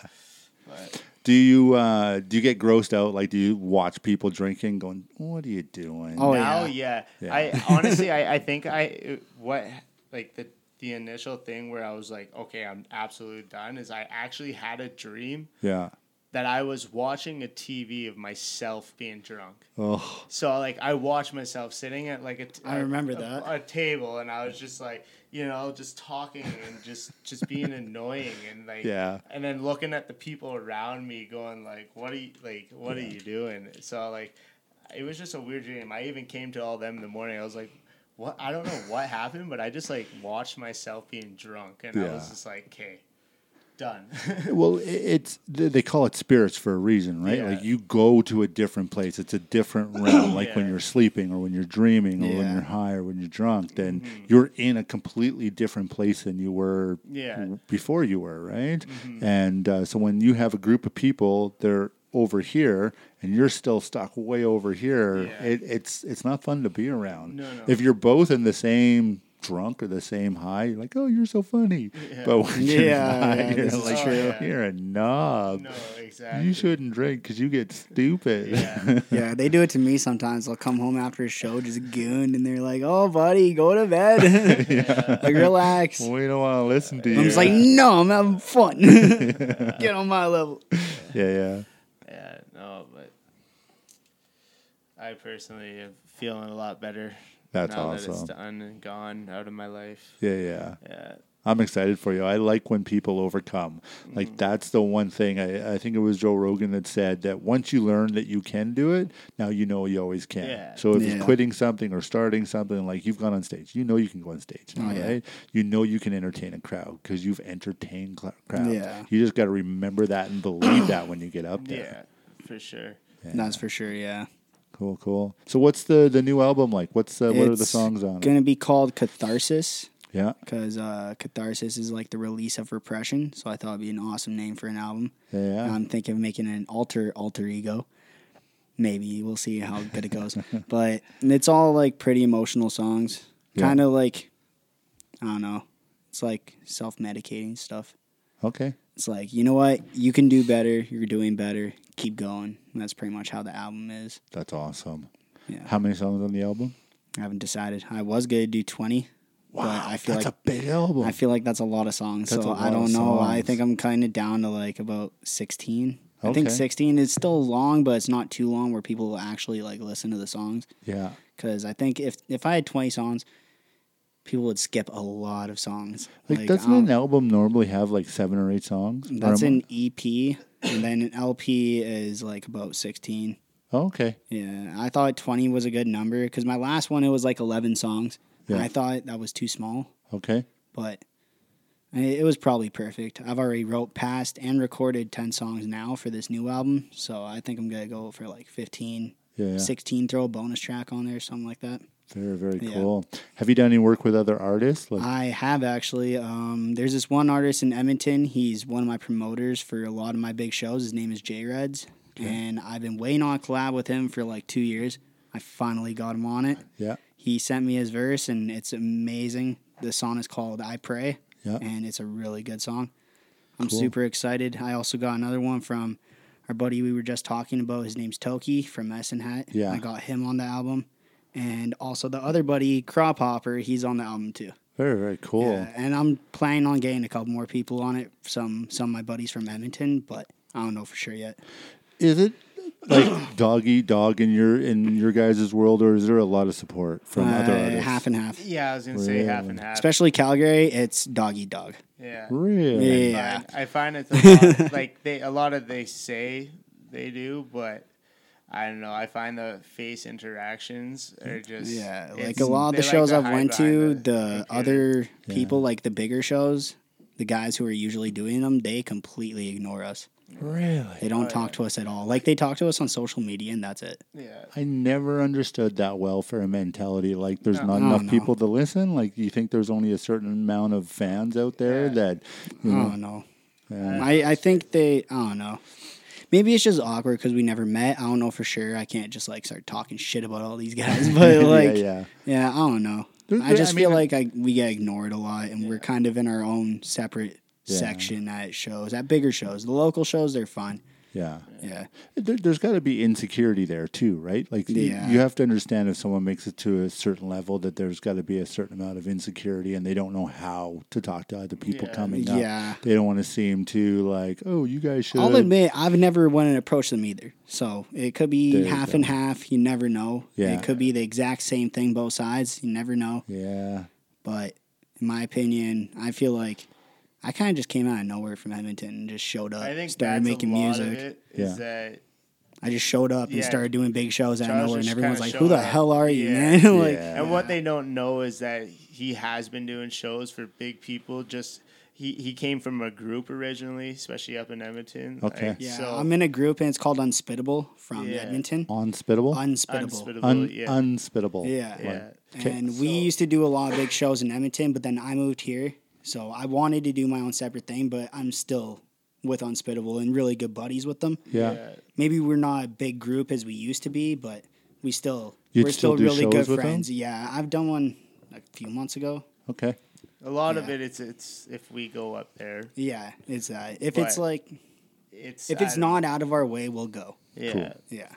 [SPEAKER 3] But-
[SPEAKER 1] Do you uh, do you get grossed out? Like, do you watch people drinking, going, "What are you doing?"
[SPEAKER 5] Oh,
[SPEAKER 3] now, yeah.
[SPEAKER 5] yeah.
[SPEAKER 1] Yeah.
[SPEAKER 3] I honestly, I, I think I it- what like the the initial thing where I was like, okay, I'm absolutely done. Is I actually had a dream
[SPEAKER 1] yeah.
[SPEAKER 3] that I was watching a TV of myself being drunk.
[SPEAKER 1] Oh,
[SPEAKER 3] So like I watched myself sitting at like a t-
[SPEAKER 5] I remember
[SPEAKER 3] a-
[SPEAKER 5] that.
[SPEAKER 3] a table, and I was just like, you know, just talking and just just being annoying and like
[SPEAKER 1] Yeah.
[SPEAKER 3] and then looking at the people around me, going like, what are you like, what are you doing? So like, it was just a weird dream. I even came to all them in the morning. I was like. What I don't know what happened, but I just like watched myself being drunk, and I
[SPEAKER 1] Yeah.
[SPEAKER 3] was just like, "Okay, done." <laughs>
[SPEAKER 1] well, i- it's th- they call it spirits for a reason, right?
[SPEAKER 3] Yeah.
[SPEAKER 1] Like you go to a different place; it's a
[SPEAKER 3] <coughs>
[SPEAKER 1] different realm. Like when
[SPEAKER 3] Yeah.
[SPEAKER 1] you're sleeping, or when you're dreaming, or when
[SPEAKER 5] Yeah.
[SPEAKER 1] you're high, or when you're drunk, then
[SPEAKER 3] Mm-hmm.
[SPEAKER 1] you're in a completely different place than you were
[SPEAKER 3] Yeah. Mm-hmm.
[SPEAKER 1] w- before you were, right? And uh, so when you have a group of people, they're over here, and you're still stuck way over here.
[SPEAKER 3] Yeah.
[SPEAKER 1] It, it's it's not fun to be around.
[SPEAKER 3] No, no.
[SPEAKER 1] If you're both in the same drunk or the same high, you're like, oh, you're so funny. But when <laughs> you're
[SPEAKER 5] Yeah,
[SPEAKER 1] not,
[SPEAKER 5] yeah,
[SPEAKER 1] you're
[SPEAKER 5] this is
[SPEAKER 1] like,
[SPEAKER 3] true. Oh, yeah.
[SPEAKER 1] you're a knob.
[SPEAKER 3] no, exactly.
[SPEAKER 1] You shouldn't drink because you get stupid. <laughs>
[SPEAKER 3] Yeah.
[SPEAKER 5] yeah, they do it to me sometimes. I'll come home after a show just gooned, and they're like, "Oh, buddy, go to
[SPEAKER 1] <laughs>
[SPEAKER 5] bed,
[SPEAKER 3] <laughs>
[SPEAKER 5] like relax." I'm
[SPEAKER 1] we don't want to listen to you.
[SPEAKER 5] just
[SPEAKER 1] <laughs>
[SPEAKER 5] <laughs> like, "No, I'm having fun. Get on my level."
[SPEAKER 1] yeah, yeah.
[SPEAKER 3] Yeah, know, but I personally am feeling a lot better.
[SPEAKER 1] That's
[SPEAKER 3] now That it's
[SPEAKER 1] awesome.
[SPEAKER 3] done and gone out of my life.
[SPEAKER 1] Yeah, yeah.
[SPEAKER 3] Yeah.
[SPEAKER 1] I'm excited for you. I like when people overcome. Like
[SPEAKER 3] Mm-hmm.
[SPEAKER 1] that's the one thing I, I think it was Joe Rogan that said that once you learn that you can do it, now you know you always can.
[SPEAKER 3] Yeah.
[SPEAKER 1] So if
[SPEAKER 5] Yeah.
[SPEAKER 1] you're quitting something or starting something, like you've gone on stage, you know you can go on stage, now,
[SPEAKER 5] Oh, yeah.
[SPEAKER 1] right? You know you can entertain a crowd because you've entertained cl- crowds.
[SPEAKER 5] Yeah.
[SPEAKER 1] You just got to remember that and believe that when you get up
[SPEAKER 3] Yeah,
[SPEAKER 1] there.
[SPEAKER 3] for sure.
[SPEAKER 5] That's for sure. Yeah.
[SPEAKER 1] Cool, cool. So what's the the new album like? What's the, what are the
[SPEAKER 5] It's
[SPEAKER 1] songs on it?
[SPEAKER 5] Gonna be called Catharsis
[SPEAKER 1] Yeah,
[SPEAKER 5] because uh, catharsis is like the release of repression. So I thought it'd be an awesome name for an album.
[SPEAKER 1] Yeah, yeah.
[SPEAKER 5] And I'm thinking of making an alter alter ego. Maybe we'll see how good
[SPEAKER 1] <laughs>
[SPEAKER 5] it goes. but it's all like pretty emotional songs.
[SPEAKER 1] Yeah.
[SPEAKER 5] Kind of like I don't know. It's like self medicating stuff.
[SPEAKER 1] okay.
[SPEAKER 5] It's like you know what you can do better. You're doing better. Keep going. And that's pretty much how the album is.
[SPEAKER 1] That's awesome.
[SPEAKER 5] Yeah.
[SPEAKER 1] How many songs on the album?
[SPEAKER 5] I haven't decided. I was gonna do twenty.
[SPEAKER 1] Wow,
[SPEAKER 5] but I feel
[SPEAKER 1] that's
[SPEAKER 5] like
[SPEAKER 1] a big album.
[SPEAKER 5] I feel like that's a lot of songs.
[SPEAKER 1] That's
[SPEAKER 5] so
[SPEAKER 1] a lot
[SPEAKER 5] I don't
[SPEAKER 1] of
[SPEAKER 5] know. I
[SPEAKER 1] songs.
[SPEAKER 5] think I'm kind of down to like about 16. I
[SPEAKER 1] Okay.
[SPEAKER 5] think 16 is still long, but it's not too long where people will actually like listen to the songs.
[SPEAKER 1] yeah.
[SPEAKER 5] Because I think if if I had 20 songs, people would skip a lot of songs.
[SPEAKER 1] Like, doesn't
[SPEAKER 5] um,
[SPEAKER 1] an album normally have like seven or eight songs? Or
[SPEAKER 5] that's
[SPEAKER 1] am
[SPEAKER 5] an EP, and then an LP is like about 16.
[SPEAKER 1] I- Oh, okay.
[SPEAKER 5] Yeah, I thought 20 was a good number because my last one it was like 11 songs. and
[SPEAKER 1] Yeah.
[SPEAKER 5] I thought that was too small.
[SPEAKER 1] Okay.
[SPEAKER 5] but I- it was probably perfect. I've already wrote past and recorded 10 songs now for this new album, so I think I'm going to go for like 15,
[SPEAKER 1] Yeah, yeah.
[SPEAKER 5] 16, throw a bonus track on there, something like that.
[SPEAKER 1] Very, very
[SPEAKER 5] Yeah. Uh,
[SPEAKER 1] cool. Have you done any work with other artists? Like,
[SPEAKER 5] I have actually. Um, there's this one artist in Edmonton. He's one of my promoters for a lot of my big shows. His name is J Reds, and I've been waiting on a collab with him for like two years. I finally got him on it.
[SPEAKER 1] yeah.
[SPEAKER 5] he sent me his verse and it's amazing the song is called i pray
[SPEAKER 1] Yeah.
[SPEAKER 5] and it's a really good song i'm
[SPEAKER 1] Cool.
[SPEAKER 5] super excited i also got another one from our buddy we were just talking about his name's toki from Messenhat.
[SPEAKER 1] Yeah.
[SPEAKER 5] i got him on the album and also the other buddy crop hopper he's on the album too
[SPEAKER 1] Very, very cool.
[SPEAKER 5] Yeah, Uh, and i'm planning on getting a couple more people on it some some of my buddies from edmonton but i don't know for sure yet
[SPEAKER 1] Is it like <coughs> dog eat dog in your in your guys' world, or is there a lot of support from other
[SPEAKER 5] Uh,
[SPEAKER 1] artists?
[SPEAKER 5] half and half
[SPEAKER 3] Yeah, I was gonna say half and half.
[SPEAKER 5] especially calgary it's doggy dog
[SPEAKER 3] yeah.
[SPEAKER 1] Really?
[SPEAKER 5] Yeah.
[SPEAKER 3] find- I find it's a lot, like they a lot of they say they do, but I don't know. I find the face interactions are just
[SPEAKER 5] Yeah, like
[SPEAKER 3] it's-
[SPEAKER 5] a lot of
[SPEAKER 3] they
[SPEAKER 5] the
[SPEAKER 3] like
[SPEAKER 5] shows
[SPEAKER 3] to
[SPEAKER 5] I've
[SPEAKER 3] hide
[SPEAKER 5] went
[SPEAKER 3] behind
[SPEAKER 5] to,
[SPEAKER 3] the
[SPEAKER 5] the
[SPEAKER 3] computer.
[SPEAKER 5] other people, like the bigger shows, the guys who are usually doing them, they completely ignore us.
[SPEAKER 1] Really?
[SPEAKER 5] They don't talk to us at all. Like they talk to us on social media, and that's it.
[SPEAKER 3] yeah.
[SPEAKER 1] I never understood that welfare mentality. Like, there's not
[SPEAKER 5] No,
[SPEAKER 1] enough
[SPEAKER 5] no.
[SPEAKER 1] people to listen. Like, you think there's only a certain amount of fans out there
[SPEAKER 3] Yeah.
[SPEAKER 1] that, you
[SPEAKER 5] I
[SPEAKER 1] know,
[SPEAKER 5] don't know. I, I think they. I don't know. Maybe it's just awkward because we never met. I don't know for sure. I can't just like start talking shit about all these
[SPEAKER 1] <laughs>
[SPEAKER 5] guys, but like, yeah,
[SPEAKER 1] yeah.
[SPEAKER 5] I don't know.
[SPEAKER 1] There-
[SPEAKER 5] I
[SPEAKER 1] there-
[SPEAKER 5] just
[SPEAKER 1] I
[SPEAKER 5] feel
[SPEAKER 1] mean-
[SPEAKER 5] like I we get ignored a lot, and we're kind of in our own separate section at shows, at bigger shows. The local shows, they're fine.
[SPEAKER 1] yeah.
[SPEAKER 5] Yeah.
[SPEAKER 1] There, there's got to be insecurity there too, right? Like y-
[SPEAKER 5] Yeah.
[SPEAKER 1] you, have to understand if someone makes it to a certain level that there's got to be a certain amount of insecurity, and they don't know how to talk to other people
[SPEAKER 3] Yeah.
[SPEAKER 1] coming up.
[SPEAKER 5] Yeah.
[SPEAKER 1] they don't want to seem too like, oh, you guys should.
[SPEAKER 5] I'll admit I've never went and approached them either. So it could be
[SPEAKER 1] There you
[SPEAKER 5] half
[SPEAKER 1] go.
[SPEAKER 5] and half. You never know.
[SPEAKER 1] Yeah.
[SPEAKER 5] It could be the exact same thing both sides. You never know.
[SPEAKER 1] yeah,
[SPEAKER 5] But in my opinion, I feel like I kind of just came out of nowhere from Edmonton and just showed up.
[SPEAKER 3] I think
[SPEAKER 5] started
[SPEAKER 3] that's
[SPEAKER 5] making
[SPEAKER 3] a lot
[SPEAKER 5] music.
[SPEAKER 3] Of it
[SPEAKER 1] Yeah.
[SPEAKER 3] is that
[SPEAKER 5] I just showed up and
[SPEAKER 3] Yeah.
[SPEAKER 5] started doing big shows out of
[SPEAKER 3] Charles
[SPEAKER 5] nowhere, and
[SPEAKER 3] just
[SPEAKER 5] everyone's
[SPEAKER 3] kinda
[SPEAKER 5] like, "Who
[SPEAKER 3] showed
[SPEAKER 5] the
[SPEAKER 3] up."
[SPEAKER 5] hell are you,
[SPEAKER 3] Yeah.
[SPEAKER 5] man?" <laughs> like,
[SPEAKER 1] Yeah.
[SPEAKER 3] And what they don't know is that he has been doing shows for big people. Just he, he came from a group originally, especially up in Edmonton.
[SPEAKER 1] Okay.
[SPEAKER 3] Like,
[SPEAKER 5] yeah.
[SPEAKER 3] so
[SPEAKER 5] I'm in a group and it's called Unspittable from
[SPEAKER 3] Yeah.
[SPEAKER 5] Edmonton.
[SPEAKER 1] unspittable,
[SPEAKER 5] Unspittable.
[SPEAKER 3] unspittable.
[SPEAKER 1] Un-
[SPEAKER 3] yeah.
[SPEAKER 1] unspittable.
[SPEAKER 5] Yeah.
[SPEAKER 1] Like,
[SPEAKER 3] yeah.
[SPEAKER 5] And we
[SPEAKER 3] So-
[SPEAKER 5] used to do a lot of big shows in Edmonton, but then I moved here. So I wanted to do my own separate thing, but I'm still with Unspittable and really good buddies with them.
[SPEAKER 1] yeah.
[SPEAKER 5] Maybe we're not a big group as we used to be, but we still
[SPEAKER 1] You'd
[SPEAKER 5] we're
[SPEAKER 1] still
[SPEAKER 5] still,
[SPEAKER 1] do
[SPEAKER 5] really
[SPEAKER 1] shows
[SPEAKER 5] good
[SPEAKER 1] with them?
[SPEAKER 5] friends. Yeah, I've done one a few months ago.
[SPEAKER 1] Okay.
[SPEAKER 3] A lot of
[SPEAKER 5] Yeah.
[SPEAKER 3] it it's it's if we go up there.
[SPEAKER 5] Yeah, it's uh, if it's
[SPEAKER 3] But
[SPEAKER 5] like
[SPEAKER 3] It's
[SPEAKER 5] if
[SPEAKER 3] I
[SPEAKER 5] it's
[SPEAKER 3] don't-
[SPEAKER 5] not out of our way, we'll go.
[SPEAKER 3] yeah.
[SPEAKER 1] Cool.
[SPEAKER 5] Yeah.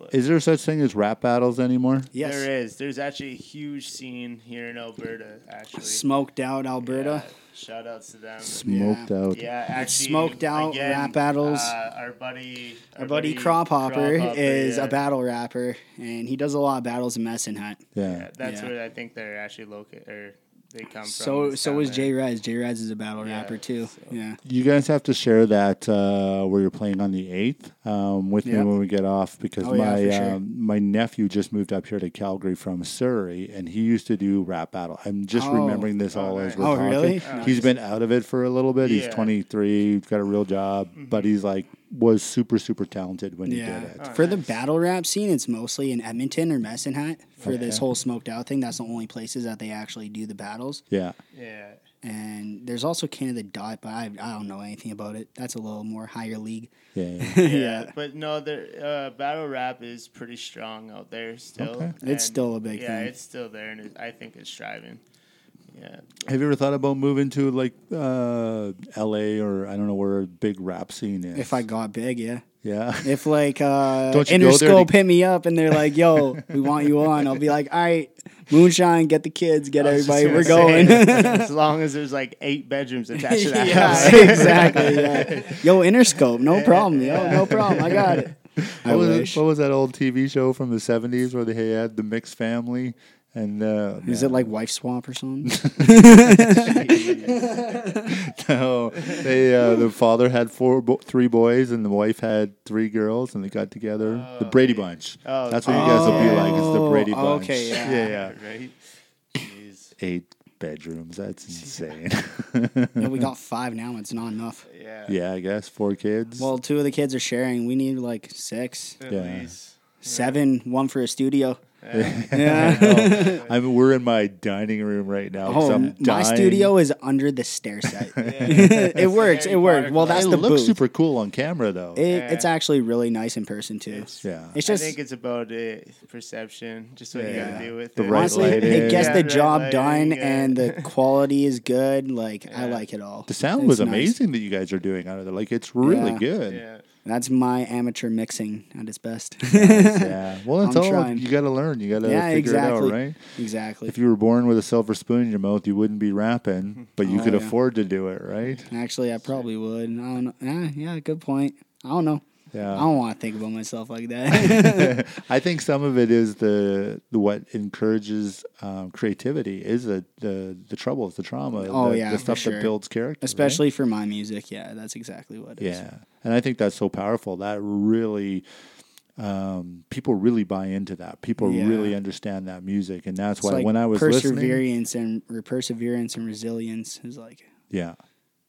[SPEAKER 3] But
[SPEAKER 1] Is there such thing as rap battles anymore?
[SPEAKER 5] Yes.
[SPEAKER 3] There is. There's actually a huge scene here in Alberta. Actually,
[SPEAKER 5] Smoked out Alberta.
[SPEAKER 3] Yeah, shout outs to them.
[SPEAKER 1] Smoked out.
[SPEAKER 3] Yeah, actually,
[SPEAKER 5] smoked out
[SPEAKER 3] again,
[SPEAKER 5] rap battles.
[SPEAKER 3] Uh, our buddy,
[SPEAKER 5] Our buddy Crop Hopper
[SPEAKER 3] Crop Hopper,
[SPEAKER 5] is
[SPEAKER 3] yeah.
[SPEAKER 5] a battle rapper, and he does a lot of battles in Messenhut.
[SPEAKER 1] Yeah.
[SPEAKER 3] Yeah, that's
[SPEAKER 5] Yeah.
[SPEAKER 3] where I think they're actually located, or they come from.
[SPEAKER 5] So so
[SPEAKER 3] down
[SPEAKER 5] is
[SPEAKER 3] there.
[SPEAKER 5] J Rez. J Rez is a battle
[SPEAKER 3] Yeah,
[SPEAKER 5] rapper too.
[SPEAKER 3] so-
[SPEAKER 5] Yeah.
[SPEAKER 1] You guys have to share that uh, where you're playing on the eighth um, with me
[SPEAKER 5] Yeah.
[SPEAKER 1] when we get off because
[SPEAKER 5] Oh, yeah,
[SPEAKER 1] my
[SPEAKER 5] for sure.
[SPEAKER 1] um, my nephew just moved up here to Calgary from Surrey and he used to do rap battle. I'm just
[SPEAKER 5] Oh.
[SPEAKER 1] remembering this
[SPEAKER 3] Oh,
[SPEAKER 1] all
[SPEAKER 3] nice.
[SPEAKER 1] as we're
[SPEAKER 5] Oh,
[SPEAKER 1] talking.
[SPEAKER 5] really?
[SPEAKER 1] He's been out of it for a little bit. He's
[SPEAKER 3] Yeah.
[SPEAKER 1] 23, he's got a real job, but he's like was super super talented when he
[SPEAKER 5] Mm-hmm. Yeah.
[SPEAKER 1] did it.
[SPEAKER 3] Oh,
[SPEAKER 5] for the
[SPEAKER 3] nice.
[SPEAKER 5] battle rap scene, it's mostly in Edmonton or Messenhut for this
[SPEAKER 1] Okay.
[SPEAKER 5] whole smoked out thing. That's the only places that they actually do the battles.
[SPEAKER 1] Yeah.
[SPEAKER 5] <laughs>
[SPEAKER 3] Yeah,
[SPEAKER 5] And there's also Canada Dot, but I, I don't know anything about it. That's a little more higher league.
[SPEAKER 1] Yeah. yeah.
[SPEAKER 5] <laughs>
[SPEAKER 3] yeah, But no, the uh, battle rap is pretty strong out there still.
[SPEAKER 1] Okay.
[SPEAKER 5] It's still a big
[SPEAKER 3] yeah,
[SPEAKER 5] thing.
[SPEAKER 3] it's still there, and it, I think it's striving.
[SPEAKER 5] <laughs>
[SPEAKER 3] Yeah,
[SPEAKER 1] Have you ever thought about moving to like uh, LA or I don't know where a big rap scene is?
[SPEAKER 5] If I got big, yeah.
[SPEAKER 1] Yeah.
[SPEAKER 5] If like uh
[SPEAKER 1] Don't you go there
[SPEAKER 5] Interscope
[SPEAKER 1] to-
[SPEAKER 5] hit me up and they're like, "Yo, we want you on," I'll be like, "All right, moonshine, get the kids, get
[SPEAKER 3] I was just
[SPEAKER 5] everybody, we're
[SPEAKER 3] gonna
[SPEAKER 5] going."
[SPEAKER 3] say, <laughs> as long as there's like eight bedrooms attached to that
[SPEAKER 5] <laughs> yeah, <laughs>
[SPEAKER 3] house.
[SPEAKER 5] exactly. Yeah. Yo, Interscope, no problem. Yo, no problem. I got it. I
[SPEAKER 1] What was,
[SPEAKER 5] wish.
[SPEAKER 1] what was that old TV show from the 70s where they had the mixed family? And uh,
[SPEAKER 5] Is it like Wife Swamp or something?
[SPEAKER 1] <laughs> no, they uh, the father had four, bo- three boys, and the wife had three girls, and they got together. the Brady Bunch.
[SPEAKER 3] Oh,
[SPEAKER 1] That's what you guys will be like. It's the
[SPEAKER 5] Oh,
[SPEAKER 1] Brady Bunch.
[SPEAKER 5] okay, yeah.
[SPEAKER 1] yeah, yeah.
[SPEAKER 3] <laughs> right. Jeez.
[SPEAKER 1] Eight bedrooms.
[SPEAKER 5] <laughs>
[SPEAKER 1] That's insane. <laughs>
[SPEAKER 5] no, we got five now. It's not enough.
[SPEAKER 3] Yeah.
[SPEAKER 1] yeah, I guess four kids. <laughs>
[SPEAKER 5] Well, two of the kids are sharing. We need like six,
[SPEAKER 3] At
[SPEAKER 1] Yeah.
[SPEAKER 3] least.
[SPEAKER 5] seven, one for a studio.
[SPEAKER 3] Yeah.
[SPEAKER 5] Yeah. <laughs>
[SPEAKER 1] I mean, we're in my dining room right now. 'cause
[SPEAKER 5] Oh,
[SPEAKER 1] I'm
[SPEAKER 5] my
[SPEAKER 1] dying.
[SPEAKER 5] studio is under the
[SPEAKER 1] <laughs>
[SPEAKER 5] stair set.
[SPEAKER 3] Yeah.
[SPEAKER 5] it works. It works. Well, that's
[SPEAKER 1] It
[SPEAKER 5] the
[SPEAKER 1] looks
[SPEAKER 5] booth.
[SPEAKER 1] super cool on camera, though.
[SPEAKER 5] It, It's actually really nice in person too.
[SPEAKER 3] It's-
[SPEAKER 1] yeah.
[SPEAKER 5] It's
[SPEAKER 3] I
[SPEAKER 5] just
[SPEAKER 3] think it's about uh, perception, just what you
[SPEAKER 1] Yeah.
[SPEAKER 3] got to do with
[SPEAKER 1] The
[SPEAKER 3] it.
[SPEAKER 1] right
[SPEAKER 3] <laughs>
[SPEAKER 5] honestly,
[SPEAKER 1] lighting.
[SPEAKER 5] it gets
[SPEAKER 1] Yeah,
[SPEAKER 5] the
[SPEAKER 3] right
[SPEAKER 5] job
[SPEAKER 3] lighting,
[SPEAKER 5] done,
[SPEAKER 3] yeah.
[SPEAKER 5] and
[SPEAKER 3] <laughs>
[SPEAKER 5] the quality is good. Like I
[SPEAKER 3] Yeah.
[SPEAKER 5] like it all.
[SPEAKER 1] The sound
[SPEAKER 5] It's
[SPEAKER 1] was
[SPEAKER 5] nice.
[SPEAKER 1] amazing that you guys are doing out of there. Like it's really
[SPEAKER 5] Yeah.
[SPEAKER 1] good.
[SPEAKER 3] Yeah.
[SPEAKER 5] That's my amateur mixing at
[SPEAKER 1] <laughs>
[SPEAKER 5] its best. <laughs>
[SPEAKER 1] yeah. Well, it's
[SPEAKER 5] I'm
[SPEAKER 1] all
[SPEAKER 5] trying.
[SPEAKER 1] you got to learn. You got to
[SPEAKER 5] Yeah,
[SPEAKER 1] figure
[SPEAKER 5] exactly.
[SPEAKER 1] it out, right?
[SPEAKER 5] exactly.
[SPEAKER 1] If you were born with a silver spoon in your mouth, you wouldn't be rapping, but you
[SPEAKER 5] Oh,
[SPEAKER 1] could
[SPEAKER 5] yeah.
[SPEAKER 1] afford to do it,
[SPEAKER 5] <laughs>
[SPEAKER 1] right? <laughs>
[SPEAKER 5] Actually, I probably would. I don't know. Yeah, yeah, good point. I don't know.
[SPEAKER 1] Yeah.
[SPEAKER 5] I don't want to think about myself
[SPEAKER 1] <laughs>
[SPEAKER 5] like that.
[SPEAKER 1] I think some of it is the, the what encourages um, creativity is the, the the troubles, the trauma,
[SPEAKER 5] Oh,
[SPEAKER 1] the,
[SPEAKER 5] yeah,
[SPEAKER 1] the
[SPEAKER 5] for
[SPEAKER 1] stuff that
[SPEAKER 5] sure.
[SPEAKER 1] builds character, right?
[SPEAKER 5] Especially for my music. Yeah, that's exactly what it is.
[SPEAKER 1] Yeah. And I think that's so powerful. That really um, people really buy into that. People
[SPEAKER 5] Yeah.
[SPEAKER 1] really understand that music, and that's
[SPEAKER 5] It's
[SPEAKER 1] why
[SPEAKER 5] like
[SPEAKER 1] when I was listening,
[SPEAKER 5] perseverance and or perseverance and resilience is like
[SPEAKER 1] yeah,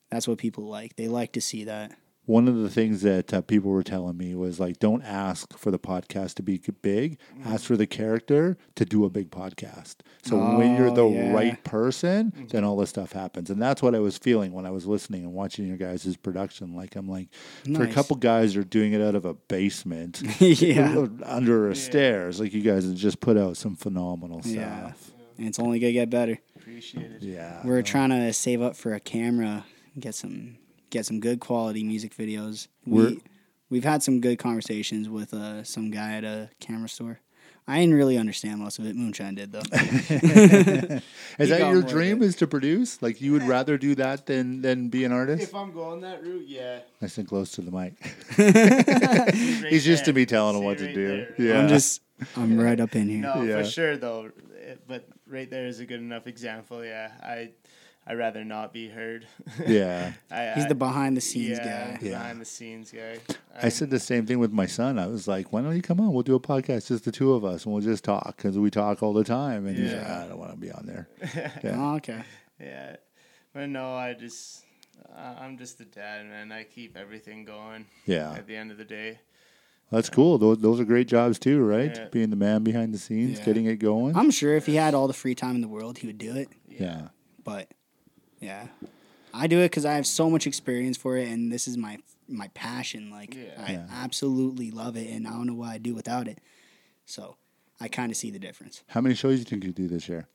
[SPEAKER 5] that's what people like. They like to
[SPEAKER 1] <laughs>
[SPEAKER 5] see that. <laughs>
[SPEAKER 1] one of the things that uh, people were telling me was like, don't ask for the podcast to be g- big.
[SPEAKER 5] Mm-hmm.
[SPEAKER 1] Ask for the character to do a big podcast. So when you're
[SPEAKER 5] Oh,
[SPEAKER 1] the
[SPEAKER 5] yeah. Mm-hmm.
[SPEAKER 1] right person, then all this stuff happens. And that's what I was feeling when I was listening and watching your guys' production. Like, I'm like, for a
[SPEAKER 5] Nice.
[SPEAKER 1] couple guys, you're doing it out of a
[SPEAKER 5] <laughs>
[SPEAKER 1] basement
[SPEAKER 5] yeah.
[SPEAKER 1] under a stairs. Like, you guys have just put out some phenomenal stuff.
[SPEAKER 5] Yeah. And it's only gonna get better.
[SPEAKER 3] Appreciate it.
[SPEAKER 1] Yeah.
[SPEAKER 5] We're trying to save up for a camera, get some get some good quality music videos.
[SPEAKER 1] We're-
[SPEAKER 5] We we've had some good conversations with uh, some guy at a camera store. I didn't really understand most of it. Moonshine did
[SPEAKER 3] <laughs>
[SPEAKER 5] though.
[SPEAKER 1] Is
[SPEAKER 5] You
[SPEAKER 1] that
[SPEAKER 5] got
[SPEAKER 1] your
[SPEAKER 5] more of
[SPEAKER 1] dream
[SPEAKER 5] it.
[SPEAKER 1] is to produce? Like, you would rather do that than than be an artist?
[SPEAKER 3] If I'm going that route, yeah.
[SPEAKER 1] Nice and close to the mic.
[SPEAKER 3] Right
[SPEAKER 1] He's just to
[SPEAKER 3] there.
[SPEAKER 1] be telling him
[SPEAKER 3] See
[SPEAKER 1] what to
[SPEAKER 3] right
[SPEAKER 1] do.
[SPEAKER 3] there, right?
[SPEAKER 1] yeah.
[SPEAKER 5] I'm just I'm right up in here.
[SPEAKER 1] <laughs>
[SPEAKER 3] No,
[SPEAKER 1] Yeah.
[SPEAKER 3] for sure though. eh, But right there is a good enough example. Yeah, I, I rather not be heard.
[SPEAKER 1] yeah.
[SPEAKER 3] <laughs> I,
[SPEAKER 5] He's
[SPEAKER 3] I-
[SPEAKER 5] the behind the scenes
[SPEAKER 3] yeah,
[SPEAKER 5] guy.
[SPEAKER 1] Yeah.
[SPEAKER 3] behind the scenes guy.
[SPEAKER 1] I said the same thing with my son. I was like, "Why don't you come on? We'll do a podcast, just the two of us, and we'll just talk because we talk all the time." And he's like,
[SPEAKER 3] Yeah.
[SPEAKER 1] "I don't want to be on there."
[SPEAKER 5] Oh, okay.
[SPEAKER 3] Yeah, but no, I just, I I'm just the dad, man. I keep everything going.
[SPEAKER 1] Yeah,
[SPEAKER 3] At the end of the day,
[SPEAKER 1] that's cool. Those, those are great jobs too, right?
[SPEAKER 3] Yeah.
[SPEAKER 1] Being the man behind the scenes,
[SPEAKER 5] Yeah.
[SPEAKER 1] getting it going.
[SPEAKER 5] I'm sure if he had all the free time in the world, he would do it.
[SPEAKER 1] yeah,
[SPEAKER 5] But yeah, I do it because I have so much experience for it, and this is my my passion. Like
[SPEAKER 3] Yeah.
[SPEAKER 5] I
[SPEAKER 1] Yeah.
[SPEAKER 5] absolutely love it, and I don't know what I do without it. So I kind of see the difference.
[SPEAKER 1] how many shows do you think you do this year?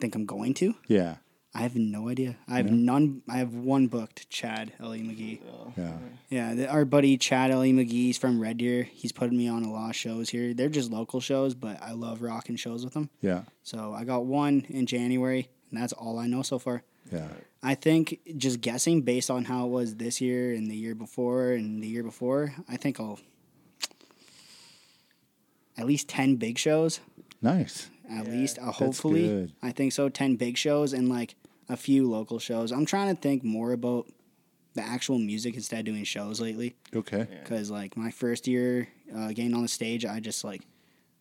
[SPEAKER 5] Think I'm going to?
[SPEAKER 1] Yeah,
[SPEAKER 5] I have no idea. I have
[SPEAKER 1] No?
[SPEAKER 5] none. I have one booked, Chad Ellie McGee.
[SPEAKER 1] Yeah.
[SPEAKER 5] Yeah, the, our buddy Chad Ellie McGee's from Red Deer. He's putting me on a lot of shows here. They're just local shows, but I love rocking shows with him.
[SPEAKER 1] Yeah.
[SPEAKER 5] So I got one in January, and that's all I know so far.
[SPEAKER 1] Yeah.
[SPEAKER 5] I think just guessing based on how it was this year and the year before and the year before, I think I'll at least 10 big shows.
[SPEAKER 1] Nice.
[SPEAKER 5] At
[SPEAKER 3] Yeah.
[SPEAKER 5] least, uh, hopefully.
[SPEAKER 1] good.
[SPEAKER 5] I think so. 10 big shows and like a few local shows. I'm trying to think more about the actual music instead of doing shows lately.
[SPEAKER 1] Okay.
[SPEAKER 3] Yeah.
[SPEAKER 5] Because like my first year uh, getting on the stage, I just like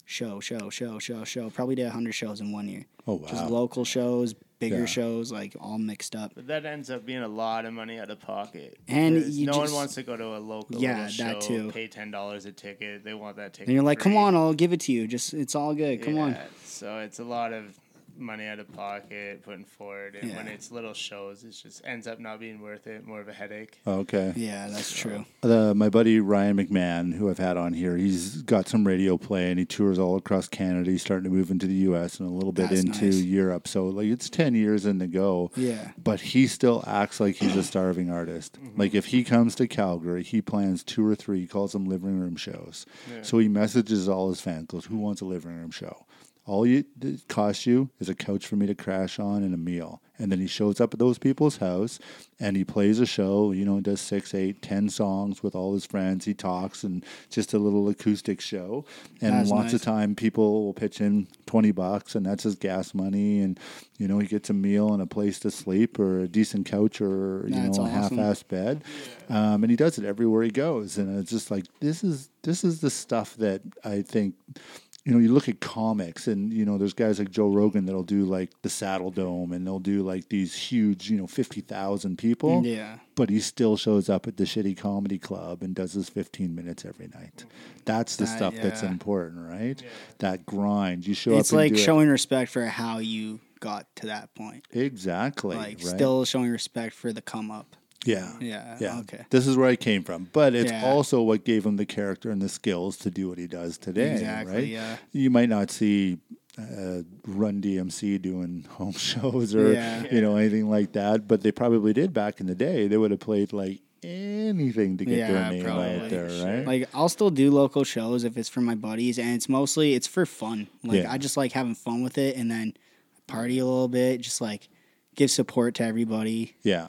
[SPEAKER 5] show, show, show, show, show. Probably did 100 shows in one year.
[SPEAKER 1] Oh wow.
[SPEAKER 5] Just local shows, bigger
[SPEAKER 1] Yeah.
[SPEAKER 5] shows, like all mixed up.
[SPEAKER 3] But that ends up being a lot of money out of pocket.
[SPEAKER 5] And
[SPEAKER 3] 'Cause
[SPEAKER 5] you
[SPEAKER 3] no
[SPEAKER 5] just-
[SPEAKER 3] one wants to go to a local
[SPEAKER 5] Yeah,
[SPEAKER 3] little
[SPEAKER 5] that
[SPEAKER 3] show,
[SPEAKER 5] too.
[SPEAKER 3] pay ten dollars a ticket. They want that ticket.
[SPEAKER 5] And you're like, come
[SPEAKER 3] free."
[SPEAKER 5] on, I'll give it to you. Just it's all good. Come on.
[SPEAKER 3] Yeah, So it's a lot of money out of pocket putting forward, and when
[SPEAKER 5] Yeah.
[SPEAKER 3] it's little shows, it just ends up not being worth it. More of a headache.
[SPEAKER 1] Okay.
[SPEAKER 5] Yeah, that's true.
[SPEAKER 1] The, my buddy Ryan McMahon, who I've had on here, he's got some radio play and he tours all across Canada. He's starting to move into the U.S. and a little bit
[SPEAKER 5] That's
[SPEAKER 1] into
[SPEAKER 5] nice.
[SPEAKER 1] Europe. So like it's ten years in the go.
[SPEAKER 5] Yeah. Mm-hmm.
[SPEAKER 1] But he still acts like he's a starving artist. Like if he comes to Calgary, he plans two or three. He calls them living room shows. So he messages all his fans, goes, "Who wants a living room show?" All you, it costs you is a couch for me to crash on and a meal. And then he shows up at those people's house and he plays a show, you know, does six, eight, ten songs with all his friends. He talks and just a little acoustic show. And
[SPEAKER 5] That's
[SPEAKER 1] lots of
[SPEAKER 5] nice.
[SPEAKER 1] time people will pitch in 20 bucks and that's his gas money. And, you know, he gets a meal and a place to sleep or a decent couch or, you
[SPEAKER 5] That's
[SPEAKER 1] know,
[SPEAKER 5] awesome.
[SPEAKER 1] a half-assed bed. Um, and he does it everywhere he goes. And it's just like, this is, this is the stuff that I think you know, you look at comics and, you know, there's guys like Joe Rogan that'll do like the Saddle Dome and they'll do like these huge, you know, 50,000 people.
[SPEAKER 5] Yeah.
[SPEAKER 1] But he still shows up at the shitty comedy club and does his 15 minutes every night. That's the
[SPEAKER 5] That-
[SPEAKER 1] stuff that's
[SPEAKER 5] yeah. important,
[SPEAKER 1] important, right? That grind. You show
[SPEAKER 5] It's
[SPEAKER 1] up and
[SPEAKER 5] like
[SPEAKER 1] do it.
[SPEAKER 5] showing respect for how you got to that point.
[SPEAKER 1] Exactly.
[SPEAKER 5] Like
[SPEAKER 1] right?
[SPEAKER 5] still showing respect for the come up.
[SPEAKER 1] Yeah.
[SPEAKER 5] Yeah, okay.
[SPEAKER 1] This is where I came from. But it's
[SPEAKER 5] Yeah.
[SPEAKER 1] also what gave him the character and the skills to do what he does today.
[SPEAKER 5] Exactly,
[SPEAKER 1] Right?
[SPEAKER 5] yeah.
[SPEAKER 1] You might not see uh, Run DMC doing <laughs> home shows or,
[SPEAKER 5] Yeah.
[SPEAKER 1] you know, anything like that. But they probably did back in the day. They would have played like anything to get
[SPEAKER 5] Yeah,
[SPEAKER 1] their name
[SPEAKER 5] probably.
[SPEAKER 1] out there, right?
[SPEAKER 5] Like I'll still do local shows if it's for my buddies and it's mostly it's for fun. Like
[SPEAKER 1] Yeah.
[SPEAKER 5] I just like having fun with it and then party a little bit, just like give support to everybody.
[SPEAKER 1] yeah.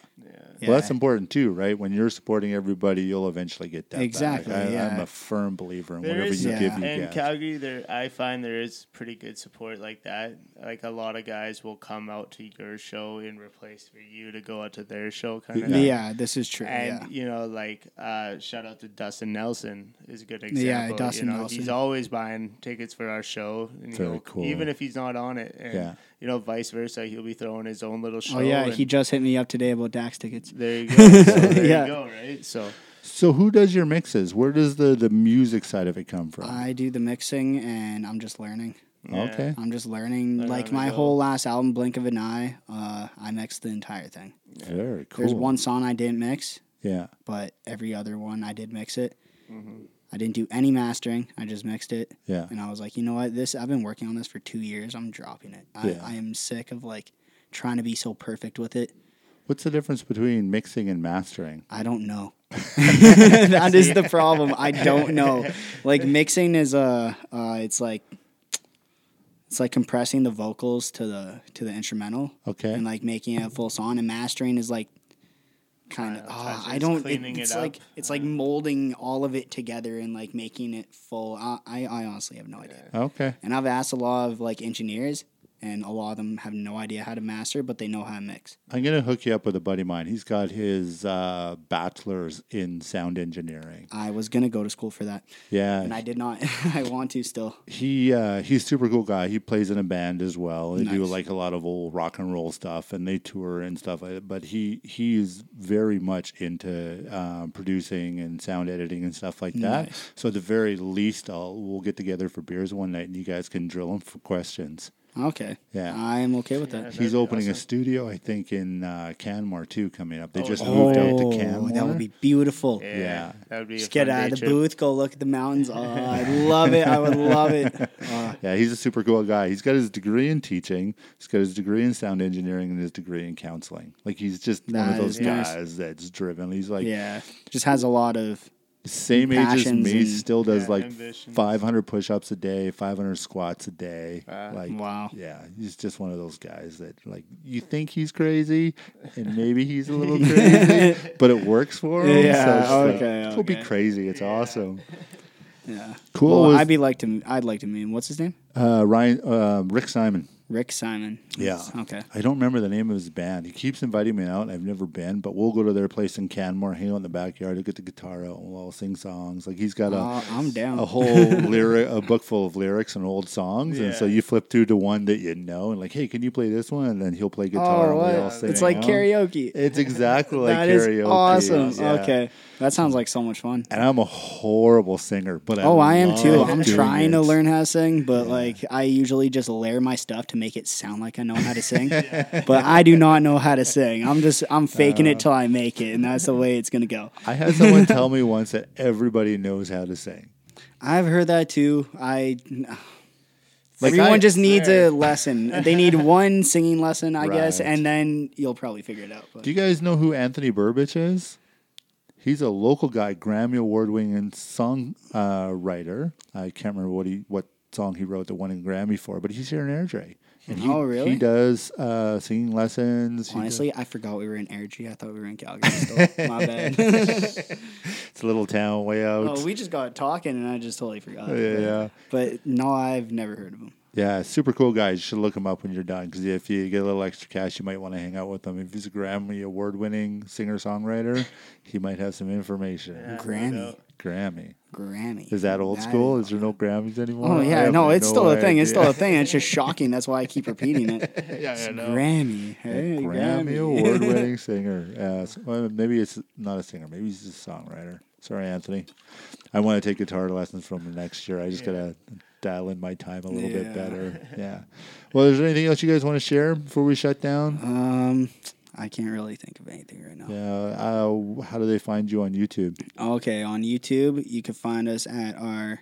[SPEAKER 5] Yeah.
[SPEAKER 1] Well, that's important too, right? When you're supporting everybody, you'll eventually get that. back.
[SPEAKER 5] Exactly,
[SPEAKER 1] I, I'm
[SPEAKER 5] yeah.
[SPEAKER 1] a firm believer in
[SPEAKER 3] There
[SPEAKER 1] whatever
[SPEAKER 3] is-
[SPEAKER 1] you
[SPEAKER 5] yeah.
[SPEAKER 1] give, you
[SPEAKER 3] in
[SPEAKER 1] get.
[SPEAKER 3] Calgary, there I find there is pretty good support like that. Like a lot of guys will come out to your show in replace for you to go out to their show, kind of.
[SPEAKER 1] Yeah.
[SPEAKER 5] Yeah, this is true.
[SPEAKER 3] And
[SPEAKER 5] yeah.
[SPEAKER 3] you know, like uh, shout out to Dustin Nelson is a good example.
[SPEAKER 5] Yeah,
[SPEAKER 3] you
[SPEAKER 5] Dustin
[SPEAKER 3] know,
[SPEAKER 5] Nelson.
[SPEAKER 3] He's always buying tickets for our show. And,
[SPEAKER 1] Very
[SPEAKER 3] he'll-
[SPEAKER 1] cool.
[SPEAKER 3] Even if he's not on it, and,
[SPEAKER 1] Yeah.
[SPEAKER 3] You know, vice versa, he'll be throwing his own little show.
[SPEAKER 5] Oh yeah,
[SPEAKER 3] and
[SPEAKER 5] he just hit me up today about Dax tickets.
[SPEAKER 3] There
[SPEAKER 5] <laughs>
[SPEAKER 3] you go. So there
[SPEAKER 5] Yeah.
[SPEAKER 3] you go. Right. So
[SPEAKER 1] So, who does your mixes? Where does the, the music side of it come from?
[SPEAKER 5] I do the mixing and I'm just learning.
[SPEAKER 1] Okay.
[SPEAKER 5] I'm just learning.
[SPEAKER 3] Learn
[SPEAKER 5] like
[SPEAKER 3] on the
[SPEAKER 5] my
[SPEAKER 3] go.
[SPEAKER 5] whole last album, Blink of an Eye, uh, I mixed the entire thing.
[SPEAKER 1] Very cool.
[SPEAKER 5] There's one song I didn't mix,
[SPEAKER 1] Yeah.
[SPEAKER 5] but every other one I did mix it. I didn't do any mastering. I just mixed it.
[SPEAKER 1] Mm-hmm. Yeah.
[SPEAKER 5] And I was like, you know what? This I've been working on this for two years. I'm dropping it. I,
[SPEAKER 1] Yeah.
[SPEAKER 5] I am sick of like trying to be so perfect with it.
[SPEAKER 1] What's the difference between mixing and mastering?
[SPEAKER 5] I don't know.
[SPEAKER 3] <laughs>
[SPEAKER 5] that is the problem. I don't know. Like
[SPEAKER 3] <laughs>
[SPEAKER 5] mixing is a, uh, it's like, it's like compressing the vocals to the to the instrumental.
[SPEAKER 1] Okay.
[SPEAKER 5] And like making it a full song. And mastering is like, kind of.
[SPEAKER 3] Final
[SPEAKER 5] ah, I
[SPEAKER 3] touches,
[SPEAKER 5] don't. It,
[SPEAKER 3] cleaning it
[SPEAKER 5] it's
[SPEAKER 3] up.
[SPEAKER 5] like it's like molding all of it together and like making it full. I I, I honestly have no idea.
[SPEAKER 1] Okay.
[SPEAKER 5] And I've asked a lot of like engineers, and a lot of them have no idea how to master, but they know how to mix.
[SPEAKER 1] I'm going to hook you up with a buddy of mine. He's got his uh, bachelor's in sound engineering.
[SPEAKER 5] I was gonna go to school for that.
[SPEAKER 1] Yeah.
[SPEAKER 5] and I did not. <laughs> I want to still.
[SPEAKER 1] he uh, he's a super cool guy. He plays in a band as well. They do
[SPEAKER 5] Nice.
[SPEAKER 1] like a lot of old rock and roll stuff, and they tour and stuff. like that. But he he's very much into um, producing and sound editing and stuff like that.
[SPEAKER 5] Nice.
[SPEAKER 1] So at the very least, I'll, we'll get together for beers one night, and you guys can drill him for questions.
[SPEAKER 5] Okay.
[SPEAKER 1] Yeah.
[SPEAKER 5] I'm okay with that.
[SPEAKER 3] Yeah.
[SPEAKER 1] He's
[SPEAKER 3] That'd be
[SPEAKER 1] opening a
[SPEAKER 3] awesome.
[SPEAKER 1] studio, I think, in uh, Canmore too. Coming up, they
[SPEAKER 3] Oh,
[SPEAKER 1] just
[SPEAKER 3] yeah.
[SPEAKER 1] moved out to
[SPEAKER 5] Oh,
[SPEAKER 1] Canmore.
[SPEAKER 5] that would be beautiful.
[SPEAKER 3] Yeah,
[SPEAKER 1] Yeah.
[SPEAKER 3] that would be.
[SPEAKER 5] Just
[SPEAKER 3] a
[SPEAKER 5] get
[SPEAKER 3] fun
[SPEAKER 5] out
[SPEAKER 3] day
[SPEAKER 5] of the
[SPEAKER 3] trip.
[SPEAKER 5] booth, go look at the mountains. Oh,
[SPEAKER 3] <laughs>
[SPEAKER 5] I'd love it. I would
[SPEAKER 1] <laughs>
[SPEAKER 5] love it. Uh,
[SPEAKER 1] Yeah, he's a super cool guy. He's got his degree in teaching. He's got his degree in sound engineering and his degree in counseling. Like he's just one of
[SPEAKER 5] Nice,
[SPEAKER 1] those
[SPEAKER 5] nice.
[SPEAKER 1] guys that's driven. He's like
[SPEAKER 5] yeah. Just has a lot of.
[SPEAKER 1] same age as
[SPEAKER 5] Passions
[SPEAKER 1] me,
[SPEAKER 5] and-
[SPEAKER 1] still does
[SPEAKER 3] Yeah,
[SPEAKER 1] like
[SPEAKER 3] ambitions.
[SPEAKER 1] 500 push-ups a day, 500 squats a day. like
[SPEAKER 5] Wow.
[SPEAKER 1] Yeah, he's just one of those guys that like you think he's crazy, and maybe he's a little
[SPEAKER 5] <laughs>
[SPEAKER 1] crazy, but it works for him.
[SPEAKER 5] Yeah,
[SPEAKER 1] it's like,
[SPEAKER 5] okay,
[SPEAKER 1] He'll be
[SPEAKER 5] okay.
[SPEAKER 1] crazy. It's awesome.
[SPEAKER 5] Yeah.
[SPEAKER 1] Cool
[SPEAKER 5] Well,
[SPEAKER 1] was-
[SPEAKER 5] I'd be like to. I'd like to meet him. What's his name?
[SPEAKER 1] Uh, Ryan, uh, Rick Simon.
[SPEAKER 5] Rick Simon.
[SPEAKER 1] Yeah.
[SPEAKER 5] Okay.
[SPEAKER 1] I don't remember the name of his band. He keeps inviting me out, and I've never been. But we'll go to their place in Canmore, hang out in the backyard. He'll get the guitar out, and we'll all sing songs. Like he's got a
[SPEAKER 5] Oh, I'm down.
[SPEAKER 1] a
[SPEAKER 5] <laughs>
[SPEAKER 1] whole lyric, a book full of lyrics and old songs. And so
[SPEAKER 3] Yeah.
[SPEAKER 1] you flip through to one that you know, and like, hey, can you play this one? And then he'll play guitar.
[SPEAKER 5] Oh,
[SPEAKER 1] and we all
[SPEAKER 5] what?
[SPEAKER 1] sing
[SPEAKER 5] it's like
[SPEAKER 1] along.
[SPEAKER 5] karaoke.
[SPEAKER 1] It's
[SPEAKER 5] <laughs>
[SPEAKER 1] exactly like
[SPEAKER 5] That is
[SPEAKER 1] karaoke.
[SPEAKER 5] awesome.
[SPEAKER 1] Yeah.
[SPEAKER 5] Okay, that sounds like so much fun.
[SPEAKER 1] And I'm a horrible singer, but I
[SPEAKER 5] Oh, I am too.
[SPEAKER 1] love
[SPEAKER 5] I'm
[SPEAKER 1] doing
[SPEAKER 5] trying to
[SPEAKER 1] it.
[SPEAKER 5] learn how to sing, but like I usually just layer my stuff to make it sound like I know how
[SPEAKER 1] <laughs>
[SPEAKER 5] to sing. But I do not know how to sing. I'm just I'm faking
[SPEAKER 1] Uh.
[SPEAKER 5] it till I make it, and that's the way it's gonna go.
[SPEAKER 1] I had someone tell me once that everybody knows how to sing.
[SPEAKER 5] I've heard that too. I
[SPEAKER 1] Like,
[SPEAKER 5] everyone
[SPEAKER 1] I-
[SPEAKER 5] just needs a lesson. They need one singing lesson, I guess,
[SPEAKER 1] Right.
[SPEAKER 5] and then you'll probably figure it out. But.
[SPEAKER 1] Do you guys know who Anthony Burbidge is? He's a local guy, Grammy award-winning song uh, writer. I can't remember what he what song he wrote that won a Grammy for, but he's here in Airdrie. And he,
[SPEAKER 5] Oh, really?
[SPEAKER 1] He does uh, singing lessons. He
[SPEAKER 5] Honestly, I forgot we were in Airdrie. I thought we were
[SPEAKER 1] <laughs>
[SPEAKER 5] in Calgary. Still. My bad. <laughs>
[SPEAKER 1] does- it's a little town way out.
[SPEAKER 5] oh, we just got talking, and I just totally forgot.
[SPEAKER 1] yeah, yeah,
[SPEAKER 5] But no, I've never heard of him.
[SPEAKER 1] yeah. Super cool guy. You should look him up when you're done because if you get a little extra cash, you might want to hang out with him. If he's a Grammy award-winning singer-songwriter, he might have some information.
[SPEAKER 3] Yeah, no
[SPEAKER 5] Grammy.
[SPEAKER 3] doubt.
[SPEAKER 1] Grammy.
[SPEAKER 5] Grammy.
[SPEAKER 1] Is that old school? Is there no Grammys anymore?
[SPEAKER 5] Oh
[SPEAKER 1] I
[SPEAKER 5] yeah,
[SPEAKER 1] have
[SPEAKER 5] no, it's still a thing. It's
[SPEAKER 1] idea. <laughs>
[SPEAKER 5] still a <laughs> thing. It's just shocking. That's why I keep repeating <laughs> it.
[SPEAKER 3] Yeah, I know.
[SPEAKER 5] Grammy, <laughs> hey,
[SPEAKER 1] Grammy award winning singer. Uh, so- well, maybe it's not a singer. Maybe he's a songwriter. Sorry, Anthony. I want to take guitar lessons from him next year. I just gotta dial in my time a little
[SPEAKER 5] Yeah.
[SPEAKER 1] bit better.
[SPEAKER 5] <laughs>
[SPEAKER 1] Yeah. Well, is there anything else you guys want to share before we shut down?
[SPEAKER 5] Um, I can't really think of anything right now.
[SPEAKER 1] Yeah. Uh, how do they find you on YouTube?
[SPEAKER 5] Okay, on YouTube, you can find us at our.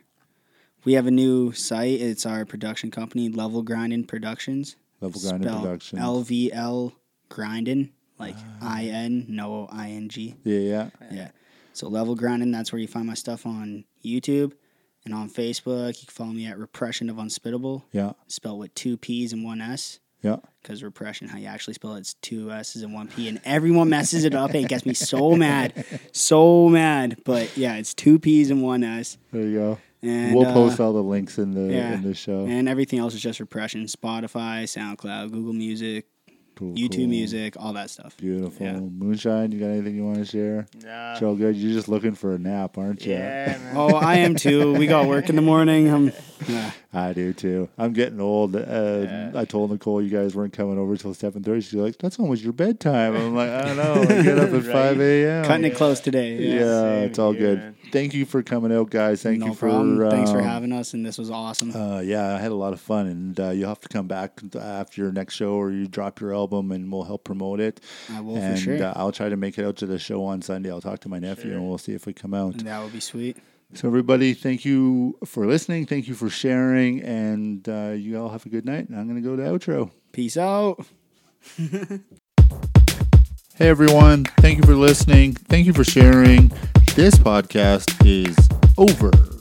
[SPEAKER 5] We have a new site. It's our production company, Level Grindin Productions.
[SPEAKER 1] Level Grindin'
[SPEAKER 5] Spelled
[SPEAKER 1] Productions.
[SPEAKER 5] L V L Grindin, like I N, no I N G.
[SPEAKER 1] Yeah, yeah.
[SPEAKER 5] Yeah. So level grinding, that's where you find my stuff on YouTube and on Facebook. You can follow me at Repression of Unspittable,
[SPEAKER 1] Yeah.
[SPEAKER 5] spelled with two P's and one S.
[SPEAKER 1] Yeah.
[SPEAKER 5] Because repression, how you actually spell it, it's two S's and one P, and everyone messes it up. and It gets me
[SPEAKER 1] <laughs>
[SPEAKER 5] so mad, so mad. But yeah, it's two P's and one S.
[SPEAKER 1] There you go.
[SPEAKER 5] And
[SPEAKER 1] we'll
[SPEAKER 5] uh,
[SPEAKER 1] post all the links in the
[SPEAKER 5] yeah.
[SPEAKER 1] in the show.
[SPEAKER 5] And everything else is just repression: Spotify, SoundCloud, Google Music,
[SPEAKER 1] Cool,
[SPEAKER 5] YouTube
[SPEAKER 1] cool.
[SPEAKER 5] Music, all that stuff.
[SPEAKER 1] Beautiful.
[SPEAKER 5] Yeah.
[SPEAKER 1] Moonshine, you got anything you want to share?
[SPEAKER 3] Nah.
[SPEAKER 1] It's all good. You're just looking for a nap, aren't you?
[SPEAKER 3] Yeah, man.
[SPEAKER 5] Oh, I am too. We got work in the morning. I'm,
[SPEAKER 1] <laughs>
[SPEAKER 5] yeah.
[SPEAKER 1] I do too. I'm getting old. Uh, I told Nicole you guys weren't coming over till seven thirty. She's like, "That's almost your bedtime." I'm like, "I know. I
[SPEAKER 3] <laughs>
[SPEAKER 1] get up at
[SPEAKER 3] Right.
[SPEAKER 1] five a.m."
[SPEAKER 5] cutting it close today.
[SPEAKER 1] Oh, Yeah,
[SPEAKER 3] Same
[SPEAKER 1] it's all
[SPEAKER 3] here,
[SPEAKER 1] good.
[SPEAKER 3] man.
[SPEAKER 1] Thank you for coming out, guys. Thank
[SPEAKER 5] no
[SPEAKER 1] you for
[SPEAKER 5] problem. Thanks for
[SPEAKER 1] um,
[SPEAKER 5] having us, and this was awesome.
[SPEAKER 1] Uh, yeah, I had a lot of fun, and uh, you'll have to come back after your next show or you drop your album, and we'll help promote it.
[SPEAKER 5] I will for
[SPEAKER 1] and,
[SPEAKER 5] sure.
[SPEAKER 1] Uh, I'll try to make it out to the show on Sunday. I'll talk to my nephew, and we'll see if we come out.
[SPEAKER 5] that would be sweet.
[SPEAKER 1] So, everybody, thank you for listening. Thank you for sharing. And uh, you all have a good night. And I'm going to go to outro.
[SPEAKER 5] Peace out.
[SPEAKER 1] Hey, everyone. Thank you for listening. Thank you for sharing. This podcast is over.